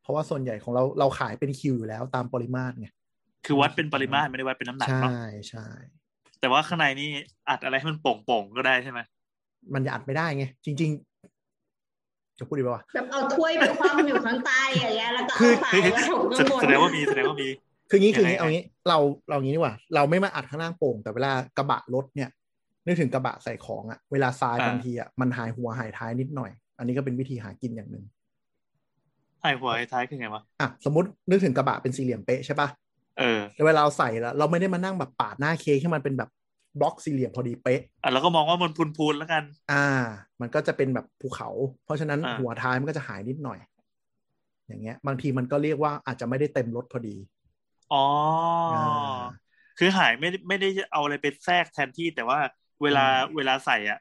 เพราะว่าส่วนใหญ่ของเราเราขายเป็นคิวอยู่แล้วตามปริมาตรไง คือวัดเป็นปริมาตรไม่ได้วัดเป็นน้ำหนัก ใช่ เนาะ ใช่ แต่ว่าข้างในนี่อัดอะไรให้มันโป่งๆก็ได้ใช่ไหม มันจะอัดไม่ได้ไง จริง ๆ จะพูดดีป่าวะ แบบเอาถ้วยไปคว่ำอยู่ข้างใต้อย่างเงี้ยแล้วก็เอาสายมาถม แส ข้างบน แสดงว่ามีแสดงว่ามี คืองี้คืองี้ ยังไง เอางี้เราเรางี้ดีกว่า เราไม่มาอัดข้างล่างโป่ง แต่เวลากระบะรถเนี่ยนึกถึงกระบะใส่ของอะเวลาทรายบางทีอะมันหายหัวหายท้ายนิดหน่อย อันนี้ก็เป็นวิธีหากินอย่างหนึ่ง ไอ้หัวไอ้ท้ายคือไงวะ อ่ะสมมตินึกถึงกระบะเป็นสี่เหลี่ยมเป๊ะใช่ปะ เออ แต่เวลาเราใส่แล้วเราไม่ได้มานั่งแบบปาดหน้าเค้กให้มันเป็นแบบบล็อกสี่เหลี่ยมพอดีเป๊ะ อ่ะแล้วก็มองว่ามันพูนๆแล้วกัน อ่า มันก็จะเป็นแบบภูเขา เพราะฉะนั้น อ่า หัวท้ายมันก็จะหายนิดหน่อย อย่างเงี้ย บางทีมันก็เรียกว่าอาจจะไม่ได้เต็มรถพอดี อ๋ออา คือหายไม่ได้ไม่ได้เอาอะไรไปแทรกแทนที่แต่ว่าเวลาเวลาใส่อ่ะ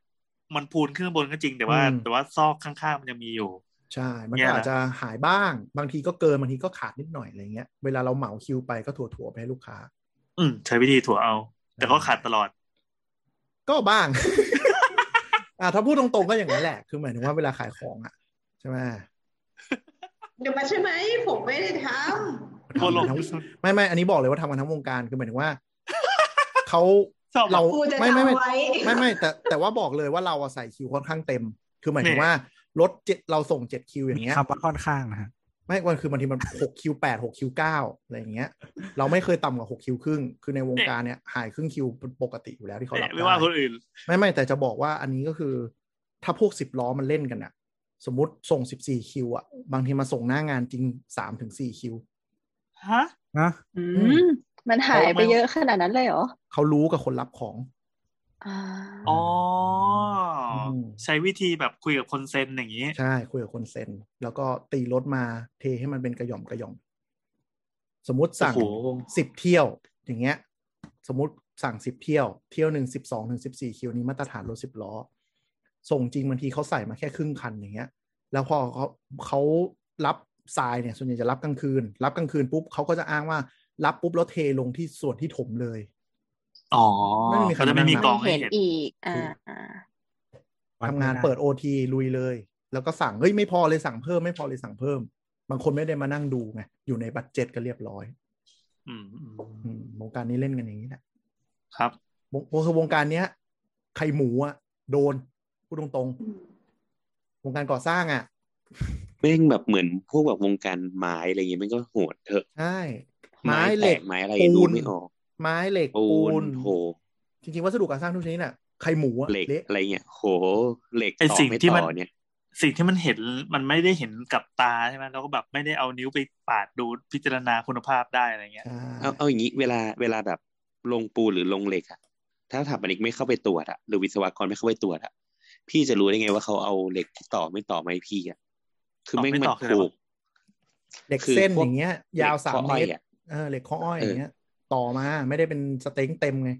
มันพูนขึ้นบนก็จริงแต่ว่า อืม แต่ว่าซอกข้างๆมันยังมีอยู่ ใช่ มัน เนี่ยก็นะ อาจจะหายบ้าง บางทีก็เกิน บางทีก็ขาดนิดหน่อยอะไรเงี้ย เวลาเราเหมาคิวไปก็ถั่วๆไปให้ลูกค้า อืมใช้วิธีถั่วเอา แต่ก็ขาดตลอด ก็บ้าง <laughs> อ่าถ้าพูดตรงๆก็อย่างนั้นแหละ คือหมายถึงว่าเวลาขายของอ่ะ ใช่ไหม เดี๋ยวมาใช่ไหมผมไม่ได้ท ทั่วโลก ทำกันทั้งไม่ไม่อันนี้บอกเลยว่าทำกันทั้งวงการ คือหมา <laughs> ยถึงว่า เขา ชอบ เรา ำกูจะ ไม่ไม่ จำ ไม่ ไว้ ไม่ไม่แต่แต่ว่าบอกเลยว่าเราอะใส่คิวค่อนข้างเต็ม คือหมายถึงว่ารถเจ็ดเราส่งเจ็ดคิวอย่างเงี้ย คำว่าค่อนข้างนะฮะ ไม่วันคือบางทีมัน หกคิวแปดหกคิวเก้าอะไรอย่างเงี้ย เราไม่เคยต่ำกว่าหกคิวครึ่ง คือในวงการเนี่ยหายครึ่งคิวเป็นปกติอยู่แล้วที่เขารับ ไม่ว่า ได้ คนอื่น ไม่ไม่แต่จะบอกว่าอันนี้ก็คือ ถ้าพวกสิบล้อมันเล่นกันอะสมมติส่งสิบสี่คิวอะบางทีมาส่งหน้างานจริงสามถึงสี่คิว ฮะ นะ อืมมันหายไปเยอะขนาดนั้นเลยเหรอ เขารู้กับคนรับของ อ่า อ๋ออ ม ใช้วิธีแบบคุยกับคนเซนอย่างนี้ ใช่คุยกับคนเซ็น แล้วก็ตีรถมาเทให้มันเป็นกระหย่อมกระหย่อมสมมติสั่ง โอ้โห สิบเที่ยว อย่างเงี้ย สมมติสั่งสิบเที่ยว เที่ยวหนึ่งสิบสองถึงสิบสี่คิวนี้มาตรฐานรถสิบล้อ ส่งจริงบางทีเขาใส่มาแค่ครึ่งคันอย่างเงี้ย แล้วพอเขาเขารับทรายเนี่ย ส่วนใหญ่จะรับกลางคืน รับกลางคืนปุ๊บเขาก็จะอ้างว่า รับปุ๊บแล้วเทลงที่ส่วนที่ถมเลย อ๋อ ไม่มีใคร ก็จะไม่มี มากนั่งมั อน งให้ เห็น เห็น อีก อ่าอ่า วั ทำ ไม่ไ งานเปิดโอทีลุยเลย แล้วก็สั่งเฮ้ยไม่พอเลยสั่งเพิ่มไม่พอเลยสั่งเพิ่ม บางคนไม่ได้มานั่งดูไงอยู่ในบัตเจ็ตก็เรียบร้อย อืมอืม อืมวงการนี้เล่นกันอย่างนี้แหละ ครับ วงคือวงการเนี้ยใครหมูอ่ะ โดนพูดตรงๆ วงการก่อสร้างอ่ะ แม่งแบบเหมือนพวกแบบวงการไม้อะไรเงี้ยมันก็โหดเถอะ ใช่ ไม้เห แต ล็ก กไม้อะไร ปู ดู น ไม่ออก ไม้เหล็ก ปู ปู น น โห จริงๆวัสดุก่อสร้างทุกชนิดน่ะใครหมูอ่ะ เหล็ก เละ อะไรเงี้ยโหเหล็ก ไอ้ ต่อ สิ่ง ไม่ ที่ ต่ มั อน เนี่ย สิ่งที่มันเห็นมันไม่ได้เห็นกับตาใช่ไหมเราก็แบบไม่ได้เอานิ้วไปปาดดูพิจารณาคุณภาพได้อะไรเงี้ย ใช่ เอาเอาอย่างนี้เวลาเวลาแบบลงปูนหรือลงเหล็กอะถ้าสถาปนิกไม่เข้าไปตรวจอะหรือวิศวกรไม่เข้าไปตรวจอะพี่จะรู้ได้ไงว่าเขาเอาเหล็กต่อไม่ต่อไหมพี่อะคือแม่ง ต่อไม่ มัน ต่อคืออะไรวะผูก เหล็ก คือ เส้น พว อก ย่างเงี้ย ยาว เหล็ก สาม ข้อเมอ้อย ตร อะ เออเหล็กข้ออ้อยอย่างเงี้ย ต่อมาไม่ได้เป็นสเต็งเต็มไง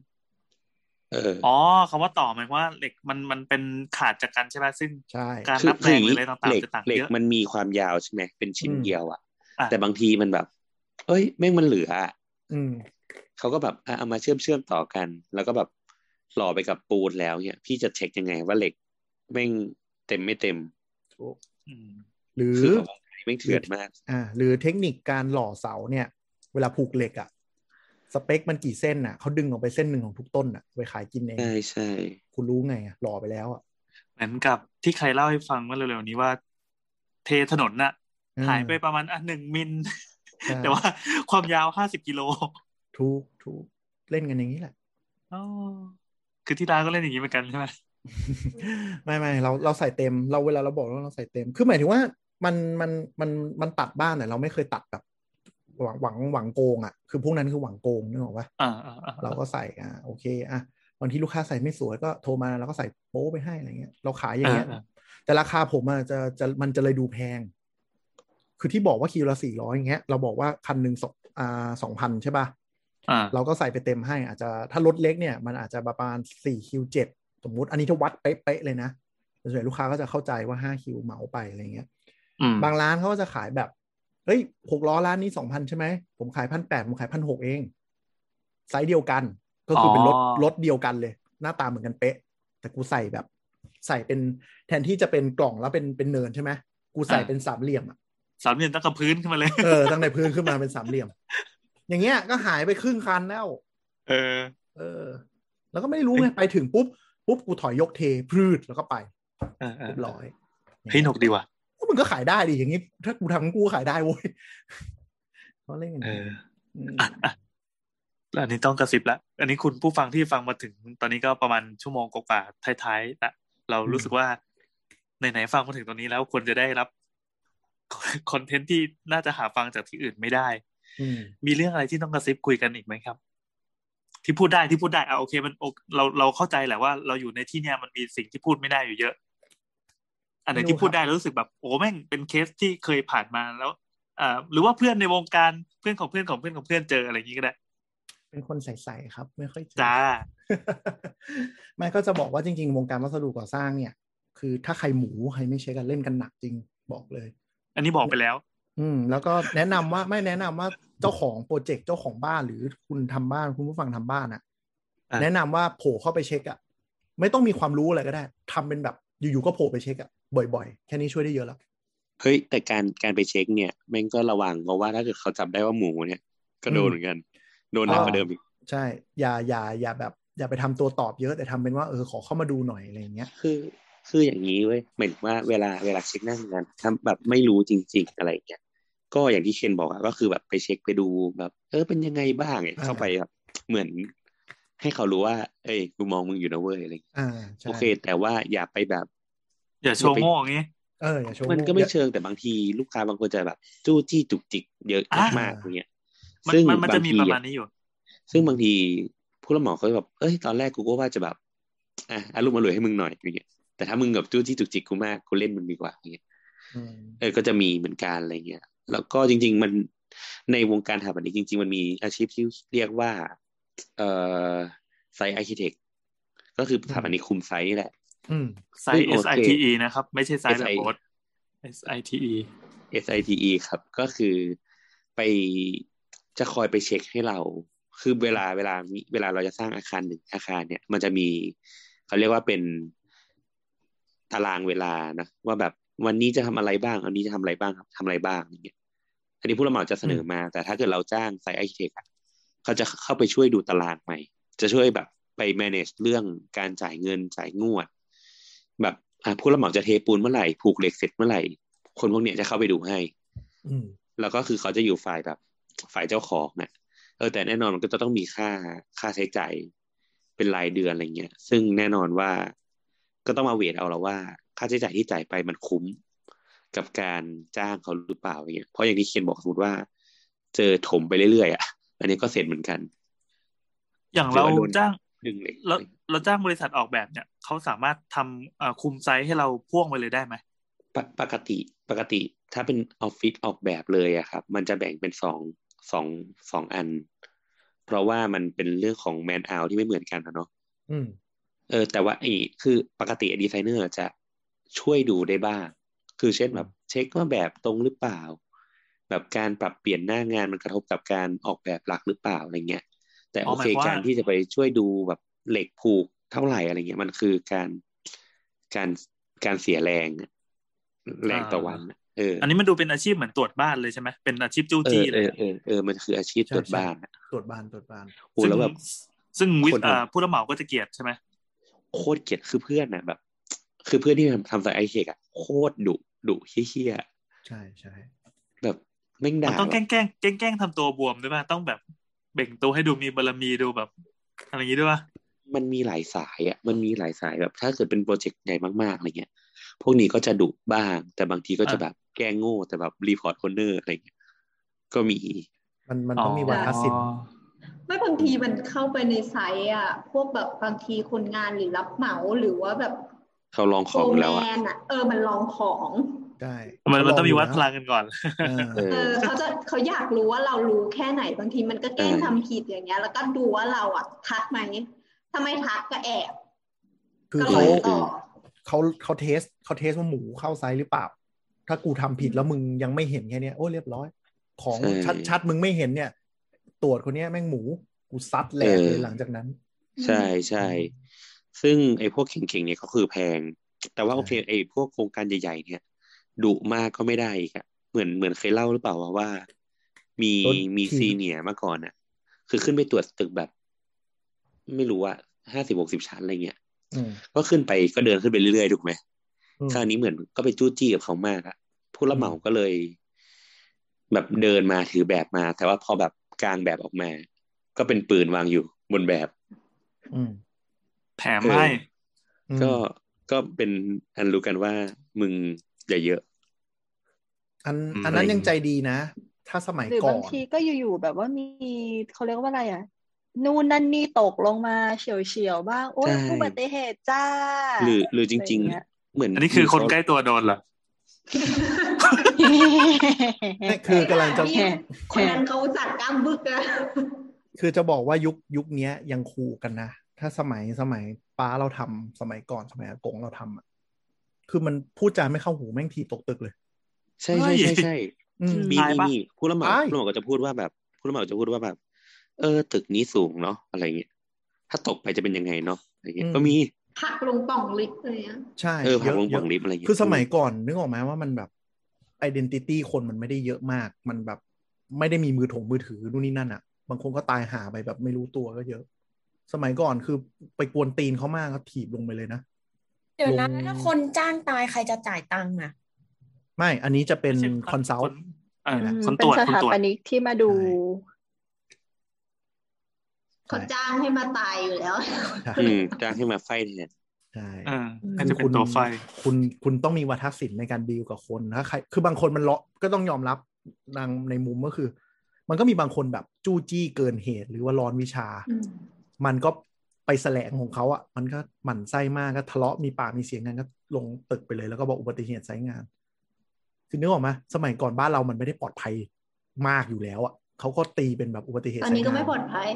เออ อ๋อคำว่าต่อหมายความว่าเหล็กมันมันเป็นขาดจากกันใช่ไหมซึ่ง ใช่ การ คื นับแรงหรืออะไรต่าง เหล็ก ๆจะต่าง เหล็ก เยอะ มันมีความยาวใช่ไหมเป็นชิ้นเดียวอะ อ่ะ แต่บางทีมันแบบ เอ้ยแม่งมันเหลืออะ อืม เขาก็แบบอ่ะเอามาเชื่อมเชื่อมต่อกัน แล้วก็แบบหล่อไปกับปูนแล้วเนี่ย พี่จะเช็คยังไงว่าเหล็กแม่งเต็มไม่เต็ม ถูก อืม หรือ คือแบบแม่งเถื่อนมาก อ่าหรือเทคนิคการหล่อเสาเนี่ย เวลาผูกเหล็กอะสเปคมันกี่เส้นอะเขาดึงออกไปเส้นหนึ่งของทุกต้นอะไปขายกินเอง ใช่ใช่ คุณรู้ไงอะหล่อไปแล้วอะ เหมือนกับที่ใครเล่าให้ฟังเมื่อเร็วๆนี้ว่า เทถนนน่ะ เออ หายไปประมาณอ่ะหนึ่งมิล ใช่ <laughs> แต่ว่าความยาวห้าสิบกิโล ถูกถูกเล่นกันอย่างนี้แหละ <laughs> อ้าวคือที่ร้านก็เล่นอย่างนี้เหมือนกันใช่ไหม ไม่ไม่เราเราใส่เต็มเราเวลาเราบอกว่าเราใส่เต็ม คือหมายถึงว่ามันมันมันมันตัดบ้านเนี่ยเราไม่เคยตัดแบบ หวังหวังหวังโกงอ่ะคือพวกนั้นคือหวังโกงนึกออกปะ อ่าอ่าอ่า เราก็ใส่อ่ะโอเคอ่ะวันที่ลูกค้าใส่ไม่สวยก็โทรมาแล้วก็ใส่โป๊ไปให้อะไรเงี้ยเราขายอย่างเงี้ย อ่าอ่า แต่ราคาผมอ่ะจะจะมันจะเลยดูแพง คือที่บอกว่าคิวละสี่ร้อยอย่างเงี้ยเราบอกว่าพันหนึ่งสองอ่าสองพันใช่ป่ะ อ่า เราก็ใส่ไปเต็มให้อาจจะถ้ารถเล็กเนี่ยมันอาจจะประมาณ4คิว7สมมุติอันนี้ถ้าวัดเป๊ะๆเลยนะส่วนใหญ่ลูกค้าก็จะเข้าใจว่า 5 คิวเหมาไปอะไรเงี้ย อืม บางร้านเขาก็จะขายแบบเฮ้ยหกล้อร้านนี้ 2,000 ใช่ไหม ผมขายพันแปดผมขายพันหกเอง ไซส์เดียวกัน ก็คือเป็นรถรถเดียวกันเลย หน้าตาเหมือนกันเป๊ะ แต่กูใส่แบบ ใส่เป็นแทนที่จะเป็นกล่องแล้วเป็นเป็นเนินใช่ไหมกูใส่เป็นสามเหลี่ยมอะ สามเหลี่ยมตั้งกับพื้นขึ้นมาเลย เออตั้งแต่พื้นขึ้นมาเป็นสามเหลี่ยม อย่างเงี้ยก็หายไปครึ่งคันแล้ว เออ เออ แล้วก็ไม่รู้ไง ไปถึงปุ๊บ ปุ๊บ กูถอยยกเทพืดแล้วก็ไป เออเอ เรี อย บร้อย เฮ้ยหนกดีว่ะ ก็มันก็ขายได้ดิอย่างงี้ ถ้ากูทำของกูขายได้เว้ย <laughs> เขาเล่นกัน เออ ม <laughs> อ่ะอ่ะแล้วอันนี้ต้องกระซิบละ อันนี้คุณผู้ฟังที่ฟังมาถึงตอนนี้ก็ประมาณชั่วโมงกว่าๆท้ายๆละเรารู้สึกว่าไหนๆฟังมาถึงตรงนี้แล้วควรจะได้รับ <laughs> คอนเทนต์ที่น่าจะหาฟังจากที่อื่นไม่ได้ อืม มีเรื่องอะไรที่ต้องกระซิบคุยกันอีกไหมครับ ที่พูดได้ที่พูดได้อ่ะโอเค มันโอเราเราเข้าใจแหละว่าเราอยู่ในที่เนี้ยมันมีสิ่งที่พูดไม่ได้อยู่เยอะ อันไหนที่พูดได้แล้วรู้สึกแบบโอ้แม่งเป็นเคสที่เคยผ่านมาแล้วอ่าหรือว่าเพื่อนในวงการเพื่อนของเพื่อนของเพื่อนของเพื่อนเจออะไรอย่างงี้ก็ได้ เป็นคนใสๆครับ ไม่ค่อยเอ จ้า <laughs> ไม่ก็จะบอกว่าจริงๆ วงการวัสดุก่อสร้างเนี่ย คือถ้าใครหมูใครไม่ใช้กันเล่นกันหนักจริงบอกเลย อันนี้บอกไปแล้ว อืมแล้วก็แนะนำว่าไม่แนะนำว่าเจ้าของโปรเจกต์เจ้าของบ้านหรือคุณทำบ้านคุณผู้ฟังทำบ้านอะ อ่ะ แนะนำว่าโผล่เข้าไปเช็คอะไม่ต้องมีความรู้อะไรก็ได้ทำเป็นแบบอยู่ๆก็โผล่ไปเช็คอะบ่อยๆ แค่นี้ช่วยได้เยอะแล้ว เฮ้ยแต่การการไปเช็คเนี่ยแม่งก็ระวังเพราะว่าถ้าเกิดเขาจับได้ว่าหมูเนี่ย ก็โดนเหมือนกัน โดนหนักกว่าเดิมอีก ใช่ อย่าอย่าอย่าแบบ อย่าไปทำตัวตอบเยอะแต่ทำเป็นว่าเออขอเข้ามาดูหน่อยอะไรอย่างเงี้ย คือคืออย่างนี้เว้ยหมายถึงว่าเวลาเวลาเช็คหน้างานถ้าแบบไม่รู้จริง ๆ อะไรอย่างเงี้ยก็อย่างที่เคนบอกอะก็คือแบบไปเช็คไปดูแบบ เออเป็นยังไงบ้างเนี่ย อ่า เข้าไปแบบเหมือน ให้เขารู้ว่า เอ้ยกูมองมึงอยู่นะเว้ยอะไรอย่างเงี้ย อ่าใช่ โอเค แต่ว่าอย่าไปแบบ อย่าโชว์โง่อย่างงี้ เอออย่าโชว์ มันก็ไม่ อย่า เชิงแต่บางทีลูกค้าบางคนจะแบบ จู้จี้จุกจิกเยอะ อ่าม มากๆอย่างเงี้ย มัน ซึ่ง มันมันจะ บง มี ที ประมาณนี้อยู่ ซึ่งบางทีผู้รับเหมาเขาจะแบบเอ้ยตอนแรกกูก็ว่าจะแบบอ่ะอารมณ์อร่วยให้มึงหน่อยอย่างเงี้ยแต่ถ้ามึงแบบจู้จี้จุกจิกกูมากกูเล่นมึงดีกว่าอย่างเงี้ย อืม เออก็จะมีเหมือนกันอะไรเงี้ยแล้วก็จริง ๆ มันในวงการสถาปนิกจริง ๆ มันมีอาชีพที่เรียกว่า เอ่อไซต์อาร์เคเต็กก็คือสถาปนิกคุมไซต์นี่แหละ อืม ไซส์ โอ S I เค T E นะครับ ไม่ใช่ไซส์แบบ SIE โบ๊ท S I T E SITE ครับ ก็คือไปจะคอยไปเช็คให้เรา คือเวลาเวลามีเวลาเราจะสร้างอาคารหนึ่งอาคารเนี่ย มันจะมีเขาเรียกว่าเป็นตารางเวลานะว่าแบบวันนี้จะทำอะไรบ้างวันนี้จะทำอะไรบ้างทำอะไรบ้างอย่างเงี้ยอันนี้ผู้รับเหมาจะเสนอมา แต่ถ้าเกิดเราจ้างไซต์ไอเทคเขาจะเข้าไปช่วยดูตารางใหม่ จะช่วยแบบไป manage เรื่องการจ่ายเงินจ่ายงวด แบบอ่ะผู้รับเหมาจะเทปูนเมื่อไหร่ผูกเหล็กเสร็จเมื่อไหร่ คนพวกเนี้ยจะเข้าไปดูให้ อืม แล้วก็คือเขาจะอยู่ฝ่ายแบบฝ่ายเจ้าของนะ่ะเออแต่แน่นอนมันก็จะต้องมีค่าค่าใช้จ่ายเป็นรายเดือนอะไรเงี้ย ซึ่งแน่นอนว่าก็ต้องมาเวทเอาแล้วว่า ค่าใช้จ่ายที่จ่ายไปมันคุ้มกับการจ้างเขาหรือเปล่าอย่างเงี้ยเพราะอย่างที่เคนบอกสมมติว่า เจอถมไปเรื่อยๆอ่ะ อันนี้ก็เสร็จเหมือนกัน อย่างเรา หรือว่าโดน จ้าง ดึงเหล็ก เราเราจ้างบริษัทออกแบบเนี่ยเขาสามารถทำเอ่อคุมไซส์ให้เราพ่วงไปเลยได้ไหม ปกปกติปกติถ้าเป็นออฟฟิศออกแบบเลยอะครับ มันจะแบ่งเป็นสองสองสองอัน เพราะว่ามันเป็นเรื่องของแมนอาที่ไม่เหมือนกันนะเนาะ อืม เออแต่ว่าไอ้คือปกติดีไซเนอร์จะช่วยดูได้บ้าง คือเช่นแบบเช็คว่าแบบตรงหรือเปล่า แบบการปรับเปลี่ยนหน้างานมันกระทบกับการออกแบบหลักหรือเปล่าอะไรเงี้ย แต่โอเค หมายความ การที่จะไปช่วยดูแบบเหล็กผูกเท่าไหร่อะไรเงี้ยมันคือการการการเสียแรงอะแรงต่อวันอะเออ อันนี้มันดูเป็นอาชีพเหมือนตรวจบ้านเลยใช่ไหมเป็นอาชีพจู้ เอ จี้ อ เล เอย อเออเออมันคืออาชีพ ใช่ ตรวจ ใช่ บ้านอะ ตรวจบานตรวจบาน โอ้ ซึ่ง แล้วแบบ ซึ่งวิ คนทำ เอ่อผู้รับเหมาก็จะเกลียดใช่ไหม โคตรเกลียดคือเพื่อนนะแบบ คือเพื่อนที่ทำทำสายไอเทคอะโคตรดุดุเฮี้ย ใช่ใช่ แบบแม่ง มัน ด่า ต้องแก แบ ล้ บ งแกล้งแกล้งแกล้งทำตัวบวมด้วยป่ะต้องแบบเบ่งตัวให้ดูมีบารมีดูแบบอะไรอย่างงี้ด้วยป่ะ มันมีหลายสายอ่ะมันมีหลายสายแบบ ถ้าเกิดเป็นโปรเจกต์ใหญ่มากๆอะไรเงี้ย พวกนี้ก็จะดุบ้าง แต่บางทีก็จะแบบแกล้งโง่แต่แบบรีพอร์ตคนเนอร์อะไรเงี้ยก็มี มันมันต้องมีวาทศิลป์ ไม่บางทีมันเข้าไปในไซต์อ่ะ พวกแบบบางทีคนงานหรือรับเหมาหรือว่าแบบ เขาลองของ โฟร์ แล้ว แม อ่ะ นอ่ะ เออมันลองของ ได้ มันมันต้องมีวัดพลังกันก่อน เอ เอ อ อเขาจะเขาอยากรู้ว่าเรารู้แค่ไหนบางทีมันก็แกล้ง เออ ทำผิดอย่างเงี้ย แล้วก็ดูว่าเราอ่ะทักไหมถ้าไม่ทักก็แอบ คือ ก็ล เขา อยต่อ เขาเขาเทสเขาเทสว่าหมูเข้าไซส์หรือเปล่า ถ้ากูทำผิดแล้วมึงยังไม่เห็นแค่เนี้ยโอ้เรียบร้อย ของ ใช่ ชัดชัดมึงไม่เห็นเนี่ย ตรวจคนเนี้ยแม่งหมูกูซัดแหลกเล เอย อ หลังจากนั้น ใช่ใช่ ซึ่งไอ้พวกเข่งๆเนี่ยก็คือแพง แต่ว่า ใช่ โอเคไอ้พวกโครงการใหญ่ๆเนี่ยดุมากก็ไม่ได้อีกอะเหมือนเหมือนเคยเล่าหรือเปล่าว่าว่า มี โดน มี ถีบ ซีเนียร์มาก่อนอะคือขึ้นไปตรวจตึกแบบ ไม่รู้อะห้าสิบหกสิบชั้นอะไรเงี้ย อืม ก็ขึ้นไปก็เดินขึ้นไปเรื่อยๆถูกไหม อืม คราวนี้เหมือนก็ไปจู้จี้กับเขามากอะผู้รับเหมา อืม ก็เลย แบบเดินมาถือแบบมา แต่ว่าพอแบบกลางแบบออกมา ก็เป็นปืนวางอยู่บนแบบ อืม แถมให้ อืม ก็ก็เป็นอันรู้กันว่ามึงอย่าเยอะ อันอันนั้นยังใจดีนะ ถ้าสมัย หรืก่อบอาง น ทีก็อยู่ๆแบบว่ามีเขาเรียกว่าอะไรอ่ะ นู่นนั่นนี่ตกลงมาเฉียวเฉียวๆบ้าง โอ๊ย ใช่ อุบัติเหตุจ้า หรือหรือจริง ะไอย่าเย ๆ เหมือน อันนี้คือคนใกล้ตัวโดนเหรอ นี่คือกำลังจะ ไอ้แบบนี้คนนั้นเขาจัดกล้ามบึกอะ คือจะบอกว่ายุคยุคเนี้ยยังคูกันนะ ถ้าสมัยสมัยป้าเราทำสมัยก่อนสมัยอากงเราทำอะคือมันพูดจาไม่เข้าหูแม่งทีตกตึกเลย ใช่ใช่ใช่ใช่ อืม มี ตาย มี ปะ มีผู้รับเหมา ตาย ผู้รับเหมาก็จะพูดว่าแบบ ผู้รับเหมาจะพูดว่าแบบ เออ ตึกนี้สูงเนาะอะไรเงี้ยถ้าตกไปจะเป็นยังไงเนาะอะไรเงี้ยก็มี ผักลงป่องลิฟต์เลยอะ ใช่ เออผั เย ก อะ ลง เย ผั อะ งลิฟต์อะไรเงี้ย คือสมัยก่อนนึกออกไหมว่ามันแบบไอดีนิตี้คนมันไม่ได้เยอะมาก มันแบบไม่ได้มีมือถงมือถือนู่นนี่นั่นอะบางคนก็ตายหาไปแบบไม่รู้ตัวก็เยอะ สมัยก่อนคือไปกวนตีนเขามากก็ถีบลงไปเลยนะ เดี๋ยวนะ ลง ถ้าคนจ้างตายใครจะจ่ายตังค์อ่ะ ไม่อันนี้จะเป็น ไม่ใช่ คอนซัลท์ เออ อืม คน เป็ ตร น วจ ส คน ถา ตรวจ ปนิกที่มาดู ใช่ เขาจ้างให้มาตายอยู่แล้ว ใช่ อืมจ้างให้มาไฟแทน ใช่ เออ อืม น่าจะเป็น ณ ตัวไฟ คุณคุณต้องมีวัฒนศิลป์ในการดีลกับคนถ้าใครคือบางคนมันเลาะก็ต้องยอมรับนางในมุมก็คือ มันก็มีบางคนแบบจู้จี้เกินเหตุ หรือว่าร้อนวิชา อืม มันก็ไปแสลงของเขาอ่ะมันก็หมั่นไส้มากก็ทะเลาะมีปากมีเสียงกันก็ลงตึกไปเลยแล้วก็บอกอุบัติเหตุไซต์งาน คือนึกออกไหมสมัยก่อนบ้านเรามันไม่ได้ปลอดภัยมากอยู่แล้วอ่ะเขาก็ตีเป็นแบบอุบัติเหตุ ตอน สาย นี้ งาน ก็ไม่ปลอดภัย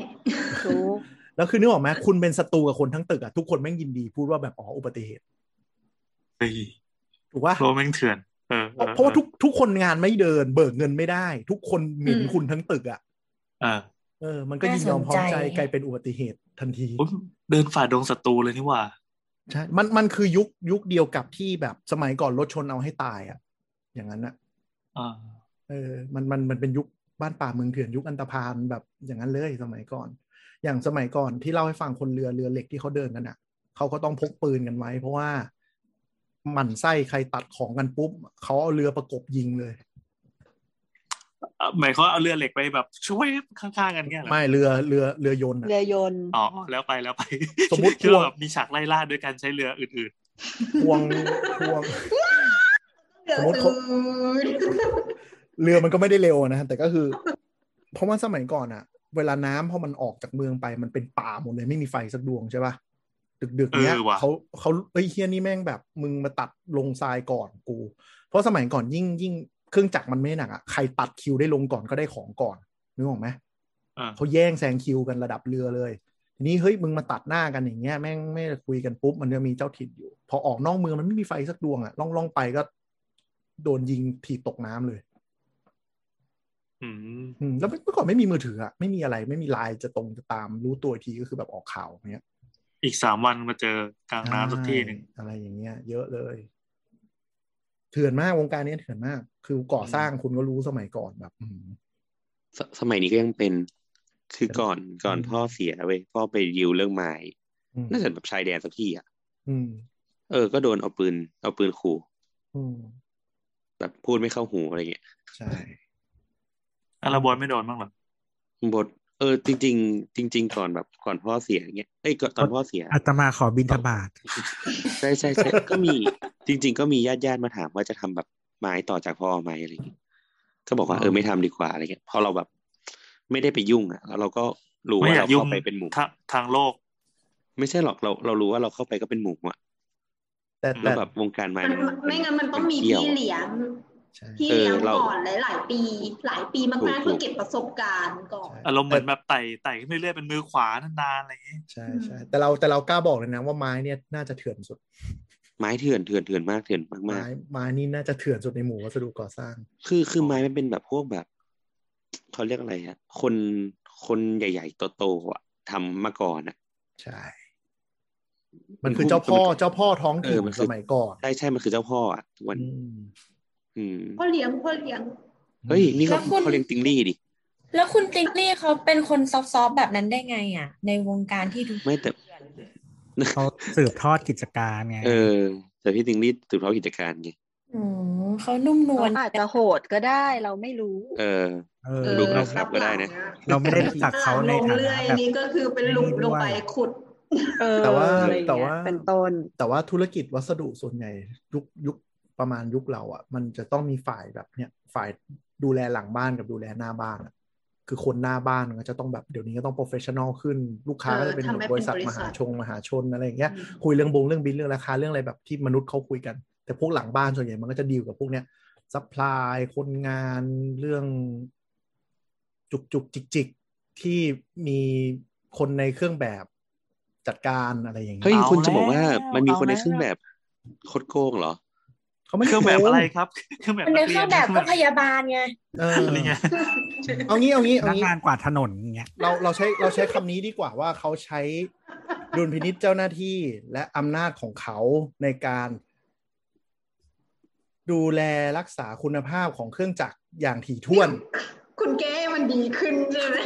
ทุก แล้วคือนึกออกไหมคุณเป็นศัตรูกับคนทั้งตึกอ่ะทุกคนแม่งยินดีพูดว่าแบบอ๋ออุบัติเหตุ เฮ้ย ถูกปะ โลแม่งเถื่อน เออออ เพราะว่าทุกทุกคนงานไม่เดิน เบิกเงินไม่ได้ ทุกคนหมิ่น อืม คุณทั้งตึกอ่ะ เอ่า เออมันก็ยินยอมพร้อมใจกลายเป็นอุบัติเหตุทันที เดินฝ่าดงศัตรูเลยนี่หว่า ใช่มันมันคือยุคยุคเดียวกับที่แบบสมัยก่อนรถชนเอาให้ตายอ่ะ อย่างนั้นอ่ะ อ่า เออมันมันมันเป็นยุคบ้านป่าเมืองเถื่อนยุคอันตพาลแบบอย่างนั้นเลยสมัยก่อน อย่างสมัยก่อนที่เล่าให้ฟังคนเรือเรือเหล็กที่เขาเดินกันอ่ะเขาก็ต้องพกปืนกันไว้ เพราะว่าหมั่นไส้ใครตัดของกันปุ๊บเขาเอาเรือประกบยิงเลย เอ่อหมายความว่าเอาเรือเหล็กไปแบบช่วยข้างๆกันเงี้ยเหรอ ไม่เรือเรือเรือยนต์อะ เรือยนต์ อ๋อแล้วไปแล้วไป สมมุติ คือแบบมีฉากไล่ล่าด้วยการใช้เรืออื่น พวงพวง เดือดสมมติ ตื่ เขา น เรือมันก็ไม่ได้เร็วนะแต่ก็คือ เพราะว่าสมัยก่อนอะเวลาน้ำพอมันออกจากเมืองไปมันเป็นป่าหมดเลยไม่มีไฟสักดวงใช่ปะดึกๆเนี้ย เออว่ะ เขาเขาเอ้ยเฮียนี่แม่งแบบมึงมาตัดลงทรายก่อนกู เพราะสมัยก่อนยิ่งยิ่งเครื่องจักรมันไม่หนักอะใครตัดคิวได้ลงก่อนก็ได้ของก่อนนึกออกไหม อ่า เขาแย่งแซงคิวกันระดับเรือเลยทีนี้เฮ้ยมึงมาตัดหน้ากันอย่างเงี้ยแม่งไม่ได้คุยกันปุ๊บมันจะมีเจ้าถิ่นอยู่ พอออกนอกเมืองมันไม่มีไฟสักดวงอะล่องล่องๆไปก็ โดนยิงถีบตกน้ำเลย อืม อืมแล้วเมื่อก่อนไม่มีมือถืออะไม่มีอะไรไม่มีไลน์จะตรงจะตามรู้ตัวอีกทีก็คือแบบออกข่าวอย่างเงี้ย อีกสามวันมาเจอกลางน้ำสักที่หนึ่ง ใช่อะไรอย่างเงี้ย เยอะเลย เถื่อนมากวงการเนี้ยเถื่อนมาก คือก่อสร้างคุณก็รู้สมัยก่อนแบบอืม สสมัยนี้ก็ยังเป็นคือก่อนก่อน อืม พ่อเสียเว้ยพ่อไปดิวเรื่องไม้ อืม น่าจะแบบชายแดนสักที่อ่ะ อืม เออก็โดนเอาปืนเอาปืนขู่ อืม แบบพูดไม่เข้าหูอะไรเงี้ย ใช่ อาราบอยไม่โดนบ้างเหรอบ ทเออ จริง ๆ จริง ๆ ก่อนแบบก่อนพ่อเสียเงี้ยเอ้ยก่อนตอนพ่อเสีย อาตมาขอบินท <laughs> บาท ใช่ใช่ใช่ก็มีจริง ๆ ก็มีญาติญาติๆมาถามว่าจะทำแบบไม้ต่อจากพ่อไหมอะไรอย่างเงี้ยก็บอกว่าเออไม่ทำดีกว่าอะไรเงี้ยพอเราแบบ ไม่ได้ไปยุ่งอ่ะแล้วเราก็รู้ ไม่ ว่า อยา เรา กยุ่ง เข้าไปเป็นหมู่ ทางทางโลก ไม่ใช่หรอกเราเรารู้ว่าเราเข้าไปก็เป็นหมู่อ่ะ แต่ แล้ แต่ วแบบวงการไม้ มัน น ไม่งั้นมันต้องมี เที่ยว พี่ อะ เลี้ยง ใช่ พี่ เออ เลี้ยง เรา ก่อนหลายๆปี หลายปี ถู มากๆกเพื่อ ถูก เก็บประสบการณ์ก่อน ใช่ อารมณ์เหมือนแบบไต่ไต่ขึ้นเรื่อยๆเป็นมือขวานานๆอะไรอย่างงี้ ใช่ อืม ใช่แต่เราแต่เรากล้าบอกเลยนะว่าไม้เนี่ยน่าจะเถื่อนสุด ไม้เถื่อนเถื่อนเถื่อนมากเถื่อนมากๆ ไม้ไม้นี่น่าจะเถื่อนสุดในหมู่วัสดุก่อสร้าง คือคือไม้มันเป็นแบบพวกแบบเขาเรียกอะไรฮะคนคนใหญ่ๆโตๆอ่ะทำมาก่อนอ่ะ ใช่ มันคือเจ้าพ่อเจ้าพ่อท้องถิ่น เออมันคือ สมัยก่อน ใช่ใช่มันคือเจ้าพ่ออ่ะทุกวัน อืม อืม พ่อเลี้ยงพ่อเลี้ยง เฮ้ยนี่เขา แล้วคุณ เขาเรียงติงลี่ดิ แล้วคุณติ๊กนี่เขาเป็นคนซอฟๆแบบนั้นได้ไงอ่ะ ในวงการที่ดู ไม่แต่ เถื่อน เขาสืบทอดกิจการไง เออแต่พี่ติงลี่ถือเท้ากิจการไง อืมเขานุ่มนว เขา ล อาจจะโหดก็ได้ เราไม่รู้ เออ เออ เออ ดู เรา คร่าวๆก็ได้นะ เราไม่ได้รู้จักเขาในฐา เรื่ นะ อย แบบ นี่ก็คือเป็นหลุมลงไปขุด เออ แต่ว่า อะไรอย่ง แต่ เงี้ย ว่า เป็นต้น แต่ว่าธุรกิจวัสดุส่วนใหญ่ยุคยุคประมาณยุคเราอ่ะ มันจะต้องมีฝ่ายแบบเนี่ยฝ่ายดูแลหลังบ้านกับดูแลหน้าบ้านอะคือคนหน้าบ้านก็จะต้องแบบเดี๋ยวนี้ก็ต้องโปรเฟชชั่นอลขึ้น ลูกค้าก็ เออ จะเป็น ทำให้ บริษัท เป็นบริ ม ษัท หาชนมหาชนอะไรอย่างเงี้ย คุยเรื่องบงเรื่องบินเรื่องราคาเรื่องอะไรแบบที่มนุษย์เขาคุยกัน แต่พวกหลังบ้านส่วนใหญ่มันก็จะดีลกับพวกเนี้ยซัพพลายคนงานเรื่อง จุกจุกจิกจิกๆที่มีคนในเครื่องแบบจัดการอะไรอย่าง เฮ้ย เงี้ย คุณจะบอกว่า เอาแล้ว มันมีคนใน เอาแล้ว เครื่องแบบโคตรโกงเหรอ เขาไม่ เครื่อง โก แบบอะไรครับ เครื่องแบบ คนใน ก เค ย รื่องแบบก็พยาบาลไง เออ นี่ไง เอางี้เอางี้ นักเอางี้ งานกวาดถนนอย่างเงี้ย เราเราใช้เราใช้คำนี้ดีกว่าว่าเขาใช้ดุลพินิษเจ้าหน้าที่และอำนาจของเขาในการ ดูแลรักษาคุณภาพของเครื่องจักรอย่างถี่ถ้วน <laughs> คุณแก้มันดีขึ้นใช่ไหม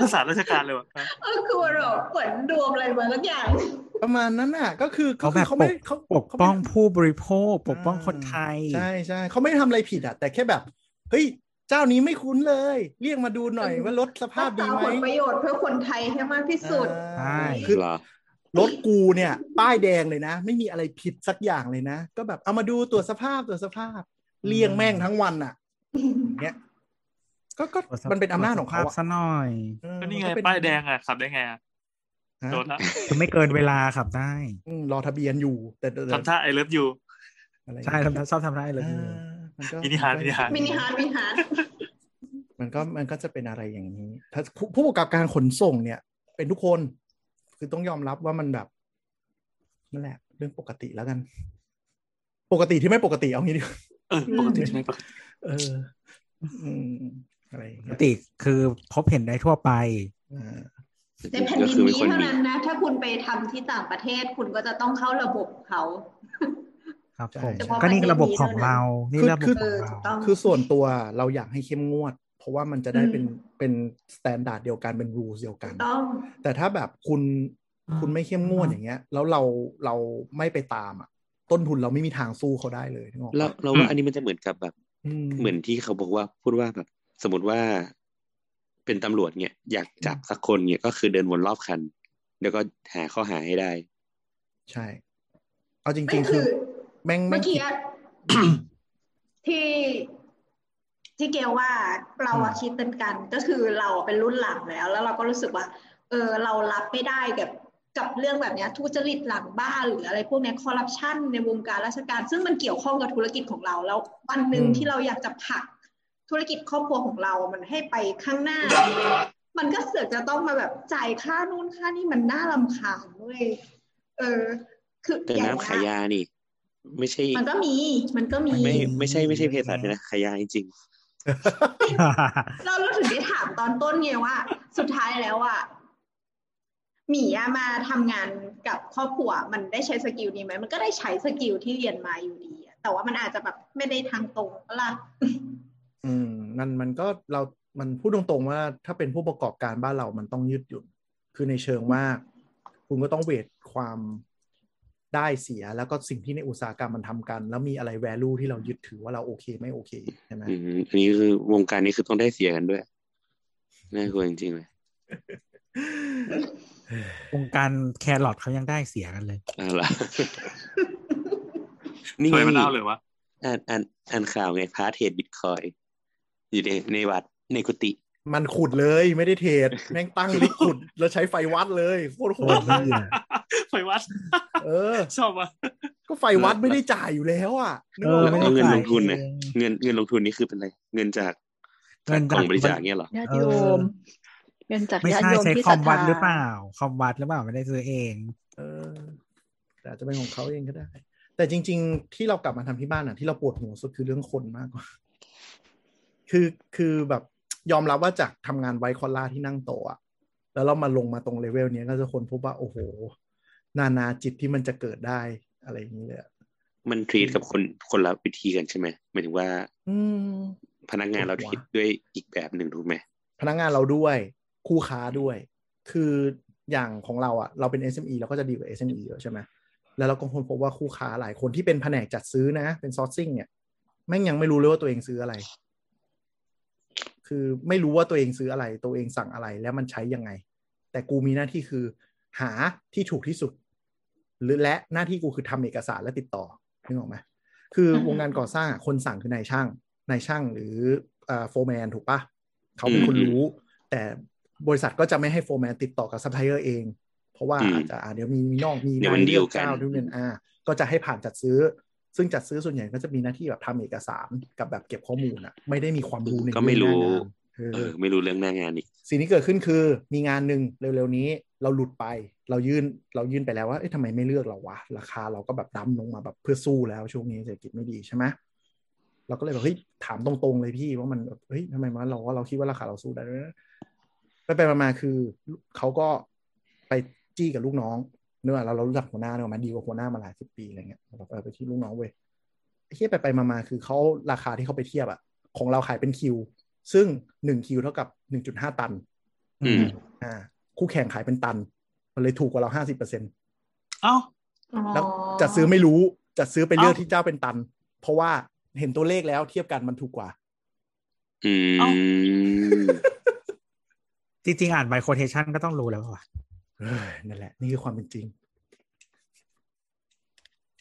ภาษาราชการเลยว่ะ เออคือว่าเราเหมือนดวมอะไรมาสักอย่าง ประมาณนั้นน่ะ ก็คือ เขา ก็ แบ คือบ เขา ป ไม่ ก เขา ปก เขา ป้ ไม่ องผู้บริโภค ปกป้องคนไทย ใช่ใช่เขาไม่ได้ทำอะไรผิดอ่ะ แต่แค่แบบ เฮ้ย เจ้านี้ไม่คุ้นเลย เรียกมาดูหน่อย เออ ว่ารถสภาพดีไหม รักษผลประโยชน์เพื่อคนไทยให้มากที่สุด ใช่ อ่า เ คือ เหรอ รถกูเนี่ย ป้ายแดงเลยนะ ไม่มีอะไรผิดสักอย่างเลยนะ ก็แบบเอามาดูตรวจสภาพตรวจสภาพ เลี่ยงแม่งทั้งวันอ่ะอย่างเงี้ยก็ก็มันเป็นอำนาจของเขา ตรวจสภพ อ่ะ ซะหน่อย เออ ก็นี่ไง มัก็เ ป้ายแดงอ่ะขับได้ไงอ่ะ ฮะ โดนละ คือไม่เกินเวลาขับได้ อืมรอทะเบียนอยู่ แต่แต่แต่ ทำท่าไอเลิฟยู อะไรอย่าง ใช่ เงี้ย ทำชอบทำได้เลย อ่ามันก็ มินิฮาร์ทมินิฮาร์ท มินิฮาร์ดมินิฮาร์ด มันก็มันก็จะเป็นอะไรอย่างนี้ ถ้าผู้ผู้ประกอบการขนส่งเนี่ย เป็นทุกคนคือต้องยอมรับว่ามันแบบนั่นแหละ เรื่องปกติแล้วกัน ปกติที่ไม่ปกติเอางี้ดีกว่า เออปกติใช่ไหมปกติ เออ อืมอะไรอย่าง ป เงี้ ก ย ติคือพบเห็นได้ทั่วไป อ่า ในแผ่น ก็ ดิน คือเป็น นี้ คน เท่า ดี นั้นนะ ถ้าคุณไปทำที่ต่างประเทศคุณก็จะต้องเข้าระบบเขา ครับผม เฉพาะ ก็นี่ ประเทศ ระบบ นี้ ของ เท่านั้น เรา นี่ระบบ เอ ของเราอถูกต้อง คือส่วนตัวเราอยากให้เข้มงวด เพราะว่ามันจะได้เป็น อืม เป็นสแตนดาร์ดเดียวกันเป็นรูเดียวกั ถู น กต้อง แต่ถ้าแบบคุณคุณไม่เข้มงวดอย่างเงี้ย แล้วเราเราไม่ไปตามอ่ะ ต้นทุนเราไม่มีทางสู้เขาได้เลยนึกออก เรา ปะ เราว่าอันนี้มันจะเหมือนกับแบบ อืม เหมือนที่เขาบอกว่าพูดว่าแบบ สมมติว่าเป็นตำรวจเนี่ย อยากจับสักคนเนี่ยก็คือเดินวนรอบคัน แล้วก็หาข้อหาให้ได้ ใช่ เอาจริง ไม่คืๆคือ อ แม่งแม่ เมื่ ง อ คิ กี้ ด อะ <coughs> ที่ที่เกลว่าเราอะ อืม คิดเป็นกัน ก็คือเราเป็นรุ่นหลังแล้ว แล้วเราก็รู้สึกว่า เออ เรารับไม่ได้กับกับเรื่องแบบเนี้ยทุจริตหลังบ้านหรืออะไรพวกเนี้คอร์รัปชันในวงการราชการ ซึ่งมันเกี่ยวข้องกับธุรกิจของเรา แล้ววันหนึ่ง อืม ที่เราอยากจะผลักธุรกิจครอบครัวของเรา มันให้ไปข้างหน้า มันก็เสือกจะต้องมาแบบจ่ายค่านู่นค่านี่มันน่ารำคาญเว้ยเออ คือ แต่ อย่าง น้ำขาย เงี้ย ยานี่ ไม่ใช่ มันก็มี มันก็มี ไม่ไม่ใช่ไม่ใช่เภสัชนะขายยาจริง เราเราถึงได้ถามตอนต้นไงว่า สุดท้ายแล้วอ่ะหมีอะมาทำงานกับครอบครัว มันได้ใช้สกิลนี้ไหมมันก็ได้ใช้สกิลที่เรียนมาอยู่ดีอะแต่ว่ามันอาจจะแบบไม่ได้ทางตรงก็ล่ะ อืมมันมันก็เรามันพูดตรงๆว่าถ้าเป็นผู้ประกอบการบ้านเรามันต้องยืดหยุ่น คือในเชิงว่า คุณก็ต้องเวทความ ได้เสียแล้วก็สิ่งที่ในอุตสาหกรรมมันทำกัน แล้วมีอะไร value ที่เรายึดถือว่าเราโอเคไม่โอเคใช่ไหม อืมอันนี้คือวงการนี้คือต้องได้เสียกันด้วยน่ากลัวจริงๆเลยว งการแครอทเขายังได้เสียกัน <laughs> เลย เอาล่ะ <laughs> สวยมะนาวเลยวะ <laughs> อ่านอ่านอ่านข่าวไงพาร์ทเทรดบิตคอยอยู่ในในวัดในกุฏิ มันขุดเลยไม่ได้เทรดแม่งตั้งลิกขุด แล้วใช้ไฟวัดเลยโคตรโห โอ้ ด โหเหี้ย ไฟวัด <laughs> เออ ชอบวะ ก็ไฟวัดไม่ได้จ่ายอยู่แล้วอ่ะนึก เอ อ อ อก แล้ว ไหม ไม่ได้ เอาเงิน จ่า ล ย งทุนเนี่ย เอง เงินเงินลงทุนนี่คือเป็นอะไร เงินจาก เงินจาก กองบริจาคเนี่ยเหรอ ญาติโยมเงินจาก ไม่ ญาติ ใช่ โยม ใช้ ที่ ค ศ อ รัท มวัด ธา หรือเปล่า คอมวัดหรือเปล่าไม่ได้ซื้อเอง เออแต่อาจจะเป็นของเขาเองก็ได้ แต่จริง ๆ ที่เรากลับมาทำที่บ้านอ่ะที่เราปวดหัวสุดคือเรื่องคนมากก <laughs> ว่า คือคือแบบยอมรับว่าจากทำงานไวท์คอลล่าที่นั่งโต๊ะอะแล้วเรามาลงมาตรงเลเวลเนี้ยก็จะคนพบว่า โอ้โห นานาจิตที่มันจะเกิดได้อะไรอย่างนี้เลยอะ มันทรีตกับคนคนละวิธีกันใช่ไหมหมายถึงว่า อืม พนักงานเรา หัว คิดด้วยอีกแบบหนึ่งถูกไหม พนักงานเราด้วยคู่ค้าด้วย คืออย่างของเราอะ่ะ เราเป็น SME เราก็จะดีกว่า SME เยอะใช่ไหมแล้วเราก็คนพบว่าคู่ค้าหลายคนที่เป็นแผนกจัดซื้อนะ เป็นซอร์ซิ่งเนี่ยแม่งยังไม่รู้เลยว่าตัวเองซื้ออะไร คือไม่รู้ว่าตัวเองซื้ออะไร ตัวเองสั่งอะไรแล้วมันใช้ยังไง แต่กูมีหน้าที่คือ หาที่ถูกที่สุด หรือและหน้าที่กูคือทำเอกสารและติดต่อนึกออกไหมคือวงการก่อสร้างอะคนสั่งคือนายช่างนายช่างหรือโฟร์แมนถูกปะเขาเป็นคนรู้ แต่บริษัทก็จะไม่ให้โฟร์แมนติดต่อกับซัพพลายเออร์เอง เพราะว่าอาจจะอ่าเดี๋ยวมีมีนอกมี เดี๋ยวมันดีล อก กัน เจ้าด้วยเป็นอ่าก็จะให้ผ่านจัดซื้อ ซึ่งจัดซื้อส่วนใหญ่ก็จะมีหน้าที่แบบทำเอกสารกับแบบเก็บข้อมูลอะไม่ได้มีความรู้ใน ก็ไม่รู้ เองหน้างานเออ เออ ไม่รู้เรื่องหน้างานอีก สิ่งที่เกิดขึ้นคือมีงานหนึ่งเร็วๆนี้เราหลุดไป เรายื่นเรายื่นไปแล้วว่าเอ๊ะทำไมไม่เลือกเราวะ ราคาเราก็แบบดั้มลงมาแบบเพื่อสู้แล้วช่วงนี้เศรษฐกิจไม่ดีใช่ไหมเราก็เลยแบบเฮ้ยถามตรงๆเลยพี่ว่ามันแบบเฮ้ยทำไมมันเราว่าเราคิดว่าราคาเราสู้ได้ด้วยนะไปไปๆมาๆคือเขาก็ไปจี้กับลูกน้องเนื่องเราเรารู้จักหัวหน้าเนื่องมาดีกว่าหัวหน้ามาหลายสิบปีอะไรเงี้ยเราเออไปที่ลูกน้องเว้ยไอ้เทียไปไปๆมาๆคือเขาราคาที่เขาไปเทียบอะของเราขายเป็นคิว ซึ่งหนึ่งคิวเท่ากับหนึ่งจุดห้าตัน อืม อ่าคู่แข่งขายเป็นตัน มันเลยถูกกว่าเราห้าสิบเปอร์เซ็น เอ้า แล้วจะซื้อไม่รู้จะซื้อไปเลือกที่เจ้าเป็นตัน เพราะว่าเห็นตัวเลขแล้วเทียบกันมันถูกกว่า อื เอ้า ม จริงๆ อ่านไบโคเทชันก็ต้องรู้แล้วว่ะ เอ้ยนั่นแหละ นี่คือความเป็นจริง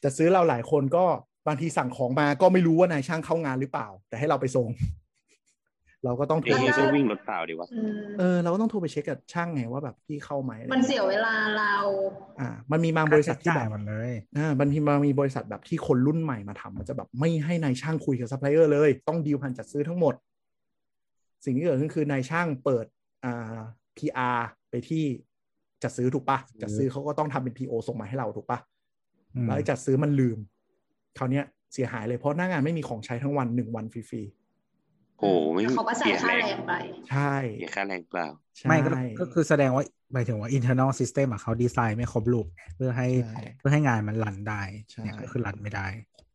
จะซื้อเราหลายคนก็บางทีสั่งของมาก็ไม่รู้ว่านายช่างเข้างานหรือเปล่า แต่ให้เราไปส่ง <laughs> เราก็ต้องโท เอ้ รไป ย เช็ ก็ ค วิ่งรถเปล่าดีวะ อืม เออเราก็ต้องโทรไปเช็คกับช่างไงว่าแบบพี่เข้าไหมอะไร มันเสียเวลาเรา อ่า มันมีบางบริษัทที่ ค่า แบ ใช้จ่าย บ หมดเลย อ่าบางทีมันมีบริษัทแบบที่คนรุ่นใหม่มาทำมันจะแบบไม่ให้นายช่างคุยกับซัพพลายเออร์เลย ต้องดีลผ่านจัดซื้อทั้งหมด สิ่งที่เกิดขึ้นคือนายช่างเปิดอ่า PR ไปที่จัดซื้อถูกปะจัดซื้อเขาก็ต้องทำเป็น PO ส่งมาให้เราถูกปะ อืม แล้วไอ้จัดซื้อมันลืมคราวเนี้ยเสียหายเลยเพราะหน้างานไม่มีของใช้ทั้งวันหนึ่งวันฟรี โอ้ไม่ เขาก็จ่ายค่าแรงไป ๆใช่ เสียค่าแรงเปล่า ใช่ ไม่ก็ก็คือแสดงว่าหมายถึงว่า internal system อะเขาดีไซน์ไม่ครบลูกเพื่อให้ ใช่ เพื่อให้งานมันรันได้ ใช่ เนี่ยก็คือรันไม่ได้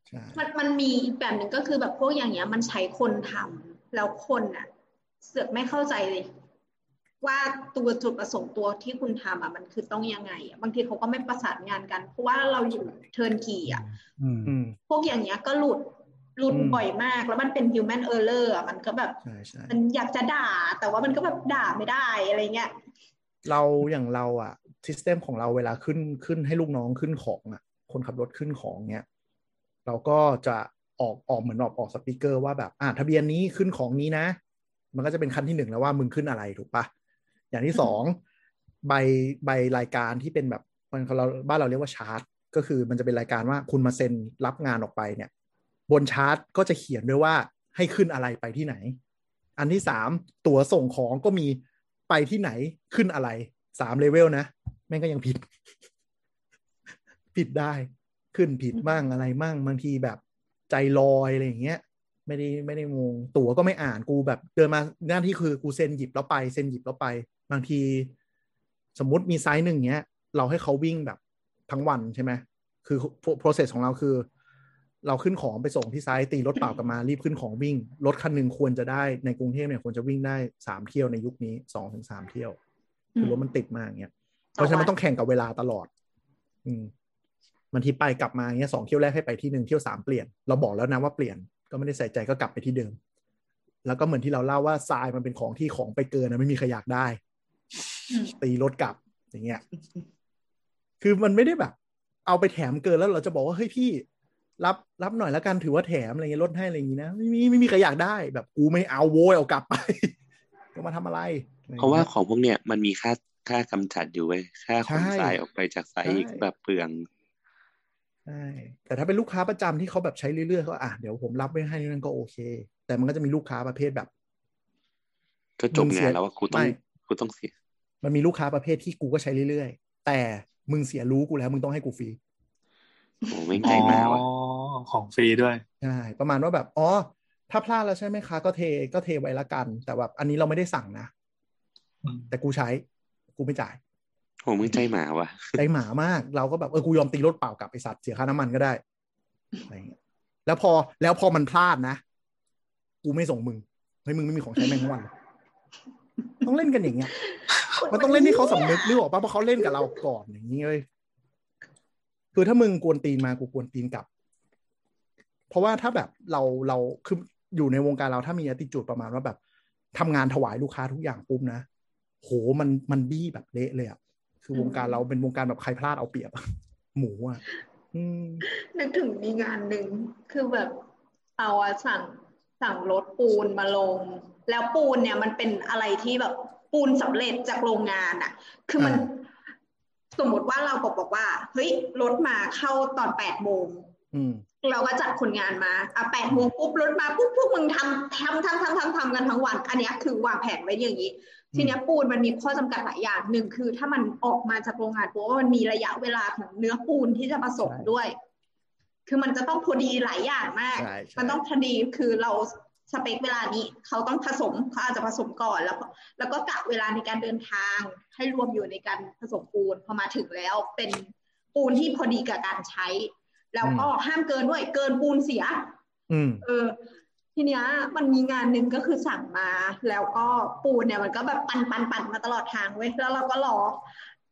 ใช่ มันมันมีอีกแบบหนึ่งก็คือแบบพวกอย่างเงี้ย มันใช้คนทำแล้วคนอ่ะ เสือกไม่เข้าใจเลย ว่าตัวจุดประสงค์ตัวที่คุณทำอ่ะมันคือต้องยังไงอะบางทีเขาก็ไม่ประสานงานกัน เพราะว่าเราอยู่เทิร์นกีอ่ะ อืม อืม พวกอย่างเงี้ยก็หลุดหลุด อืม บ่อยมาก แล้วมันเป็น human error อ่ะมันก็แบบ ใช่ใช่ มันอยากจะด่า แต่ว่ามันก็แบบด่าไม่ได้อะไรเงี้ย เราอย่างเราอะซิสเต็มของเราเวลาขึ้นขึ้นให้ลูกน้องขึ้นของอะคนขับรถขึ้นของเนี้ยเราก็จะออกออกเหมือนออกออกสปีกเกอร์ว่าแบบอ่ะทะเบียนนี้ขึ้นของนี้นะ มันก็จะเป็นขั้นที่หนึ่งแล้วว่ามึงขึ้นอะไรถูกปะอย่างที่สองใบใบรายการที่เป็นแบบมันเราบ้านเราเรียกว่าชาร์ตก็คือมันจะเป็นรายการว่าคุณมาเซ็นรับงานออกไปเนี่ย บนชาร์ตก็จะเขียนด้วยว่าให้ขึ้นอะไรไปที่ไหน อันที่สามตั๋วส่งของก็มีไปที่ไหนขึ้นอะไรสามเลเวลนะ แม่งก็ยังผิด <laughs> ผิดได้ขึ้นผิดมั่งอะไรมั่งบางทีแบบใจลอยอะไรอย่างเงี้ย ไม่ได้ไม่ได้งงตั๋วก็ไม่อ่านกูแบบเดินมาหน้าที่คือกูเซ็นหยิบแล้วไปเซ็นหยิบแล้วไป บางที สมมติมีไซส์หนึ่งเงี้ย เราให้เขาวิ่งแบบทั้งวันใช่ไหมคือ process ของเราคือ เราขึ้นของไปส่งที่ไซต์ตีรถเปล่ากลับมารีบขึ้นของวิ่ง รถคันหนึ่งควรจะได้ในกรุงเทพเนี่ยควรจะวิ่งได้สามเที่ยวในยุคนี้สองถึงสามเที่ยว คือรถมันติดมากเงี้ย เพราะฉะนั้นมันต้องแข่งกับเวลาตลอด อืม บางทีไปกลับมาเงี้ยสองเที่ยวแรกให้ไปที่หนึ่งเที่ยวสามเปลี่ยน เราบอกแล้วนะว่าเปลี่ยนก็ไม่ได้ใส่ใจก็กลับไปที่เดิม แล้วก็เหมือนที่เราเล่าว่าทรายมันเป็นของที่ของไปเกินนะไม่มีใครอยากได้ อืม ตีรถกลับอย่างเงี้ย คือมันไม่ได้แบบ เอาไปแถมเกินแล้วเราจะบอกว่าเฮ้ยพี่ รับรับหน่อยแล้วกันถือว่าแถมอะไรเงี้ยลดให้อะไรอย่างงี้นะไม่มีไม่มีใครอยากได้แบบกูไม่เอาโวยเอากลับไป <laughs> ก็มาทำอะไรอไอย่งงี้ย เพราะว่าของพวกเนี้ยมันมีค่าค่ากำจัดอยู่เว้ยค่าขน ใช่ ทรายออกไปจากสายอีก ใช่ แบบเปลือง ใช่แต่ถ้าเป็นลูกค้าประจำที่เขาแบบใช้เรื่อยๆก็อ่ะเดี๋ยวผมรับไว้ให้นั่นก็โอเค แต่มันก็จะมีลูกค้าประเภทแบบ ก็จบ มึงเสี งาย นแล้วว่ากูต้อง ไม่ กูต้องเสีย มันมีลูกค้าประเภทที่กูก็ใช้เรื่อยๆ แต่มึงเสียรู้กูแล้วมึงต้องให้กูฟรี โอ้ไม่ง อ๋ ใจ อ หมาว่ะ ของฟรีด้วย ใช่ประมาณว่าแบบอ๋อ ถ้าพลาดแล้วใช่ไหมคะก็เทก็เทไว้ละกัน แต่แบบอันนี้เราไม่ได้สั่งนะ อืม แต่กูใช้ กูไม่จ่าย โอ้ไม่งใจหมาว่ะ ใจหมามาก เราก็แบบเออกูยอมตีรถเปล่ากลับไอสัตว์เสียค่าน้ำมันก็ได้อะไรอย่างเงี้ยแล้วพอแล้วพอมันพลาดนะ กูไม่ส่งมึงเฮ้ยมึงไม่มีของใช้แม่งทั้งวันเลยต้องเล่นกันอย่างเงี้ย มันต้องเล่นให้เขาสำนึกนึกออกปะเพราะเขาเล่นกับเราก่อนอย่างนี้เลยคือถ้ามึงกวนตีนมากูกวนตีนกลับ เพราะว่าถ้าแบบเราเราคืออยู่ในวงการเราถ้ามี attitude ประมาณว่าแบบทำงานถวายลูกค้าทุกอย่างปุ๊บนะโหมันมันบี้แบบเละเลยอะคือวงการเราเป็นวงการแบบใครพลาดเอาเปรียบอะ หมูอะอืม นึกถึงมีงานหนึ่งคือแบบเราอะสั่งสั่งรถปูนมาลง แล้วปูนเนี่ยมันเป็นอะไรที่แบบปูนสำเร็จจากโรงงานอะคือมัน อ่า สมมติว่าเราบอกบอกว่าเฮ้ยรถมาเข้าตอนแปดโมง อืม เราก็จัดคนงานมา อ่ะแปดโมงปุ๊บรถมาปุ๊บพวกมึงทำทำทำทำทำทำกันทั้งวัน อันเนี้ยคือวางแผนไว้อย่างนี้ ทีเนี้ยปูนมันมีข้อจำกัดหลายอย่างหนึ่งคือ ถ้ามันออกมาจากโรงงานปุ๊บว่ามันมีระยะเวลาของเนื้อปูนที่จะผสม ใช่ ด้วย คือมันจะต้องพอดีหลายอย่างมาก ใช่ใช่ มันต้องพอดีคือเราสเปคเวลานี้ เขาต้องผสมเขาอาจจะผสมก่อนแล้ว แล้วก็กะเวลาในการเดินทางให้รวมอยู่ในการผสมปูนพอมาถึงแล้วเป็นปูนที่พอดีกับการใช้ แล้วก็ห้ามเกินด้วยเกินปูนเสีย อืม เออ ทีเนี้ยมันมีงานหนึ่งก็คือสั่งมา แล้วก็ปูนเนี่ยมันก็แบบปันปันปันมาตลอดทางเว้ยแล้วเราก็รอ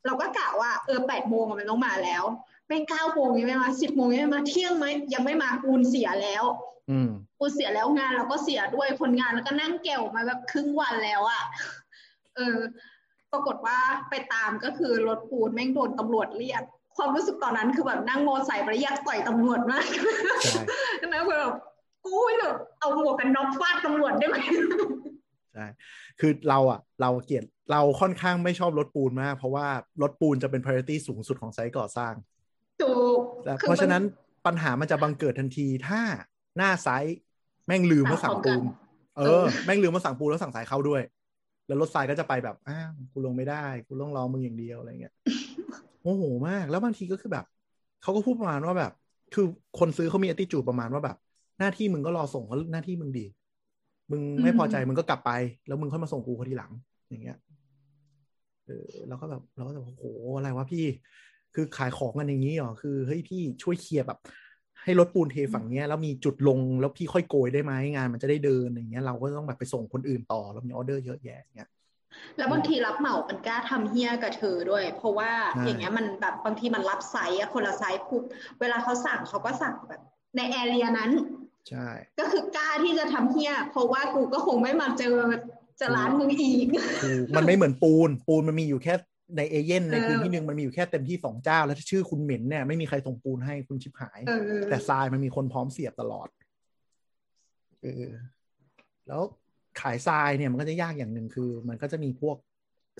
เราก็กะว่าเออแปดโมงอะมันต้องมาแล้วเป็นเก้าโมงยังไม่มาสิบโมงยังไม่มาเที่ยงไหมยังไม่มาปูนเสียแล้ว อืม กูเสียแล้วงานเราก็เสียด้วยผลงานแล้วก็นั่งแก่วมาแบบครึ่งวันแล้วอะ่ <laughs> ะ เออ ปรากฏว่าไปตามก็คือรถปูนแม่งโดนตำรวจเรียก ความรู้สึกตอนนั้นคือแบบนั่งมอไซค์ไปแล้วอยากต่อยตำรวจมาก <laughs> ใช่ นะแบบกูแบบเอาหมวกกันน็อกฟาดตำรวจได้ไหม <laughs> ใช่ คือเราอ่ะ เราเกลียดเราค่อนข้างไม่ชอบรถปูนมาก เพราะว่ารถปูนจะเป็น priority สูงสุดของไซต์ก่อสร้าง ถูก และ คือ เพราะฉะนั้น มั ปัญหามันจะบังเกิดทันทีถ้าหน้าไซต์แม่งลืมว่าสั่งปูน เอ เอ อ อ แม่งลืมมาสั่งปูนแล้วสั่งสายเข้าด้วย แล้วรถไฟก็จะไปแบบ อ้าวกูลงไม่ได้กูต้องรอมึงอย่างเดียวอะไร <laughs> เงี้ย โมโหมาก แล้วบางทีก็คือแบบ เขาก็พูดประมาณว่าแบบ คือคนซื้อเขามีอติจูประมาณว่าแบบ หน้าที่มึงก็รอส่งเขาหน้าที่มึงดี มึงไม่พอใจมึงก็กลับไป แล้วมึงค่อยมาส่งกูคนทีหลัง อย่างเงี้ย เออเราก็แบบเราก็จะโอ้โหอะไรวะพี่ คือขายของกันอย่างนี้เหรอคือเฮ้ยพี่ช่วยเคลียร์แบบ ให้รถปูนเทฝั่งเนี้ยแล้วมีจุดลงแล้วพี่ค่อยโกยได้ไหมงานมันจะได้เดินอย่างเงี้ยเราก็ต้องแบบไปส่งคนอื่นต่อแล้วมีออเดอร์เยอะแยะอย่างเงี้ย แล้วบางทีรับเหมามันกล้าทำเฮี้ยกับเธอด้วย เพราะว่า ใช่ อย่างเงี้ยมันแบบบางทีมันรับไซส์อะคนละไซส์ปุ๊บเวลาเขาสั่งเขาก็สั่งแบบ ในแอเรียนั้น ใช่ ก็คือกล้าที่จะทำเฮี้ย เพราะว่ากูก็คงไม่มาเจอจะร้านมึงอีก ถูกมันไม่เหมือนปูน ปูนมันมีอยู่แค่ในเอเย่นในพื้นที่ เออ หนึ่งมันมีอยู่แค่เต็มที่สองเจ้า แล้วถ้าชื่อคุณเหม็นเนี่ยไม่มีใครส่งปูนให้คุณชิบหาย เออ แต่ทรายมันมีคนพร้อมเสียบตลอด เออ แล้วขายทรายเนี่ยมันก็จะยากอย่างหนึ่งคือ มันก็จะมีพวก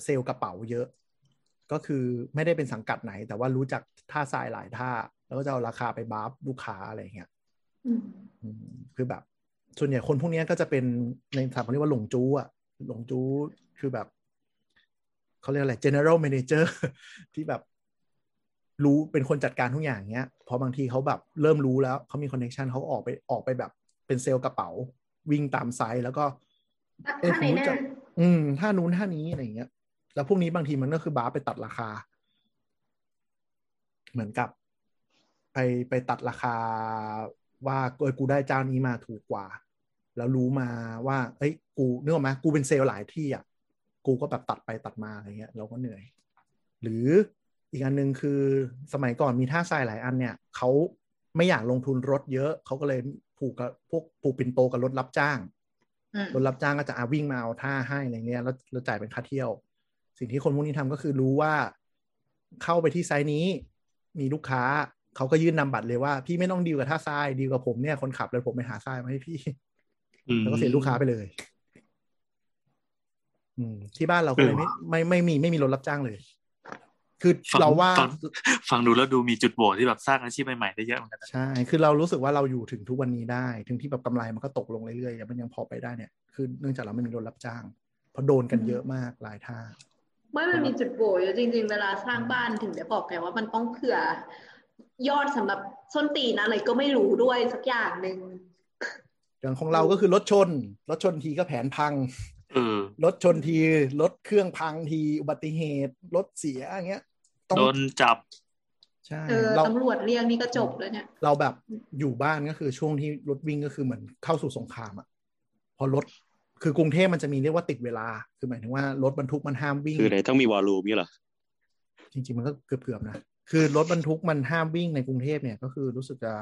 เซลล์กระเป๋าเยอะ ก็คือไม่ได้เป็นสังกัดไหน แต่ว่ารู้จักท่าทรายหลายท่า แล้วก็จะเอาราคาไปบาฟลูกค้าอะไรอย่างเงี้ย อืม อืมคือแบบ ส่วนใหญ่คนพวกเนี้ยก็จะเป็นในสามเขาเรียกว่าหลงจู้อะหลงจู้คือแบบ เขาเรียกอะไร general manager <laughs> ที่แบบ รู้เป็นคนจัดการทุกอย่างเงี้ยเพอบางทีเขาแบบเริ่มรู้แล้วเขามีคอนเน t ชันเขาออกไปออกไปแบบ เป็นเซลล์กระเป๋า วิ่งตามไซส์แล้วก็ เอ้ย ถ้า ผ ใน ม ห รู้ น้า จัก อืมท่านู้นท่านี้อะไรอย่างเงี้ย แล้วพวกนี้บางทีมันก็คือบาร์ไปตัดราคา เหมือนกับ ไปไปตัดราคาว่าเออกูได้เจ้านี้มาถูกกว่า แล้วรู้มาว่า เอ้ย กูเนื้ออกไหมกูเป็นเซลล์หลายที่อ่ะ กูก็แบบตัดไปตัดมาอะไรเงี้ยเราก็เหนื่อย หรือ อีกอันหนึ่งคือสมัยก่อนมีท่าทรายหลายอันเนี่ยเขาไม่อยากลงทุนรถเยอะเขาก็เลยผูกกับพวกผูกปิ่นโตกับรถรับจ้าง อืม รถรับจ้างก็จะอาวิ่งมาเอาท่าให้อะไรเงี้ยแล้วแล้วจ่ายเป็นค่าเที่ยว สิ่งที่คนพวกนี้ทำก็คือรู้ว่าเข้าไปที่ไซต์นี้ มีลูกค้าเขาก็ยื่นนำบัตรเลยว่า พี่ไม่ต้องดีลกับท่าทรายดีลกับผมเนี่ยคนขับเลยผมไปหาทรายมาให้พี่ อืม แล้วก็เสียลูกค้าไปเลย อืม ที่บ้านเราก็เลยไม่ไม่ไม่มีไม่มีรถรับจ้างเลย คือ ฟัง เราว่า ฟัง ฟังดูแล้วดูมีจุดโหวตที่แบบสร้างอาชีพใหม่ๆได้เยอะเหมือนกันนะ ใช่ คือเรารู้สึกว่าเราอยู่ถึงทุกวันนี้ได้ ถึงที่แบบกำไรมันก็ตกลงเรื่อยๆแต่มันยังพอไปได้เนี่ย คือเนื่องจากเราไม่มีรถรับจ้าง เพราะโดนกันเยอะมากหลายท่า ไม่มันมีจุดโบยจริง ๆ เวลาสร้างบ้านถึงได้บอกไงว่ามันต้องเผื่อ ยอดสำหรับส้นตีนอะไรก็ไม่รู้ด้วยสักอย่างหนึ่ง อย่างของเราก็คือรถชน รถชนทีก็แผนพัง เออ รถชนที รถเครื่องพังที อุบัติเหตุ รถเสียอย่างเงี้ย ต้อง โดนจับ ใช่ เออ เรา ตำรวจเรียกนี่ก็จบแล้วเนี่ย เราแบบอยู่บ้านก็คือช่วงที่รถวิ่งก็คือเหมือนเข้าสู่สงครามอะพอรถคือกรุงเทพมันจะมีเรียกว่าติดเวลา คือหมายถึงว่ารถบรรทุกมันห้ามวิ่ง คืออะไรต้องมีวอลลุ่มนี่เหรอ จริงๆมันก็เกือบๆนะคือรถบรรทุกมันห้ามวิ่งในกรุงเทพเนี่ยก็คือรู้สึกจะ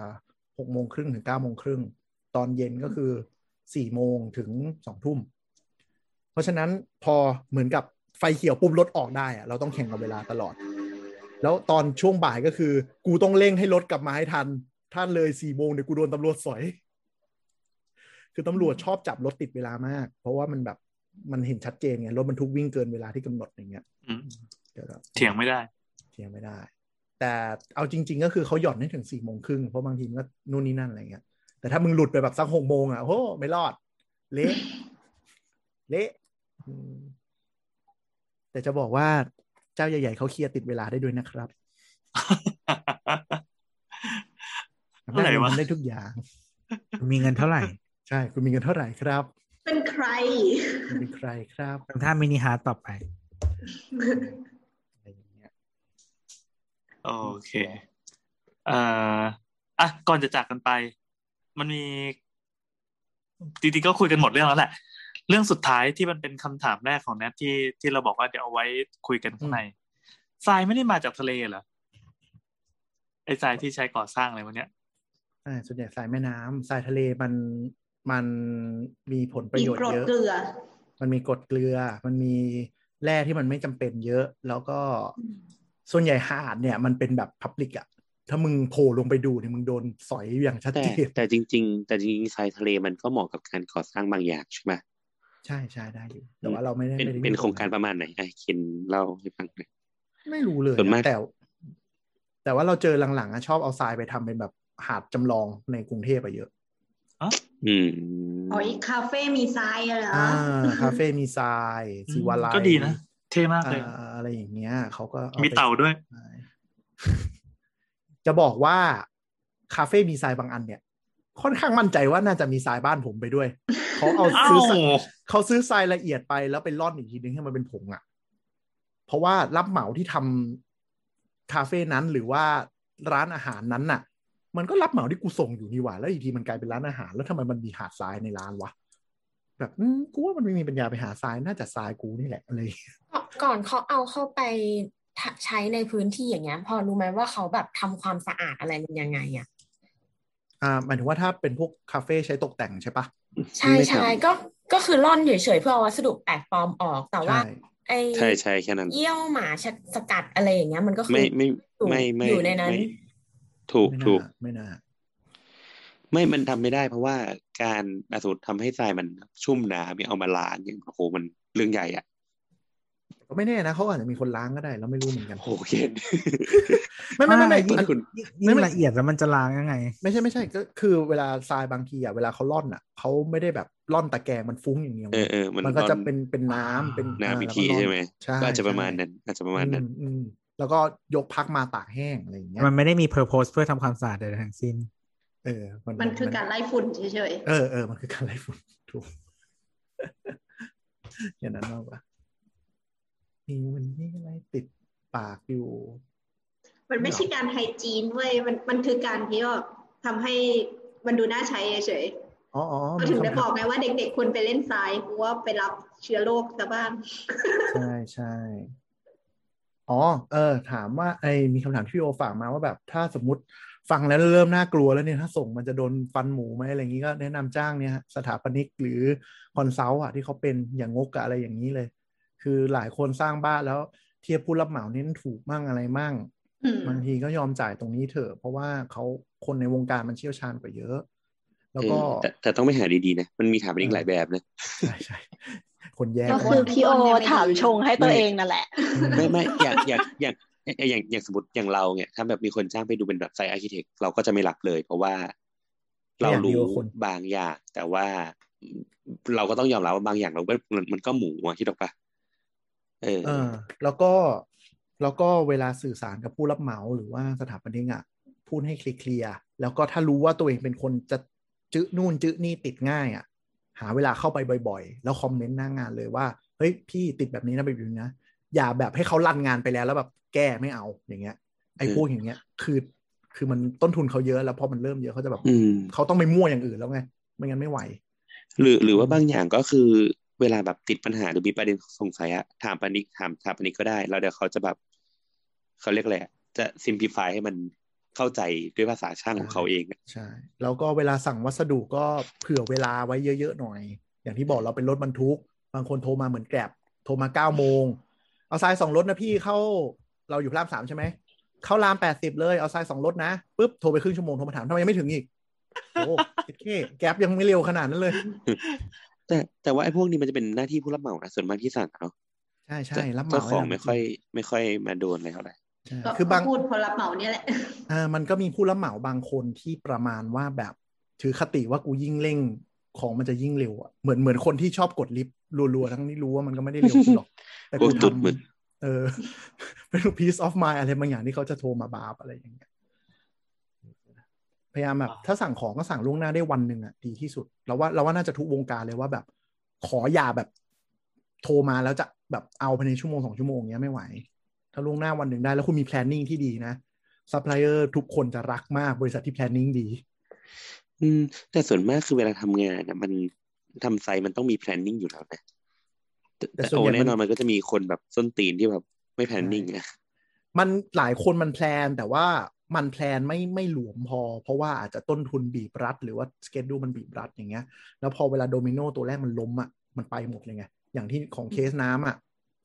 หกโมงครึ่งถึงเก้าโมงครึ่งตอนเย็นก็คือสี่โมงถึงสองทุ่ม เพราะฉะนั้นพอเหมือนกับไฟเขียวปุ๊บรถออกได้อะเราต้องแข่งกับเวลาตลอด แล้วตอนช่วงบ่ายก็คือ กูต้องเร่งให้รถกลับมาให้ทันถ้าเลยสี่โมงเดี๋ยวกูโดนตำรวจสอย คือตำรวจชอบจับรถติดเวลามาก เพราะว่ามันแบบมันเห็นชัดเจนไงรถบรรทุกวิ่งเกินเวลาที่กำหนดอย่างเงี้ย อืม เดี๋ยวก่อน เถียงไม่ได้ <laughs> เทียงไม่ได้ แต่เอาจริง ๆ ก็คือเขาหย่อนให้ถึงสี่โมงครึ่งเพราะบางทีมันก็นู่นนี่นั่นอะไรเงี้ย แต่ถ้ามึงหลุดไปแบบสักหกโมงอ่ะโอ้ไม่รอด เละเละอืมแต่จะบอกว่าเจ้าใหญ่ ๆเขาเคลียร์ติดเวลาได้ด้วยนะครับอะอำนาจไร เงิน วะ ทำได้ทุกอย่าง มีเงินเท่าไหร่ ใช่ คุณมีเงินเท่าไหร่ครับ เป็นใคร คุณเป็นใครครับ ทำท่ามินิฮาร์ทต่อไป อะไรอย่างเงี้ย โอเคเอ่ออ่ะก่อนจะจากกันไป มันมีจริงๆก็คุยกันหมดเรื่องแล้วแหละ เรื่องสุดท้ายที่มันเป็นคำถามแรกของแนทที่ที่เราบอกว่าเดี๋ยวเอาไว้คุยกันข้างในทรายไม่ได้มาจากทะเลเหรอไอ้ทรายที่ใช้ก่อสร้างอะไรวันเนี้ย ใช่ส่วนใหญ่สายแม่น้ำสายทะเลมันมันมีผลประ มี โยชน์ กรด เยอะ เกลือ มันมีกรดเกลือ มันมีแร่ที่มันไม่จำเป็นเยอะ แล้วก็ส่วนใหญ่หาดเนี่ย มันเป็นแบบพับลิกอะถ้ามึงโผล่ลงไปดูเนี่ยมึงโดนสอยอย่างชัด แต่ <laughs> เจน แต่จริง ๆ แต่จริงๆทรายทะเลมันก็เหมาะกับการก่อสร้างบางอย่างใช่ไหม ใช่ใช่ได้อยู่ แต่ว่าเราไม่ได้ เป็น ไม่ได้ เป็น มี โครงการประมาณไหนไอ้เคนเล่าให้ฟังหน่อย ไม่รู้เลยอะ ส่วนมาก แต่ แต่ว่าเราเจอหลังๆอะชอบเอาทรายไปทำเป็นแบบหาดจำลองในกรุงเทพไปเยอะ อืม อ๋ออีกคาเฟ่มีทรายอะเหรอ อ่าคาเฟ่มีทรายสีวาลาย ก็ดีนะ เท่มากเลย อ่าอะไรอย่างเงี้ยเขาก็อไป มีเต่าด้วย ใช่จะบอกว่า คาเฟ่มีทรายบางอันเนี่ย ค่อนข้างมั่นใจว่าน่าจะมีทรายบ้านผมไปด้วย เขาเอา เอ้า ซื้อทรายเขาซื้อทรายละเอียดไปแล้วไปร่อนอีกทีนึงให้มันเป็นผงอะ่ะ เพราะว่ารับเหมาที่ทำคาเฟ่นั้นหรือว่าร้านอาหารนั้นน่ะ มันก็รับเหมาที่กูส่งอยู่นี่หว่าแล้วอีกทีมันกลายเป็นร้านอาหาร แล้วทำไมมันมีหาดทรายในร้านวะแบบอืมกูว่ามันไม่มีปัญญาไปหาทรายน่าจะทรายกูนี่แหละอะไรอย่างเงี้ย ก่อนเขาเอาเข้าไปทะใช้ในพื้นที่อย่างเงี้ย พอรู้ไหมว่าเขาแบบทำความสะอาดอะไรมันยังไงอ่ะ อ่าหมายถึงว่าถ้าเป็นพวกคาเฟ่ใช้ตกแต่งใช่ปะ ใช่ ไม่ทำ ใช่ก็ก็คือร่อนเฉยๆเพื่อเอาวัสดุแปลกปลอมออกแต่ว่า ไอ ใช่ใช่แค่นั้น เยี่ยวหมาชักสกัดอะไรอย่างเงี้ยมันก็คื ไม่ อ ไม่ อยู่ ไม่ไม่ อยู่ในนั้น ไม่ถูก ไม่ ถู น่าก ไม่น่า ไม่มันทำไม่ได้เพราะว่าการอะสมมติทำให้ทรายมันชุ่มน้ำเนี่ยเอามาล้างเนี่ยโอ้โหมันเรื่องใหญ่อ่ะ ก็ไม่แน่นะเขาอาจจะมีคนล้างก็ได้เราไม่รู้เหมือนกัน โอ้โหเคน <laughs> ไม่ไม่ไม่ไม่ ยิ่ง อัน คุณ ยิ่ง ไม่ ละเอียดแล้วมันจะล้างยังไง ไม่ใช่ไม่ใช่ก็คือเวลาทรายบางทีอ่ะเวลาเขาล่อนอ่ะเขาไม่ได้แบบล่อนตะแกรงมันฟุ้งอย่างเดียว เออเออมัน มันก็จะ ร้อ เป็นเป็นน้ำเป็น น้ำอีก แล้ว ที ร่น ใช่ไหม ใช่ ก็อาจจะประมาณ ใช่ นั้น อาจจะประมาณนั้น อือืมแล้วก็ยกพักมาตากแห้งอะไรอย่างเงี้ย มันไม่ได้มีเพอร์โพสเพื่อทำความสะอาดใดๆทั้งสิ้น เออมัน มันคือการไล่ฝุ่นเฉย เออเออมันคือการไล่ <laughs> ฝุ่นถูกอย่างนั้นมากกว่ามีมันนี่อะไรติดปากอยู่ ๆ มันไม่ใช่การไฮจีนเว้ยมันมันคือการที่ว่าทำให้มันดูน่าใช้เฉย อ๋ออ๋อ ๆก็ มี ถึงได้ คำ บ ถา อก ม ไงว่าเด็กๆควรไปเล่นทรายเพราะว่าไปรับเชื้อโรคซะบ้าง ใช่ใช่ อ๋อ เออ ถามว่าไอ้มีคำถามที่พี่โอฝากมาว่าแบบ ถ้าสมมติฟังแล้วเริ่มน่ากลัวแล้วเนี่ยถ้าส่งมันจะโดนฟันหมูไหมอะไรอย่างนี้ก็แนะนำจ้างเนี่ยฮะสถาปนิกหรือคอนซัลท์อะที่เขาเป็นอย่างงกกับอะไรอย่างนี้เลย คือหลายคนสร้างบ้านแล้วเทียบผู้รับเหมาเน้นถูกมั่งอะไรมั่ง อืม บางทีก็ยอมจ่ายตรงนี้เถอะเพราะว่าเขาคนในวงการมันเชี่ยวชาญกว่าเยอะ แล้วก็ เออแต่แต่ต้องไปหาดีๆนะ มันมีถามอีกหลายแบบนะ ใช่ใช่คนแย่ ก็ มา คือก พี่โอถามชงให้ตัวเองนั่นแหละ ไม่ไม่อย่างอย่างอย่างอย่างอย่างสมมติอย่างเราเนี่ยถ้าแบบมีคนจ้างไปดูเป็นแบบไซต์อาร์เคเต็กเราก็จะไม่รับเลย เพราะว่าเรารู้บางอย่างแต่ว่าเราก็ต้องยอมรับว่าบางอย่างเราก็มันมันก็หมูอะคิดออกปะเออ เออ แล้วก็ แล้วก็เวลาสื่อสารกับผู้รับเหมาหรือว่าสถาปนิกอะพูดให้เคลียร์ๆแล้วก็ถ้ารู้ว่าตัวเองเป็นคนจะจื้อนู่นจื้อนี่ติดง่ายอะหาเวลาเข้าไปบ่อยๆ แล้วคอมเมนต์หน้างงานเลยว่า เฮ้ย พี่ติดแบบนี้นะแบบนี้นะ อย่าแบบให้เขารันงานไปแล้วแล้วแบบแก้ไม่เอาอย่างเงี้ย ไอ้พวกอย่างเงี้ย คือ คือมันต้นทุนเขาเยอะแล้วพอมันเริ่มเยอะเขาจะแบบ อืม เขาต้องไปมั่วอย่างอื่นแล้วไงไม่งั้นไม่ไหว หรือหรือว่าบางอย่างก็คือเวลาแบบติดปัญหาหรือมีประเด็นสงสัยอะถามปานิกถามถามปานิกก็ได้ แล้วเดี๋ยวเขาจะแบบเขาเรียกอะไรอะจะซิมพ l ิฟายให้มันเข้าใจด้วยภาษาช่างของเขาเองอะ ใช่ แล้วก็เวลาสั่งวัสดุก็เผื่อเวลาไว้เยอะๆหน่อย อย่างที่บอกเราเป็นรถบรรทุก บางคนโทรมาเหมือนแกลบโทรมาเก้าโมง เอาทรายสองรถนะพี่เข้าเราอยู่พระรามสามใช่ไหม เข้ารามแปดสิบเลยเอาทรายสองรถนะปุ๊บโทรไปครึ่งชั่วโมงโทรมาถามทำไมยังไม่ถึงอีกโอ้เจ็ดเคแกลบยังไม่เร็วขนาดนั้นเลย แต่แต่ว่าไอ้พวกนี้มันจะเป็นหน้าที่ผู้รับเหมานะส่วนมากที่สั่งอะเนาะ ใช่ใช่รับเหมา เจ้าของ ว้ ไม่ค่อย ไม่ค่อยมาโดนอะไรเท่าไหร่ ใช่ ก็ คือบาง พูดพลรับเหมาเนี่ยแหละ อ่ามันก็มีผู้รับเหมาบางคนที่ประมาณว่าแบบ ถือคติว่ากูยิ่งเร่งของมันจะยิ่งเร็วอะเหมือนเหมือนคนที่ชอบกดลิฟต์รัวๆทั้งนี้รู้ว่ามันก็ไม่ได้เร็วหรอก แต่ พว กู กตุดมึง ทำเออ <laughs> เป็น piece of mind อะไรบางอย่างที่เขาจะโทรมาบาบอะไรอย่างเงี้ยพยายามแบบ ถ้าสั่งของก็สั่งล่วงหน้าได้วันหนึ่งอะดีที่สุดเราว่าเราว่าน่าจะทุกวงการเลยว่าแบบ ขออย่าแบบ โทรมาแล้วจะแบบเอาภายในชั่วโมงสองชั่วโมงเงี้ยไม่ไหว ถ้าล่วงหน้าวันหนึ่งได้แล้วคุณมี planning ที่ดีนะ ซัพพลายเออร์ทุกคนจะรักมากบริษัทที่ planning ดี อืม แต่ส่วนมากคือเวลาทำงานนะมันทำไซต์มันต้องมี planning อยู่แล้วนะแต่ แต่ แต่ ส่วน โอ้ ใหญ่มัน แน่นอนมันก็จะมีคนแบบส้นตีนที่แบบไม่ planning อะ มันหลายคนมันแพลนแต่ว่ามันแพลนไม่ไม่หลวมพอ เพราะว่าอาจจะต้นทุนบีบรัด หรือว่าสเก d ดูมันบีบรัดอย่างเงี้ย แล้วพอเวลาโดมิโนตัวแรกมันล้มอ่ะมันไปหมดเลยไง อย่างที่ของเคสน้ำอ่ะ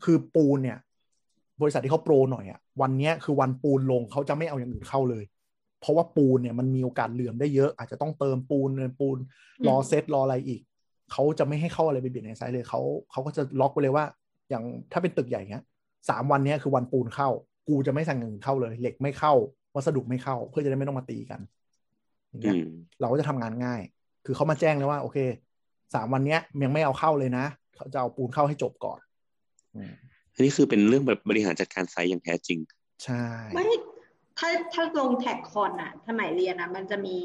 คือปูนเนี่ย บริษัทที่เขาโปรหน่อยอ่ะวันเนี้ยคือวันปูนลงเขาจะไม่เอาอย่างอื่นเข้าเลย เพราะว่าปูนเนี่ยมันมีโอกาสเหลื่อมได้เยอะ อาจจะต้องเติมปูนเนินปูน รอเซตรออะไรอีก เขาจะไม่ให้เข้าอะไรไปเบียดในไซส์เลยเขาเขาก็จะล็อกไปเลยว่า อย่างถ้าเป็นตึกใหญ่เงี้ยสามวันเนี้ยคือวันปูนเข้า กูจะไม่สั่งเงินเข้าเลย เหล็กไม่เข้า วัสดุไม่เข้า เพื่อจะได้ไม่ต้องมาตีกันอย่างเงี้ย อืม เราก็จะทำงานง่าย คือเขามาแจ้งเลยว่า โอเคสามวันเนี้ยยังไม่เอาเข้าเลยนะ เขาจะเอาปูนเข้าให้จบก่อนอืม อันนี้คือเป็นเรื่องแบบบริหารจัดการไซต์อย่างแท้จริง ใช่ ไม่ถ้าถ้าลงแท็กคอนอะสมัยเรียนอะมันจะมี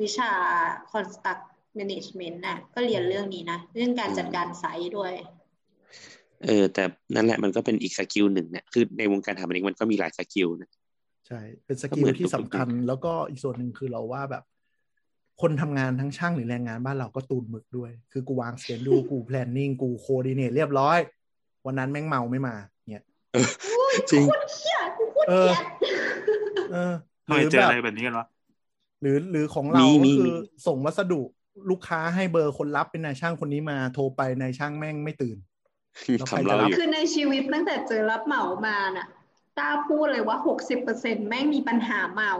วิชา construct management น่ะ ก็เรียนเรื่องนี้นะ เรื่องการจัดการไซต์ด้วย เออแต่นั่นแหละมันก็เป็นอีกสกิลหนึ่งเนี่ยคือในวงการทำอันนี้มันก็มีหลายสกิลนะ <laughs> ใช่ เป็นส ก็ กิ เห ล มือน ที่สำคัญ ทุกๆ แล้วก็อีกส่วนหนึ่งคือเราว่าแบบ คนทำงานทั้งช่างหรือแรงงานบ้านเราก็ตูนหมึกด้วย คือกูวางสเกน <laughs> ดูกูแพลนนิ่งกูโคดิเนตเรียบร้อย วันนั้นแม่งเมาไม่มาเนี่ย จริง เชี่ยกูโคตร เอ เก อ ลียด เออ ทำไมเจออะไรแบบนี้กันวะ หรือหรือของเรา มีมี ก็คือ มี ส่งวัสดุลูกค้าให้เบอร์คนรับเป็นนายช่างคนนี้มาโทรไปนายช่างแม่งไม่ตื่น แล้วใครจะทำเรา รับ อยู่ คือในชีวิตตั้งแต่เจอรับเหมามาน่ะต้าพูดเลยว่าหกสิบเปอร์เซ็นแม่งมีปัญหาเมา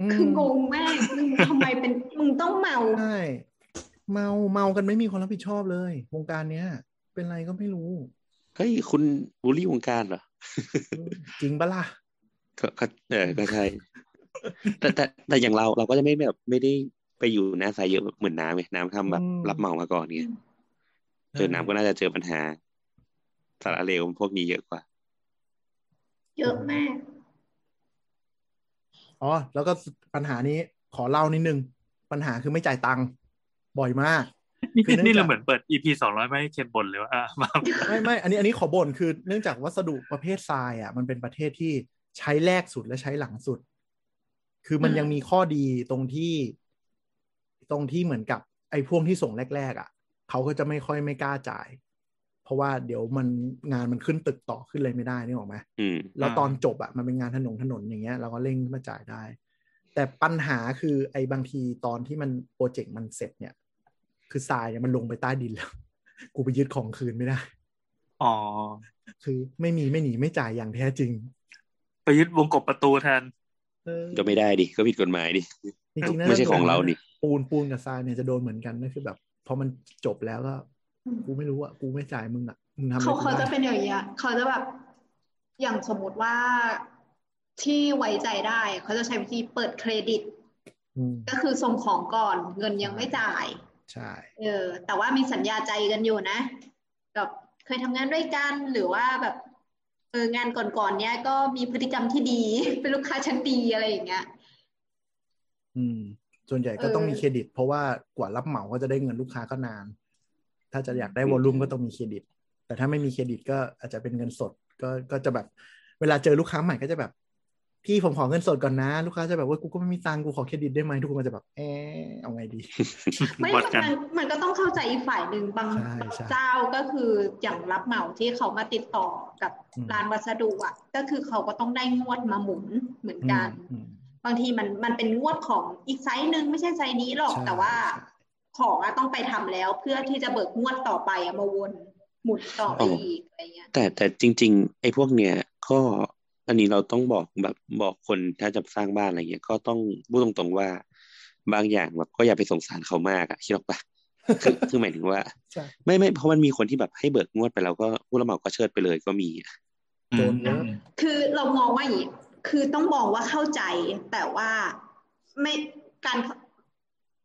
อืม คืองงแม่งมึงทำไมเป็นมึงต้องเมา ใช่เมาเมากันไม่มีคนรับผิดชอบเลย วงการเนี้ย เป็นไรก็ไม่รู้ เฮ้ยคุณบูลลี่วงการเหรอ อืมจริงปะล่ะ ก็ก็เออก็ใช่แต่แต่แต่อย่างเราเราก็จะไม่แบบไม่ได้ไปอยู่หน้าไซต์เยอะเหมือนน้ำไงน้ำทำแบบ อืม รับเหมามาก่อนไงเออน้ำก็น่าจะเจอปัญหาสารเลวพวกนี้เยอะกว่า เยอะมาก อ๋อ แล้วก็ปัญหานี้ขอเล่านิดนึง ปัญหาคือไม่จ่ายตังค์บ่อยมาก นี่ คือเนื่องจาก นี่เราเหมือนเปิด EP สองร้อยไม่ให้เคนบ่นเลยว่าอ่ะมา ไม่ไม่ อันนี้อันนี้ขอบ่นคือเนื่องจากวัสดุประเภททรายอ่ะมันเป็นประเทศที่ใช้แรกสุดและใช้หลังสุด คือมันยังมีข้อดีตรงที่ ตรงที่เหมือนกับ ไอ้พวกที่ส่งแรก ๆ อ่ะเขาก็จะไม่ค่อยไม่กล้าจ่าย เพราะว่าเดี๋ยวมันงานมันขึ้นตึกต่อขึ้นเลยไม่ได้นี่หรอกไหม อืม แล้ว อ่า ตอนจบอะมันเป็นงานถนนถนนอย่างเงี้ยเราก็เร่งขึ้นมาจ่ายได้ แต่ปัญหาคือไอ้บางทีตอนที่มันโปรเจกต์มันเสร็จเนี่ย คือทรายเนี่ยมันลงไปใต้ดินแล้ว <laughs> กูไปยึดของคืนไม่ได้ อ๋อ คือไม่มีไม่หนีไม่จ่ายอย่างแท้จริง ไปยึดวงกบประตูแทน เออ ก็ไม่ได้ดิ ก็ผิดกฎหมายดิ จริงๆนะ ไม่ใช่ของเรานี่ ปูนปูนกับทรายเนี่ยจะโดนเหมือนกันนั่นคือแบบพอมันจบแล้วก็ กูไม่รู้อะกูไม่จ่ายมึงอะมึงทำอะไร เขา กู เขาจะ ได้ เป็นอย่างเงี้ยเขาจะแบบ อย่างสมมติว่าที่ไว้ใจได้ เขาจะใช้วิธีเปิดเครดิต อืม ก็คือส่งของก่อน เงินยังไม่จ่าย ใช่ เออ แต่ว่ามีสัญญาใจกันอยู่นะแบบเคยทำงานด้วยกันหรือว่าแบบเอองานก่อนๆเนี้ยก็มีพฤติกรรมที่ดี <laughs> เป็นลูกค้าชั้นดีอะไรอย่างเงี้ย อืม ส่วนใหญ่ก็ เออ ต้องมีเครดิต เพราะว่ากว่ารับเหมาก็จะได้เงินลูกค้าก็นาน ถ้าจะอยากได้วอลลุ่มก็ต้องมีเครดิต แต่ถ้าไม่มีเครดิตก็อาจจะเป็นเงินสด ก็ก็จะแบบ เวลาเจอลูกค้าใหม่ก็จะแบบ พี่ผมขอเงินสดก่อนนะ ลูกค้าจะแบบว่ากูก็ไม่มีตังค์กูขอเครดิตได้ไหมทุกคนก็จะแบบเออเอาไงดี ไม่ วัดกัน มันมันก็ต้องเข้าใจอีกฝ่ายหนึ่งบาง ใช่ บาง ใช่ เจ้าก็คืออย่างรับเหมาที่เขามาติดต่อกับ อืม ร้านวัสดุอ่ะ ก็คือเขาก็ต้องได้งวดมาหมุนเหมือนกัน อืม บางทีมันมันเป็นงวดของอีกไซส์หนึ่งไม่ใช่ไซส์นี้หรอก ใช่ แต่ว่า ใช่ ของอะต้องไปทำแล้ว เพื่อที่จะเบิกงวดต่อไปอะมาวนหมุนต่อไป อ๋ออี อีกอะไรเงี้ย แต่แต่จริง ๆ ไอ้พวกเนี้ยก็อันนี้เราต้องบอกแบบบอกคนถ้าจะสร้างบ้านอะไรเงี้ยก็ต้องพูดตรงๆว่า บางอย่างแบบก็อย่าไปสงสารเขามากอะคิดออกปะคือคือหมายถึงว่า ใช่ ไม่ไม่เพราะมันมีคนที่แบบให้เบิกงวดไปแล้วก็ผู้รับเหมาก็เชิดไปเลยก็มีอะ โดนเยอะ คือเรามองว่าอย่างงี้คือต้องมองว่าเข้าใจ แต่ว่าไม่การ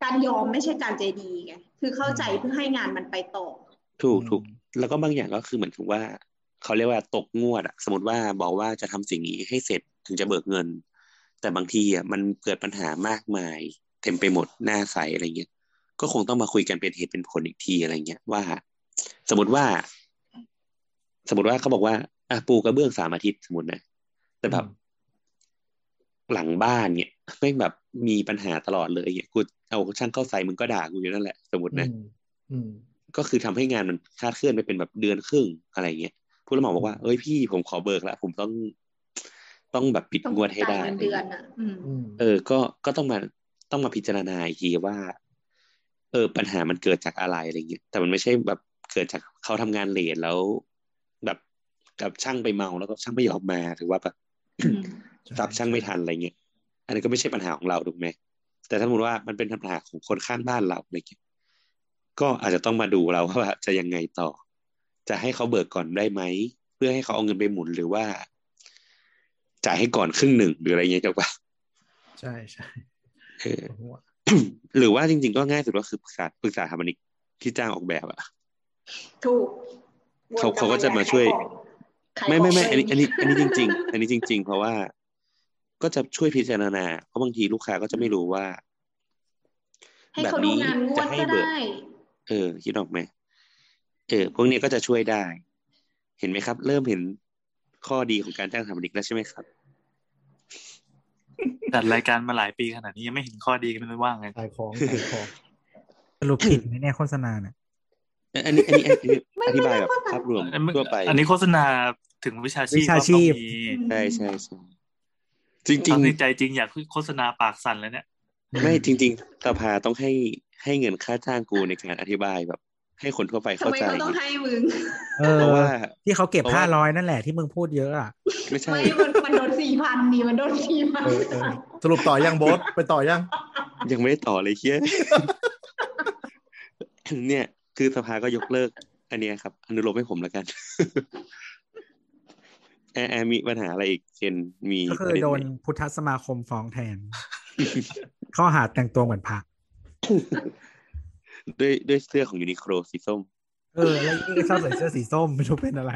การยอมไม่ใช่การใจดีไงคือเข้าใจเพื่อให้งานมันไปต่อ ถูก อืม ถูกแล้วก็บางอย่างก็คือเหมือนถึงว่าเขาเรียกว่าตกงวดอะสมมติว่าบอกว่าจะทำสิ่งนี้ให้เสร็จถึงจะเบิกเงิน แต่บางทีอะมันเกิดปัญหามากมาย เต็มไปหมดหน้าใสอะไรเงี้ย ก็คงต้องมาคุยกันเป็นเหตุเป็นผลอีกทีอะไรเงี้ยว่า สมมติว่า สมมติว่าเขาบอกว่าอ่ะปูกระเบื้องสามอาทิตย์สมมตินะแต่แบบ หลังบ้านเนี่ย <laughs> แม่งแบบมีปัญหาตลอดเลยเนี่ยกูเอาช่างเข้าใส่มึงก็ด่ากูอยู่นั่นแหละสมมติ อื นะ มอืม ก็คือทำให้งานมันคลาดเคลื่อนไปเป็นแบบเดือนครึ่งอะไรเงี้ยผู้รับเหมาบอกว่าเอ้ยพี่ผมขอเบิกละผมต้อง ต้องแบบปิด ต้อง งวดให้ จ่ายเงินได้เดือนอ่ะ อืม อืม เออ ก็ก็ต้องมาต้องมาพิจารณาอีกทีว่า เออ ปัญหามันเกิดจากอะไรอะไรเงี้ยแต่มันไม่ใช่แบบเกิดจากเขาทำงานเลทแล้ว แบบกับช่างไปเมาแล้วก็ช่างไม่ยอมมาหรือว่าแบบ ใช่ รับช่างไม่ทันอะไรเงี้ยอันนี้นก็ไม่ใช่ปัญหาของเราถูกไหมแต่ถ้าสมมติว่ามันเป็นปัญหาของคนข้างบ้านเราอะไรเงี้ยก็อาจจะต้องมาดูเราว่าจะยังไงต่อ จะให้เขาเบิกก่อนได้ไหมเพื่อให้เขาเอาเงินไปหมุนหรือว่า จ่ายให้ก่อนครึ่งหนึ่งหรืออะไรเงี้ยเจ้าป่ะ <coughs> ใช่ใช่ เออ โอ้โหอะ หรือว่าจริง ๆ ก็ง่ายสุดก็คือปรึกษาปรึกษาสถาปนิกที่จ้างออกแบบอะ ถูก เขาเขาก็จะมาช่วย ไม่ไม่ไม่อันนี้อันนี้ <laughs> อันนี้จริง ๆ อันนี้จริง ๆ เพราะว่าก็จะช่วยพิจารณา เพราะบางทีลูกค้าก็จะไม่รู้ว่า ๆให้เขาดูงานงวดก็ได้ เออคิดออกไหมเออพวกเนี้ยก็จะช่วยได้ เห็นไหมครับ เริ่มเห็นข้อดีของการจ้างสถาปนิกแล้วใช่ไหมครับ จัดรายการมาหลายปีขนาดนี้ยังไม่เห็นข้อดีกันไม่ว่างไง ขายของขายของ สรุปผิดไหมเนี่ยโฆษณาเนี่ย เอออันนี้อันนี้อันนี้ ไม่ อธิบาย ไม่ แบบ ไม่ ภาพรวม อันนี้ ทั่วไป อันนี้โฆษณาถึงวิชาชีพก็ต้องมี ใช่ใช่ใช่จริง ๆ ตอนนี้ใจจริงอยากโฆษณาปากสั่นแล้วเนี่ย ไม่จริงๆสภาต้องให้ให้เงินค่าจ้างกูในการอธิบายแบบ ให้คนทั่วไป ทำ เข้า ไม ใจ เขาต้องให้มึง เออ เพราะว่า ที่เขาเก็บ เพราะ ห้า ว่า ร้อยนั่นแหละที่มึงพูดเยอะอ่ะ ไม่ใช่ ไม่มันมันโดนสี่พันนี่มันโดนสี่พัน เออเออสรุปต่อยังโบสไปต่อยัง ยังไม่ได้ต่อเลยเฮีย <laughs> เนี่ย คือสภาก็ยกเลิก อันเนี้ยครับ อนุโลมให้ผมแล้วกัน <laughs> แอร์แอร์มีปัญหาอะไรอีกเช่นมี ก็คื ป อ ระเด็น โด ไห น น พุทธสมาคมฟ้องแทน ข้อหาแต่งตัวเหมือนพระ <laughs> ด้วยด้วยเสื้อของยูนิโคลสีส้ม เออแล้วนี่ก็ชอบใส่เสื้อสีส้มไม่รู้เป็นอะไร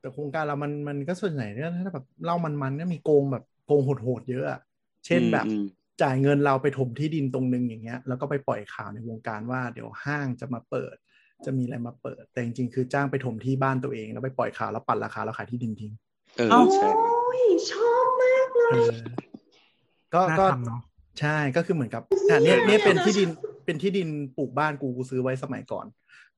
แต่โครงการเรามันมันก็ส่วนใหญ่เนี่ยถ้าแบบเล่ามันมันๆก็มีโกงแบบโกงโหดๆเยอะอะเช่น อืม แบบ อืม จ่ายเงินเราไปถมที่ดินตรงนึงอย่างเงี้ย แล้วก็ไปปล่อยข่าวในวงการว่าเดี๋ยวห้างจะมาเปิด จะมีอะไรมาเปิด แต่จริงๆคือจ้างไปถมที่บ้านตัวเอง แล้วไปปล่อยข่าวแล้วปั่นราคาแล้วขายที่ดินทิ้ง เออ เอ้า ใช่ โอ้ยชอบมากเลย เออก็ น่า ก็ ทำเนาะ ใช่ก็คือเหมือนกับอ่ะเนี่ยเนี่ยเป็นที่ดินเป็นที่ดินปลูกบ้านกูกูซื้อไว้สมัยก่อน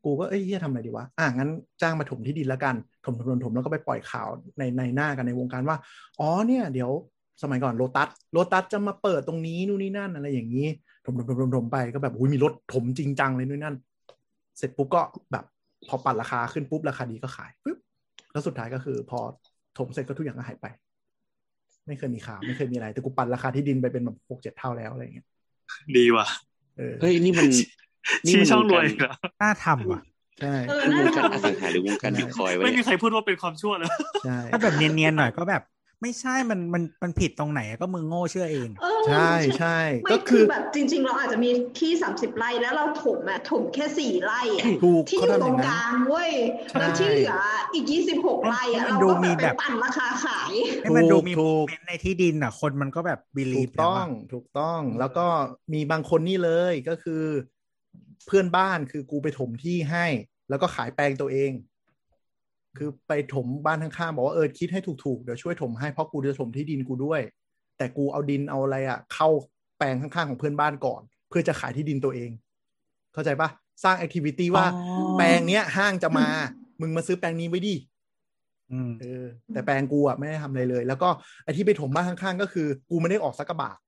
กูก็เอ้ยเฮียทำอะไรดีวะอ่ะงั้นจ้างมาถมที่ดินละกันถมถมถมถมแล้วก็ไปปล่อยข่าวในในหน้ากันในวงการว่า อ๋อเนี่ยเดี๋ยวสมัยก่อนโลตัสโลตัสจะมาเปิดตรงนี้นู่นนี่นั่นอะไรอย่างนี้ถมถมถมถมถมไปก็แบบอุ้ยมีรถถมจริงจังเลยนู่นนนั่น เสร็จปุ๊บก็แบบพอปัดราคาขึ้นปุ๊บราคาดีก็ขายปุ๊บแล้วสุดท้ายก็คือ พอถมเสร็จก็ทุกอย่างก็หายไป ไม่เคยมีข่าวไม่เคยมีอะไร แต่กูปันราคาที่ดินไปเป็นแบบหกเจ็ดเท่าแล้วอะไรอย่างเงี้ย ดีว่ะ เออ เฮ้ยนี่มันนี่ ชี้ มัน ช่องรวย การ เหรอ น่าทำว่ะ ใช่ เออ ว น่าง จะ การอสังหาหรือวงการบิตคอยน์วะ ไม่มี เนี่ย ใครพูดว่าเป็นความชั่วเลย ใช่ ถ้าแบบเนียนๆหน่อยก็แบบ ไม่ใช่มันมันมันผิดตรงไหนอะก็มึงโง่เชื่อเองอะ เออ ใช่ใช่ ไม่ ก็ คื คือ อแบบจริง ๆ เราอาจจะมีที่สามสิบไร่แล้วเราถมอะถมแค่สี่ไร่อะ ถูก ที่อ เขา ยู่ ทำ ตรอย่าง ง ก นั้น ลางเว้ย ใช่ แล้วที่เหลืออีกยี่สิบหกไร่อะเราก็แบบไปปั่นราคาขาย ให้มันดูมี ถู โม ก เมนต์ในที่ดินอ่ะ คนมันก็แบบบิลี ถู ฟ กต้องถูกต้องแล้วก็มีบางคนนี่เลยก็คือ เพื่อนบ้านคือกูไปถมที่ให้ แล้วก็ขายแปลงตัวเอง คือไปถมบ้านข้างๆบอกว่าเออคิดให้ถูกๆเดี๋ยวช่วยถมให้เพราะกูจะถมที่ดินกูด้วย แต่กูเอาดินเอาอะไรอะเข้าแปลงข้างๆของเพื่อนบ้านก่อน เพื่อจะขายที่ดินตัวเอง เข้าใจปะสร้างแอคทิวิตี้ว่า แปลงเนี้ยห้างจะมา มึงมาซื้อแปลงนี้ไว้ดิ อืม เออแต่แปลงกูอ่ะไม่ได้ทำอะไรเลย แล้วก็ไอ้ที่ไปถมบ้านข้างๆ ก็คือ กูไม่ได้ออกสักกระบาท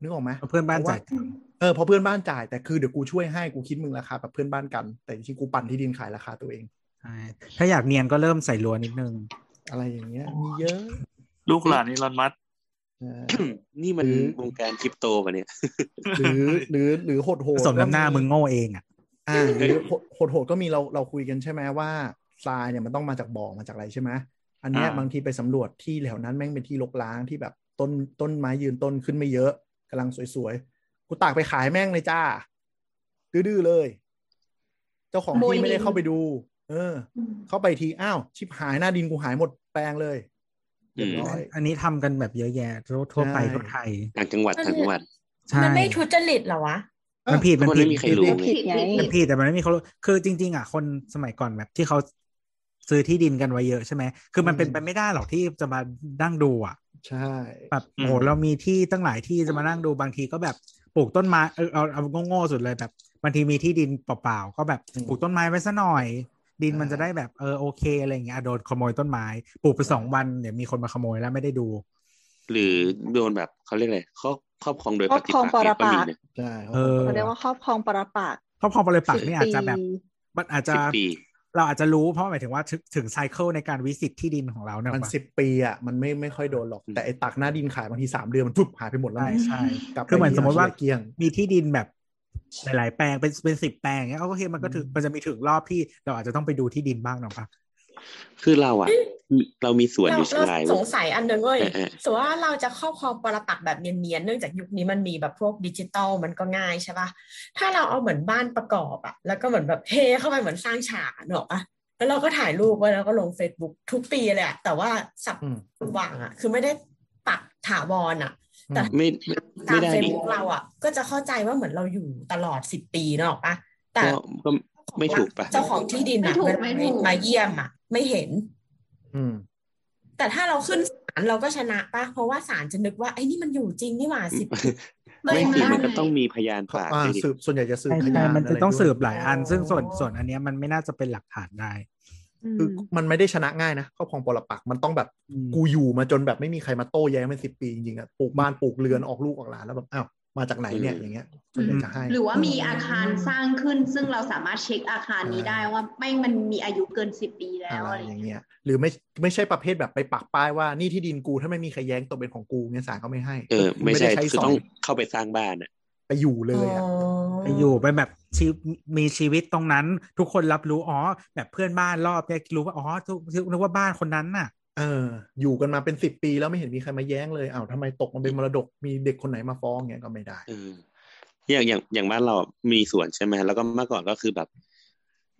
นึกออกไหม เพื่อนบ้านจ่าย เพระว่เออเพอเพื่อนบ้านจ่ายแต่คือเดี๋ยวกูช่วยให้กูคิดมึงราคาแบบเพื่อนบ้านกัน แต่จริงๆกูปั่นที่ดินขายราคาตัวเอง ใช่ถ้าอยากเนียนก็เริ่มใส่ลัวนิดนึง อะไรอย่างเงี้ยมีเยอะ ลูกหลานนี่รอนมัส เออ นี่มัน หรือ วงการคริปโตวะเนี่ย หรือหรือหรือโหดโหด สมน้ำหน้ามึงโง่เองอ่ะ อ่า <laughs> หรือโหดโหดก็มีเราเราคุยกันใช่ไหมว่าทรายเนี่ยมันต้องมาจากบ่อมาจากอะไรใช่ไหมอันเนี้ย อ่า บางทีไปสำรวจที่แถวนั้นแม่งเป็นที่รกร้างที่แบบต้นต้นไม้ยืนต้นขึ้นไม่เยอะกำลังสวยๆกูตากไปขายแม่งเลยจ้า ดื้อๆเลย เจ้าของ โบยดิ ที่ น ไม่ได้เข้าไปดู เออ เข้าไปทีอ้าว ชิบหายหน้าดินกูหายหมดแปลงเลยเรียบร้อย อันนี้ทำกันแบบเยอะแยะทั่วทั่วไป ใช่ ทั่วไทย ต่างจังหวัดต่างจังหวัด ใช่ มันไม่ทุจริตเหรอวะ มันผิดมัน คน ผิดไม่มีใคร ผิด รู้ ผิดไง มันผิดแต่มันไม่มีเขารู้คือจริง ๆ อ่ะ คนสมัยก่อนแบบที่เขาซื้อที่ดินกันไว้เยอะใช่ไหมคือมันเป็นไปไม่ได้หรอกที่จะมานั่งดูอ่ะ ใช่ แบบ อืม โอ้โหเรามีที่ตั้งหลายที่จะมานั่งดูบางทีก็แบบปลูกต้นไม้เออเอาเอาโง่ๆสุดเลยแบบบางทีมีที่ดินเปล่าๆก็แบบปลูกต้นไม้ไว้ซะหน่อย ดินมันจะได้แบบเออโอเคอะไรอย่างเงี้ยอ่ะโดนขโมยต้นไม้ปลูกไปสองวันเดี๋ยวมีคนมาขโมยแล้วไม่ได้ดู หรือโดนแบบเขาเรียกอะไรครอบครอบครองโดย คร ป อบ ฏิ ครอง ปักษ์ปรปักษ์เนี่ยก็มีนะ ใช่ เออ ข เขา ก็ เรียกว่าครอบครองปรปักษ์ เพราะพอปริปักษ์ สิบ นี่อาจจะ ปี แบบมันอาจจะ สิบปี เราอาจจะรู้เพราะหมายถึงว่าถึงถึงไซเคิลในการวิสิตที่ดินของเราเนี่ย มัน ว่ะ สิบปีอ่ะมันไม่ไม่ค่อยโดนหรอก อืม แต่ไอ้ตักหน้าดินขายบางทีสามเดือนมันปุ๊บหายไปหมดแล้วไง ใช่ใช่ กลับไป คือเหมือน ที่ สมมติว่า เกลี้ยง มีที่ดินแบบหลาย ๆ แปลงเป็นเป็นสิบแปลงเนี้ยโอเคมันก็ถึง อืม มันจะมีถึงรอบที่เราอาจจะต้องไปดูที่ดินบ้างเนาะปะ คือเรา <laughs> อ่ะ เรามีสวน เรา อยู่เชีย เรา งราย ส เว้ ง ย สัยอันหนึ่งเว้ย เออเออ สมมติว่าเราจะครอบครองปรปักษ์แบบเนียนๆเนื่องจากยุคนี้มันมีแบบพวกดิจิตอลมันก็ง่ายใช่ปะถ้าเราเอาเหมือนบ้านประกอบอะแล้วก็เหมือนแบบเทเข้าไปเหมือนสร้างฉากเนกอะปะแล้วเราก็ถ่ายรูปไว้แล้วก็ลง Facebook ทุกปีเลยอะแต่ว่าสับ อืม หว่างอะคือไม่ได้ปักถาวรอะ อื แต่ ม ไม่ไม่ไม่ ตาม ได้ เฟซ ดิ บุ๊กเราอะก็จะเข้าใจว่าเหมือนเราอยู่ตลอดสิบปีเนกอะปะแต่ ก็ก็ไม่ถูกปะ เจ้าของที่ดินอะ ไม่ถูก เวลา ไม่ถูก มาเยี่ยมอะไม่เห็น อืม แต่ถ้าเราขึ้นศาลเราก็ชนะปะเพราะว่าศาลจะนึกว่าไอ้นี่มันอยู่จริงนี่หว่าสิบ ไม่สิ ไม่ได้ มันก็ต้องมีพยานปาก อ่า ด้วยดิ สืบส่วนใหญ่จะสืบ ใช่ พ ใช่ ยาน มัน อะ จะ ไร ต้อง ด้วย สืบหลายอัน ซึ่งส่วน อ๋อ ส่วนอันเนี้ยมันไม่น่าจะเป็นหลักฐานได้ คือมันไม่ได้ชนะง่ายนะครอบครองปรปักษ์มันต้องแบบ อืม กูอยู่มาจนแบบไม่มีใครมาโต้แย้งเป็นสิบปีจริงๆอ่ะปลูกบ้านปลูกเรือนออกลูกออกหลานแล้วแบบอ้าวมาจากไหนเนี่ยอย่างเงี้ยส่วนใหญ่จะให้ หรือว่ามีอาคารสร้างขึ้น ซึ่งเราสามารถเช็คอาคารนี้ได้ว่าไม่งมันมีอายุเกินสิบปีแล้ว อะ อะไร ไร อ อย่าง ย่าง เงี้ย เงี้ย หรือไม่ไม่ใช่ประเภทแบบไปปักป้ายว่านี่ที่ดินกูถ้าไม่มีใครแย้งตกเป็นของกูเนี่ยศาลก็ไม่ให้ เออ คุณ ไม่ใช่ ด้ใช้ คือ สอ ต้ ย องเข้าไปสร้างบ้านอ่ะ ไปอยู่เลยอ่ะ ไปอยู่ไปแบบชีวิตมีชีวิตตรงนั้น ทุกคนรับรู้อ๋อแบบเพื่อนบ้านรอบเนี่ยรู้ว่าอ๋อทุกทุกนึกว่าบ้านคนนั้นน่ะ เออ อยู่กันมาเป็นสิบปีแล้วไม่เห็นมีใครมาแย้งเลยอ้าวทำไมตกมันเป็นมรดกมีเด็กคนไหนมาฟ้องเงี้ยก็ไม่ได้ เออ อย่างอย่างอย่างบ้านเรามีสวนใช่ไหมแล้วก็เมื่อก่อนก็คือแบบ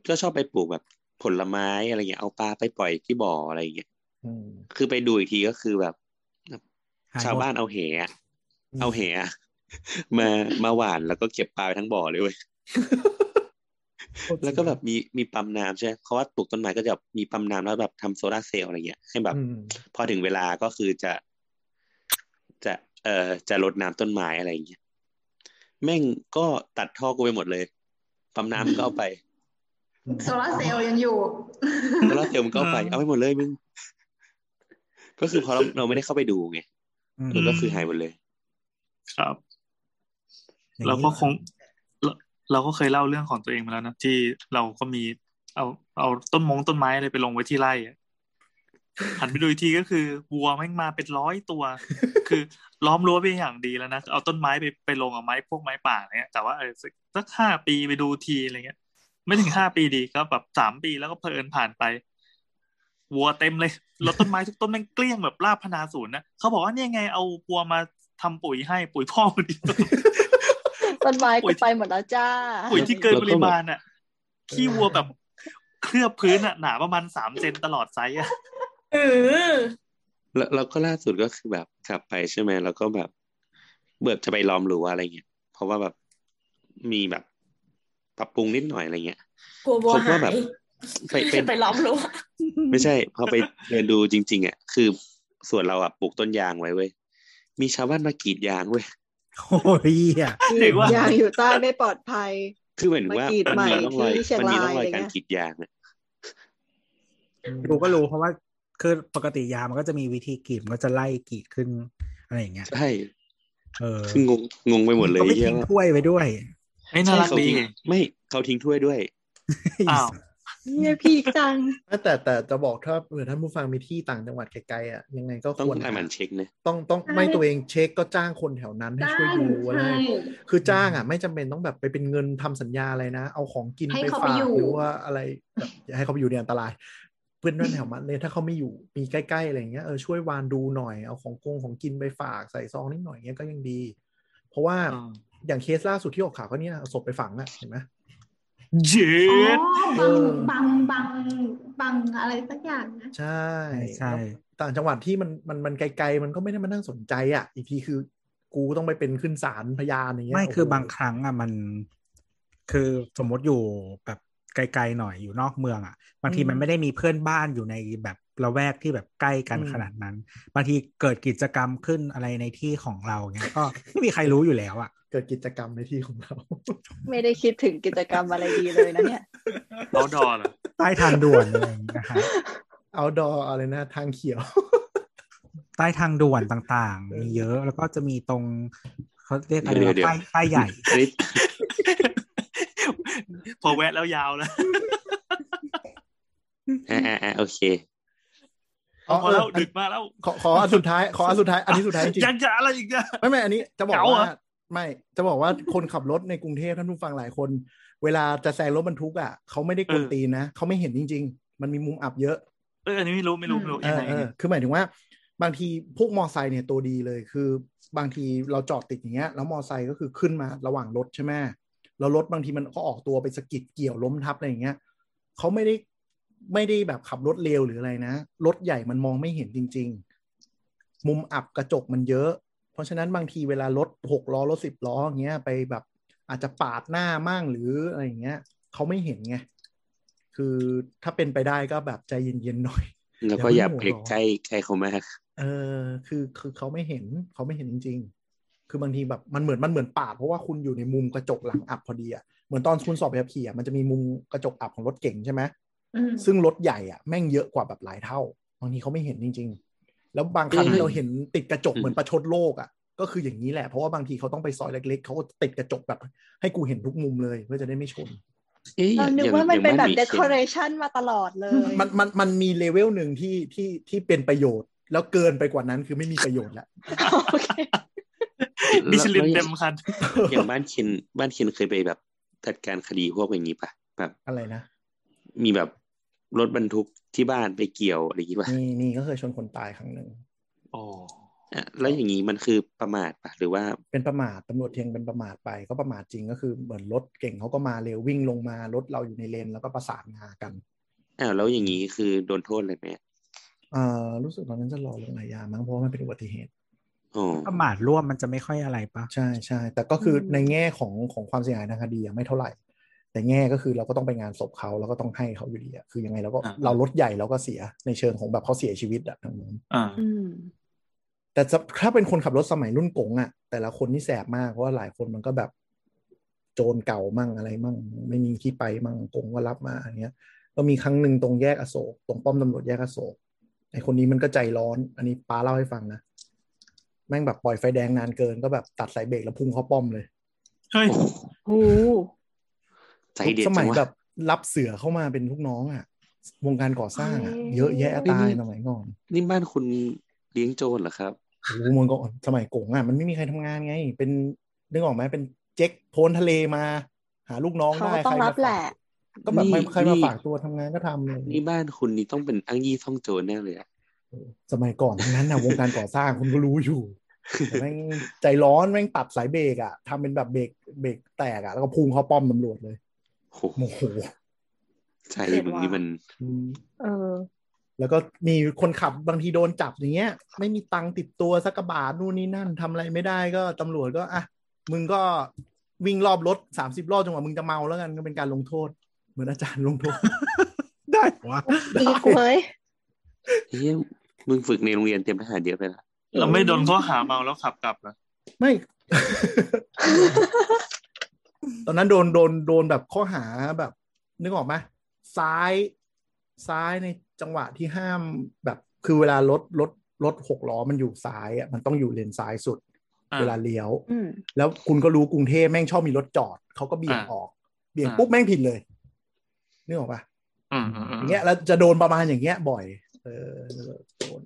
ก็ชอบไปปลูกแบบผลไม้อะไรเงี้ยเอาปลาไปปล่อยที่บ่ออะไรเงี้ย อืม คือไปดูอีกทีก็คือแบบ หายหมด ชาวบ้านเอาแหอะ อืม เอาแหอะมามาหว่านแล้วก็เก็บปลาไปทั้งบ่อเลยเว้ยแล้วก็แบบมีมีปั๊มน้ำใช่ไหมเพราะว่าปลูกต้นไม้ก็จะมีปั๊มน้ำแล้วแบบทำโซลาร์เซลล์อะไรเงี้ยให้แบบ อืม พอถึงเวลาก็คือจะ จะเอ่อจะรดน้ำต้นไม้อะไรอย่างเงี้ยแม่งก็ตัดท่อกูไปหมดเลยปั๊มน้ำก็เอาไป โซลาร์เซลล์ยังอยู่ แล้วเราเตรียมก็เอาไป <laughs> เอาไปหมดเลยมึง ก็คือพอเราเราไม่ได้เข้าไปดูไง อืม มันก็คือหายหมดเลย ครับ อย่งนี้ เราก็คงเราเราก็เคยเล่าเรื่องของตัวเองมาแล้วนะที่เราก็มี เอาเอาต้นมงต้นไม้อะไรไปลงไว้ที่ไร่ <laughs> อะหันไปดูอีกทีก็คือวัวแม่งมาเป็นร้อยตัว คือล้อมรั้วไปอย่างดีแล้วนะเอาต้นไม้ไปไปลงเอาไม้พวกไม้ป่าอะไรเงี้ยแต่ว่าเออสักสักห้าปีไปดูทีอะไรเงี้ย ไม่ถึงห้าปีดีก็แบบสามปีแล้วก็เพลินผ่านไป วัวเต็มเลยแล้วต้นไม้ทุกต้นแม่งเกลี้ยงแบบราบพนาศูนย์นะเขาบอกว่าเนี่ยไงเอาวัวมาทำปุ๋ยให้ปุ๋ยพ่อพอดี ต้นไม้ โอ้ กู ย ไปหมดแล้วจ้า ปุ๋ยที่เกินปแล้วก็ ริมาณอ่ะ ขี้วัวแบบเคลือบพื้นอ่ะ หนาประมาณสามเซนตลอดไซส์อ่ะ เออ แล้วเราก็ล่าสุดก็คือแบบกลับไปใช่ไหมแล้วก็แบบเบิกจะไปล้อมรั้วอะไรเงี้ยเพราะว่าแบบมีแบบปรับปรุงนิดหน่อยอะไรเงี้ย กลัววัว พบ หา ว่าแบบ ย ไปไป จะไปล้อมรั้ว ไม่ใช่ พอไปเดินดูจริง ๆอ่ะคือส่วนเราอ่ะปลูกต้นยางไว้เว้ยมีชาวบ้านมากรีดยางเว้ย <laughs> โอ้ยเหี้ย ถึงว่า อย่างอยู่ใต้ไม่ปลอดภัย คือเหมือนว่าามกรีด มัน ใหม่ มีร่องรอย ที่เชียง มันมี ราย ร่องรอย อะไร การ เงี้ย กรีดยางอะ รู้ก็รู้เพราะว่าคือปกติยามันก็จะมีวิธีกรีดมันก็จะไล่กรีดขึ้นอะไรอย่างเงี้ย ใช่ เออ คืองงงงไปหมดเลย ก็ไม่ เหี้ย ทิ้ง ว่า ถ้วยไว้ด้วย ไม่น่ารัก เขา ดี ทิ้งไม่เขาทิ้งถ้วยด้วย อ้าว เนี่ยพี่จัง แต่แต่จะบอกถ้าเผื่อท่านผู้ฟังมีที่ต่างจังหวัดไกลๆอ่ะยังไงก็ ต้อง ควร อ่านมัน นะ เช็คนะ ต้องต้องไม่ตัวเองเช็คก็จ้างคนแถวนั้นให้ช่วยดูอะไร ใช่ คือจ้างอ่ะ ไม่จำเป็นต้องแบบไปเป็นเงินทำสัญญาอะไรนะ เอาของกิน ให้ ไป เขาไปอฝากยู่ หรือว่าอะไรแบบอย่าให้เขาไปอยู่ในอันตราย เพื่อนร่วมแถวมันเลยถ้าเขาไม่อยู่มีใกล้ๆอะไรอย่างเงี้ยเออช่วยวานดูหน่อยเอาของกงของกินไปฝากใส่ซองนิดหน่อยเงี้ยก็ยังดี เพราะว่า อ่า อย่างเคสล่าสุดที่ออกข่าวก็เนี่ยเอาศพไปฝังอ่ะเห็นไหม เจ็ อ๋ ด อ เออ บางบางบางบางอะไรสักอย่างนะ ใช่ ใช่ใช่ แล้วต่างจังหวัดที่มันมันมันไกลๆ มันก็ไม่ได้มานั่งสนใจอ่ะ อีกทีคือ กูต้องไปเป็นขึ้นศาลพยานอย่างเงี้ย ไม่ โโห คือบางครั้งอ่ะมัน คือสมมติอยู่แบบไกลๆหน่อยอยู่นอกเมืองอ่ะบางทีมันไม่ได้มีเพื่อนบ้านอยู่ในแบบละแวกที่แบบใกล้กันขนาดนั้นบางทีเกิดกิจกรรมขึ้นอะไรในที่ของเราเงี้ยก็ไม่มีใครรู้อยู่แล้วอ่ะ เกิดกิจกรรมในที่ของเรา <laughs> ไม่ได้คิดถึงกิจกรรมอะไรดีเลยนะเนี่ย เอาดอเหรอ ใต้ทางด่วนอะไรอย่างเงี้ยนะครับ เอาดออะไรนะ ทางเขียว ใต้ทางด่วนต่าง เอๆอมีเยอะแล้วก็จะมีตรงเขาเรียกอะไร เดี๋ยว วะ เดี๋ยว ป้ายป้ายใหญ่ อันนี้ พอแวะแล้วยาวแล้ว <laughs> อ่าอ่าอ่าโอเค <laughs> อ๋อ พอแล้ว เอออัน ดึกมากแล้ว ขอขออันสุดท้ายขออันสุดท้ายอันนี้สุดท้ายจริง ยังจะอะไรอีกอะ ไม่ไม่อันนี้จะบอก เหงาเหร ว่า อ ไม่จะบอกว่าคนขับรถในกรุงเทพท่านผู้ฟังหลายคน เวลาจะแซงรถบรรทุกอ่ะเขาไม่ได้กวนตีนนะเขาไม่เห็นจริง ๆ มันมีมุมอับเยอะ เอออันนี้ไม่รู้ไม่รู้ไม่รู้ เอ ยัง อ ไง เอ ยัง อ ไง คือหมายถึงว่า บางทีพวกมอไซค์เนี่ยตัวดีเลยคือบางทีเราจอดติดอย่างเงี้ยแล้วมอไซค์ก็คือขึ้นมาระหว่างรถใช่ไหมแล้วรถบางทีมันก็ออกตัวไปสะกิดเกี่ยวล้มทับอะไรอย่างเงี้ยเขาไม่ได้ไม่ได้แบบขับรถเร็วหรืออะไรนะรถใหญ่มันมองไม่เห็นจริง ๆ มุมอับกระจกมันเยอะ เพราะฉะนั้นบางทีเวลารถหกล้อรถสิบล้ออย่างเงี้ยไปแบบอาจจะปาดหน้ามั่งหรืออะไรอย่างเงี้ยเขาไม่เห็นไงคือถ้าเป็นไปได้ก็แบบใจเย็นๆหน่อย แล้วก็อย่าไปใกล้ใกล้เขามาก เออคือคือเขาไม่เห็นเขาไม่เห็นจริง ๆ คือบางทีแบบมันเหมือนมันเหมือนปาดเพราะว่าคุณอยู่ในมุมกระจกหลังอับพอดีอ่ะเหมือนตอนคุณสอบใบขับขี่อ่ะมันจะมีมุมกระจกอับของรถเก่งใช่ไหม อืม ซึ่งรถใหญ่อ่ะแม่งเยอะกว่าแบบหลายเท่าบางทีเขาไม่เห็นจริง ๆ แล้วบางครั้ง อืม ที่เราเห็นติดกระจก อืม เหมือนประชดโลกอ่ะก็คืออย่างนี้แหละเพราะว่าบางทีเขาต้องไปซอยเล็ก ๆเขาก็ติดกระจกแบบ ให้กูเห็นทุกมุมเลยเพื่อจะได้ไม่ชน เอ๊ะอ เรา ย่าง นึก อย่าง ว่า อ มัน ย่าง เป็นแบบ้านบ หมี เด เค็ คอ ม เรชันมาตลอดเลย มันมันมันมีเลเวลหนึ่งที่ที่ที่เป็นประโยชน์ แล้วเกินไปกว่านั้นคือไม่มีประโยชน์ละ โอเค มิชลิน แว เต็ แว มคัน อย่างบ้าน <laughs> เคนบ้านเคนเคยไปแบบจัดการคดีพวกอย่างนี้ปะแบบ อะไรนะ มีแบบรถบรรทุกที่บ้านไปเกี่ยวอะไรอย่างงี้ป่ะ มีมีก็เคยชนคนตายครั้งหนึ่ง โอ้ อ่ะแล้วอย่างนี้มันคือประมาทป่ะหรือว่า เป็นประมาทตำรวจเทียงเป็นประมาทไปก็ประมาทจริงก็คือเหมือนรถเก่งเขาก็มาเร็ววิ่งลงมารถเราอยู่ในเลนแล้วก็ประสานงากัน อ้าวแล้วอย่างนี้คือโดนโทษเลยไหม เอ่อรู้สึกตอนนั้นจะรอลงอาญามั้งเพราะว่ามันเป็นอุบัติเหตุ อ๋อ ประมาทร่วมมันจะไม่ค่อยอะไรปะ ใช่ใช่แต่ก็คืออ ม ในแง่ของของความเสียหายทางคดีอะไม่เท่าไหร่ แต่แง่ก็คือเราก็ต้องไปงานศพเขาแล้วก็ต้องให้เขาอยู่ดีอะคือยังไงเราก็เรารถใหญ่เราก็เสียในเชิงของแบบเขาเสียชีวิตอะทางนู้น อ่า อืม แต่ถ้าเป็นคนขับรถสมัยรุ่นกงอะ่ะ แต่ละคนนี่แสบมากเพราะว่าหลายคนมันก็แบบ โจรเก่ามั่งอะไรมั่ง ไม่มีที่ไปมั่งกงก็รับมาอย่างเงี้ย ก็มีครั้งหนึ่งตรงแยกอโศกตรงป้อมตำรวจแยกอโศกไอคนนี้มันก็ใจร้อน อันนี้ป้าเล่าให้ฟังนะแม่งแบบปล่อยไฟแดงนานเกินก็แบบตัดสายเบรกแล้วพุ่งเข้าป้อมเลย เฮ้ย โอ้ ใจเด็ด สมั จั ย งวะ แบบรับเสือเข้ามาเป็นลูกน้องอะ่ะ วงการก่อสร้างอะ่ะ เยอะแยะ เฮ้ย ตาย นี่ สมัยก่อน นี่บ้านคุณเลี้ยงโจรเหรอครับ โอ้โหมันก็สมัยกงอะ่ะมันไม่มีใครทำงานไง เป็นนึกออกไหมเป็นเจ๊กโพนทะเลมา หาลูกน้อง เขา ได้ ก็ต้อง ใคมา รับแหละ ฝากก็แบบ นี่ ใครมา นี่ ฝากตัวทำงานก็ทำเลย นี่บ้านคุณนี่ต้องเป็นอ้างยี่ท่องโจรแน่เลยอะ <laughs> สมัยก่อนทั้งนั้นนะวงการก่อสร้างคุณก็รู้อยู่แต่แม่งใจร้อนแม่งตัดสายเบรกอะ่ะทำเป็นแบบเบรกเบรกแตกอะ่ะแล้วก็พุ่งเข้าป้อมตำรวจเลย โห โมโห ใจมึงนี่มัน เออ แล้วก็มีคนขับบางทีโดนจับอย่างเงี้ย ไม่มีตังค์ติดตัวสักกระบาทนู่นนี่นั่นทำอะไรไม่ได้ก็ตำรวจก็อ่ะมึงก็วิ่งรอบรถสามสิบรอบจนกว่ามึงจะเมาแล้วกันก็เป็นการลงโทษ เหมือนอาจารย์ลงโทษ <laughs> ได้วะ ดีกว่าเว้ย เฮ้ยมึงฝึกในโรงเรียนเตรียมทหารเยอะไปละ เราไม่โดนข้อหาเมาแล้วขับกลับนะ ไม่ <laughs> ตอนนั้นโดนโดนโดนแบบข้อหาแบบ นึกออกไหมซ้ายซ้ายในจังหวะที่ห้ามแบบคือเวลารถรถรถหกล้อมันอยู่ซ้ายอ่ะมันต้องอยู่เลนซ้ายสุด อ่า เวลาเลี้ยว อืม แล้วคุณก็รู้กรุงเทพแม่งชอบมีรถจอด เขาก็เบี่ยง อ่า ออก เบี่ยง อ่า ปุ๊บแม่งผิดเลยนึกออกปะ อืมอืมอื อ ม ย่างเงี้ยแล้วจะโดนประมาณอย่างเงี้ยบ่อย เออโดน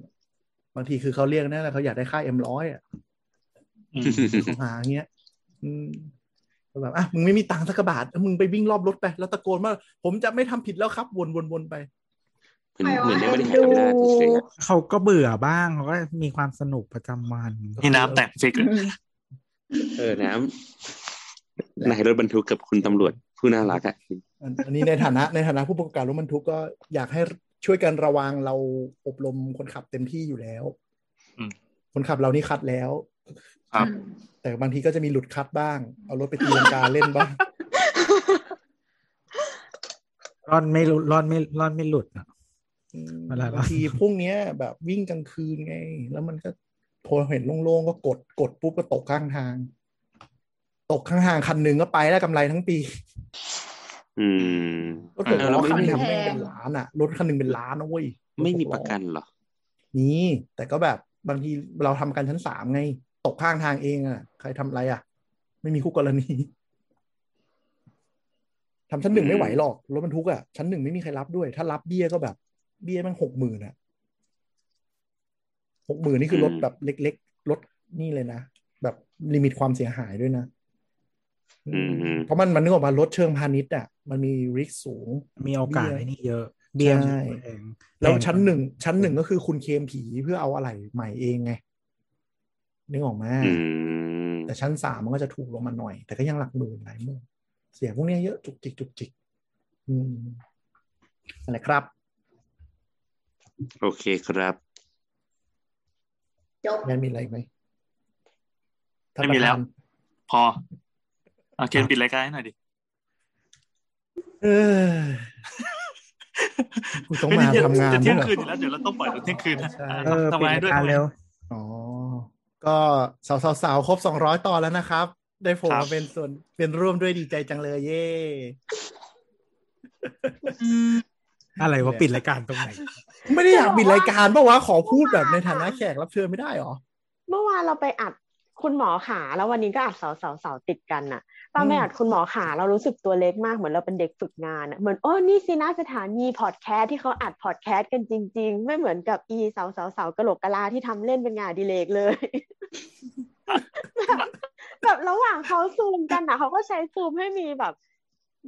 บางทีคือเขาเรียกนั่นแหละเขาอยากได้ค่าเอ็มร้อยอ่ะ อืม เขาหาอย่างเงี้ย อืมก็แบบอ่ะมึงไม่มีตังค์สักกระบาทแล้วมึงไปวิ่งรอบรถไป แล้วตะโกนว่า ผมจะไม่ทำผิดแล้วครับวนวนวนไป เหมือน ไม่ว่า เหมือนได้บริหารอำนาจเฉยๆอะ เขาก็เบื่อบ้างเขาก็มีความสนุกประจำวัน นี่น้ำแตกฟิกเลย เออน้ำนายรถบรรทุกกับคุณตำรวจผู้น่ารักอะ อันอันนี้ในฐานะในฐานะผู้ประกอบการรถบรรทุกก็อยากให้ช่วยกันระวังเราอบรมคนขับเต็มที่อยู่แล้วคนขับเรานี่คัดแล้ว ครับ แต่บางทีก็จะมีหลุดคัดบ้าง เอารถไปตีลังกาเล่นบ้าง รอดไม่หลุดรอดไม่รอดไม่หลุดอะ เวลาเรา บางทีพวกเนี้ย แบบวิ่งกลางคืนไง แล้วมันก็พอเห็นโล่งๆก็กดกดปุ๊บก็ตกข้างทาง ตกข้างทางคันหนึ่งก็ไปแล้วกำไรทั้งปี อืม รถหก เออ ล้ เรา อ ไม่ คันหนึงไม่แม่งเป็นล้านอ่ะรถคันหนึงเป็นล้านนะเว้ยถ ไม่มี ห ป ล้อ ระกันเหรอ มีแต่ก็แบบบางทีเราทำกันชั้นสามไง ตกข้างทางเองอ่ะ ใครทำอะไรอ่ะ ไม่มีคู่กรณีทำชั้นหนึ่งไม่ไหวหรอกรถบรรทุกอ่ะชั้นหนึ่งไม่มีใครรับด้วย ถ้ารับเบี้ยก็แบบ เบี้ยแมันหกหมื่นอ่ะหกหมื่นนี่คือรถ อืม แบบเล็กๆรถนี่เลยนะแบบลิมิตความเสียหายด้วยนะ อืมอืม เพราะมันมันนึกออกมารถเชิงพาณิชย์อ่ะมันมีริกสูง มีโอกาส เบี้ย ไอ้นี่เยอะ เบี้ย ใช่ แพง แล้ว พกา ชั้นหนึ่งชั้นหนึ่งก็คือคุณเคมผีเพื่อเอาอะไรใหม่เองไงนึกออกไหมา อืม แต่ชั้นสามมันก็จะถูกลงมาหน่อย แต่ก็ยังหลักหมื่นหลายหมื่นเสียพวกเนี้ยเยอะจุกจิกจุกจิก อืมอะไรครับ โอเคครับ จบ แมนมีอะไรอีกไหมท่าน ไม่มีแล้ว ประธาน พอเอาเคนปิดรายการให้หน่อยดิ เออ <laughs> กูต้องมา เฮ้ยนี่จะ ทำงาน จะเที่ยง ด้วหรอ คืนอยู่แล้วเดี๋ยวเราต้องปล่อยตอนเที่ยงคืนนะ ใช่ เออ ทำ ปิด ไม ราย ด้วย การ ทำไม เร็ว อ๋อ ก็สาวๆๆครบสองร้อยตอนแล้วนะครับ ได้โผม ครับ มาเป็นส่วนเป็นร่วมด้วยดีใจจังเลยเย่ อะไรวะปิดรายการตรงไหน ไม่ได้อยากบิดรายการปะวะขอพูดแบบในฐานะแขกรับเชิญไม่ได้หรอ เมื่อวานเราไปอัดคุณหมอขาแล้ววันนี้ก็อัดเสาเสาเสาติดกันน่ะตอนไป อืม อัดคุณหมอขาเรารู้สึกตัวเล็กมากเหมือนเราเป็นเด็กฝึกงานน่ะเหมือนโอ้นี่สินะสถานีพอดแคสต์ที่เขาอัดพอดแคสต์กันจริง ๆ ไม่เหมือนกับอีเสาเสาเสากะโหลกกะลาที่ทำเล่นเป็นงานอดีเลกเลย <laughs> แบบแบบระหว่างเขาซูมกันนะเขาก็ใช้ซูมให้มีแบบ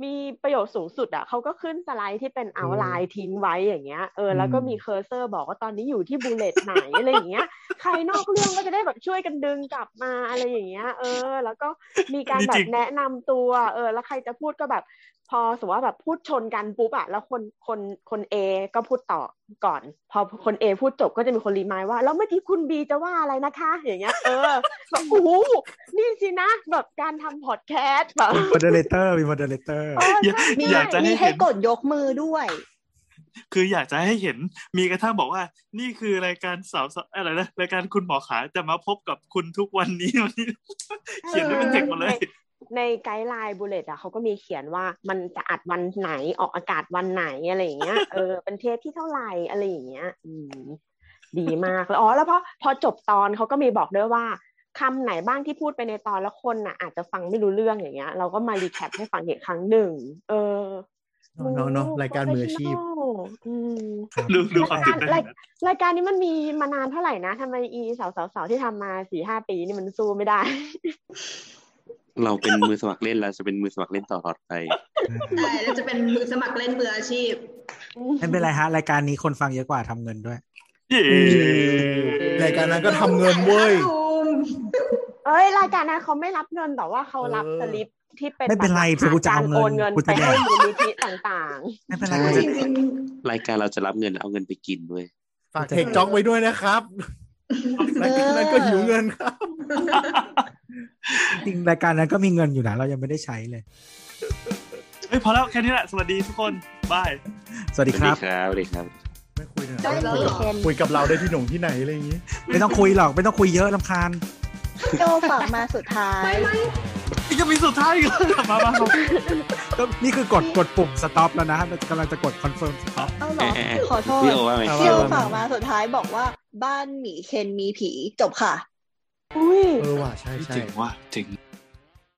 มีประโยชน์สูงสุดอ่ะเขาก็ขึ้นสไลด์ที่เป็นเอาไลน์ทิ้งไว้อย่างเงี้ยเออแล้วก็มีเคอร์เซอร์บอกว่าตอนนี้อยู่ที่บูเลตไหนอะไรอย่างเงี้ย ใครนอกเรื่องก็จะได้แบบช่วยกันดึงกลับมาอะไรอย่างเงี้ย เออ แล้วก็มีการแบ จริ บ ง แนะนำตัว เออ แล้วใครจะพูดก็แบบ พอสมมติว่าแบบพูดชนกันปุ๊บอะแล้วคนคนคนเอก็พูดต่อก่อน พอคนเอพูดจบก็จะมีคนรีมายด์ว่าแล้วเมื่อกี้คุณบีจะว่าอะไรนะคะ อย่างเงี้ย เออแบบโอ้โหนี่สินะ แบบการทำพอดแคสต์แบบ มีโมเดเลเตอร์มีโมเดเลเตอร์ เออ อยาก มี อยากจะ มี ให้ ให้ เห็น กดยกมือด้วย คืออยากจะให้เห็นมีกระทั่งบอกว่า นี่คือรายการสาวๆอะไรนะ <laughs> รายการคุณหมอขาจะมาพบกับคุณทุกวันนี้วันนี้ เขียนด้วยเป็นเทคหมาเลย ในไกด์ไลน์บุลเลตอะเขาก็มีเขียนว่ามันจะอัดวันไหนออกอากาศวันไหนอะไรอย่างเงี้ย <laughs> เออเป็นเทปที่เท่าไหร่อะไรอย่างเงี้ย อืม ดีมากแล้วอ๋อแล้วพอพอจบตอนเขาก็มีบอกด้วยว่าคำไหนบ้างที่พูดไปในตอนแล้วคนน่ะ อาจจะฟังไม่รู้เรื่องอย่างเงี้ย เราก็มารีแคปให้ฟังอีกครั้งหนึ่ง เออ เนอะเนอะเนอะรายการมืออาชีพ อืม ครับ ดูดูค รา วย าม การ ตื่นเต้น รายรายการนี้มันมีมานานเท่าไหร่นะทำไมอีสาวสาวสาวที่ทำมาสี่ห้าปีนี่มันสู้ไม่ได้ เราเป็นมือสมัครเล่นเราจะเป็นมือสมัครเล่นตลอดไป ใช่แล้วจะเป็นมือสมัครเล่นมืออาชีพ ไม่เป็นไรฮะ รายการนี้คนฟังเยอะกว่าทำเงินด้วย เย้ รายการนั้นก็ทำเงินเว้ย เอ้ยรายการนั้นเขาไม่รับเงินแต่ว่าเขารับ เออ สลิปที่เป็น ไม่เป็นไร บัตหลักฐา กูจะเอา ก เงิน โอนเงิน กู ไป จะแดก ให้มูลนิธิต่าง ไม่เป็นไร ใช่ กู จ จะ ริง รายการเราจะรับเงินแล้วเอาเงินไปกินด้วย ฝากเทคจ็อกไว้ด้วยนะครับรายการนั้นก็หิวเงินครับ จริงๆรายการนั้นก็มีเงินอยู่นะเรายังไม่ได้ใช้เลย เฮ้ยพอแล้วแค่นี้แหละสวัสดีทุกคนบาย สวัสดี <laughs> ครับ สวัสดีครับ ไม่คุยนะ ๆได้เลยเหรอ คุยกับเราได้ที่หนงที่ไหนอะไรอย่างนี้ ไม่ต้องคุยหรอกไม่ต้องคุยเยอะลำคาญ โจฝากมาสุดท้าย นี่ก็มีสุดท้ายอีกแล้วมามามา ก็นี่คือกดกดปุ่ม stop แล้วนะมันกำลังจะกด confirm stop เอ้าเหรอ เอ๊ะเอ๊ะ ขอโทษ พี่โอว่าไง โจฝากมาสุดท้ายบอกว่าบ้านหมีเคนมีผีจบค่ะ ๆ อุ้ย เออว่ะใช่ใช่ เจ๋งว่ะเจ๋ง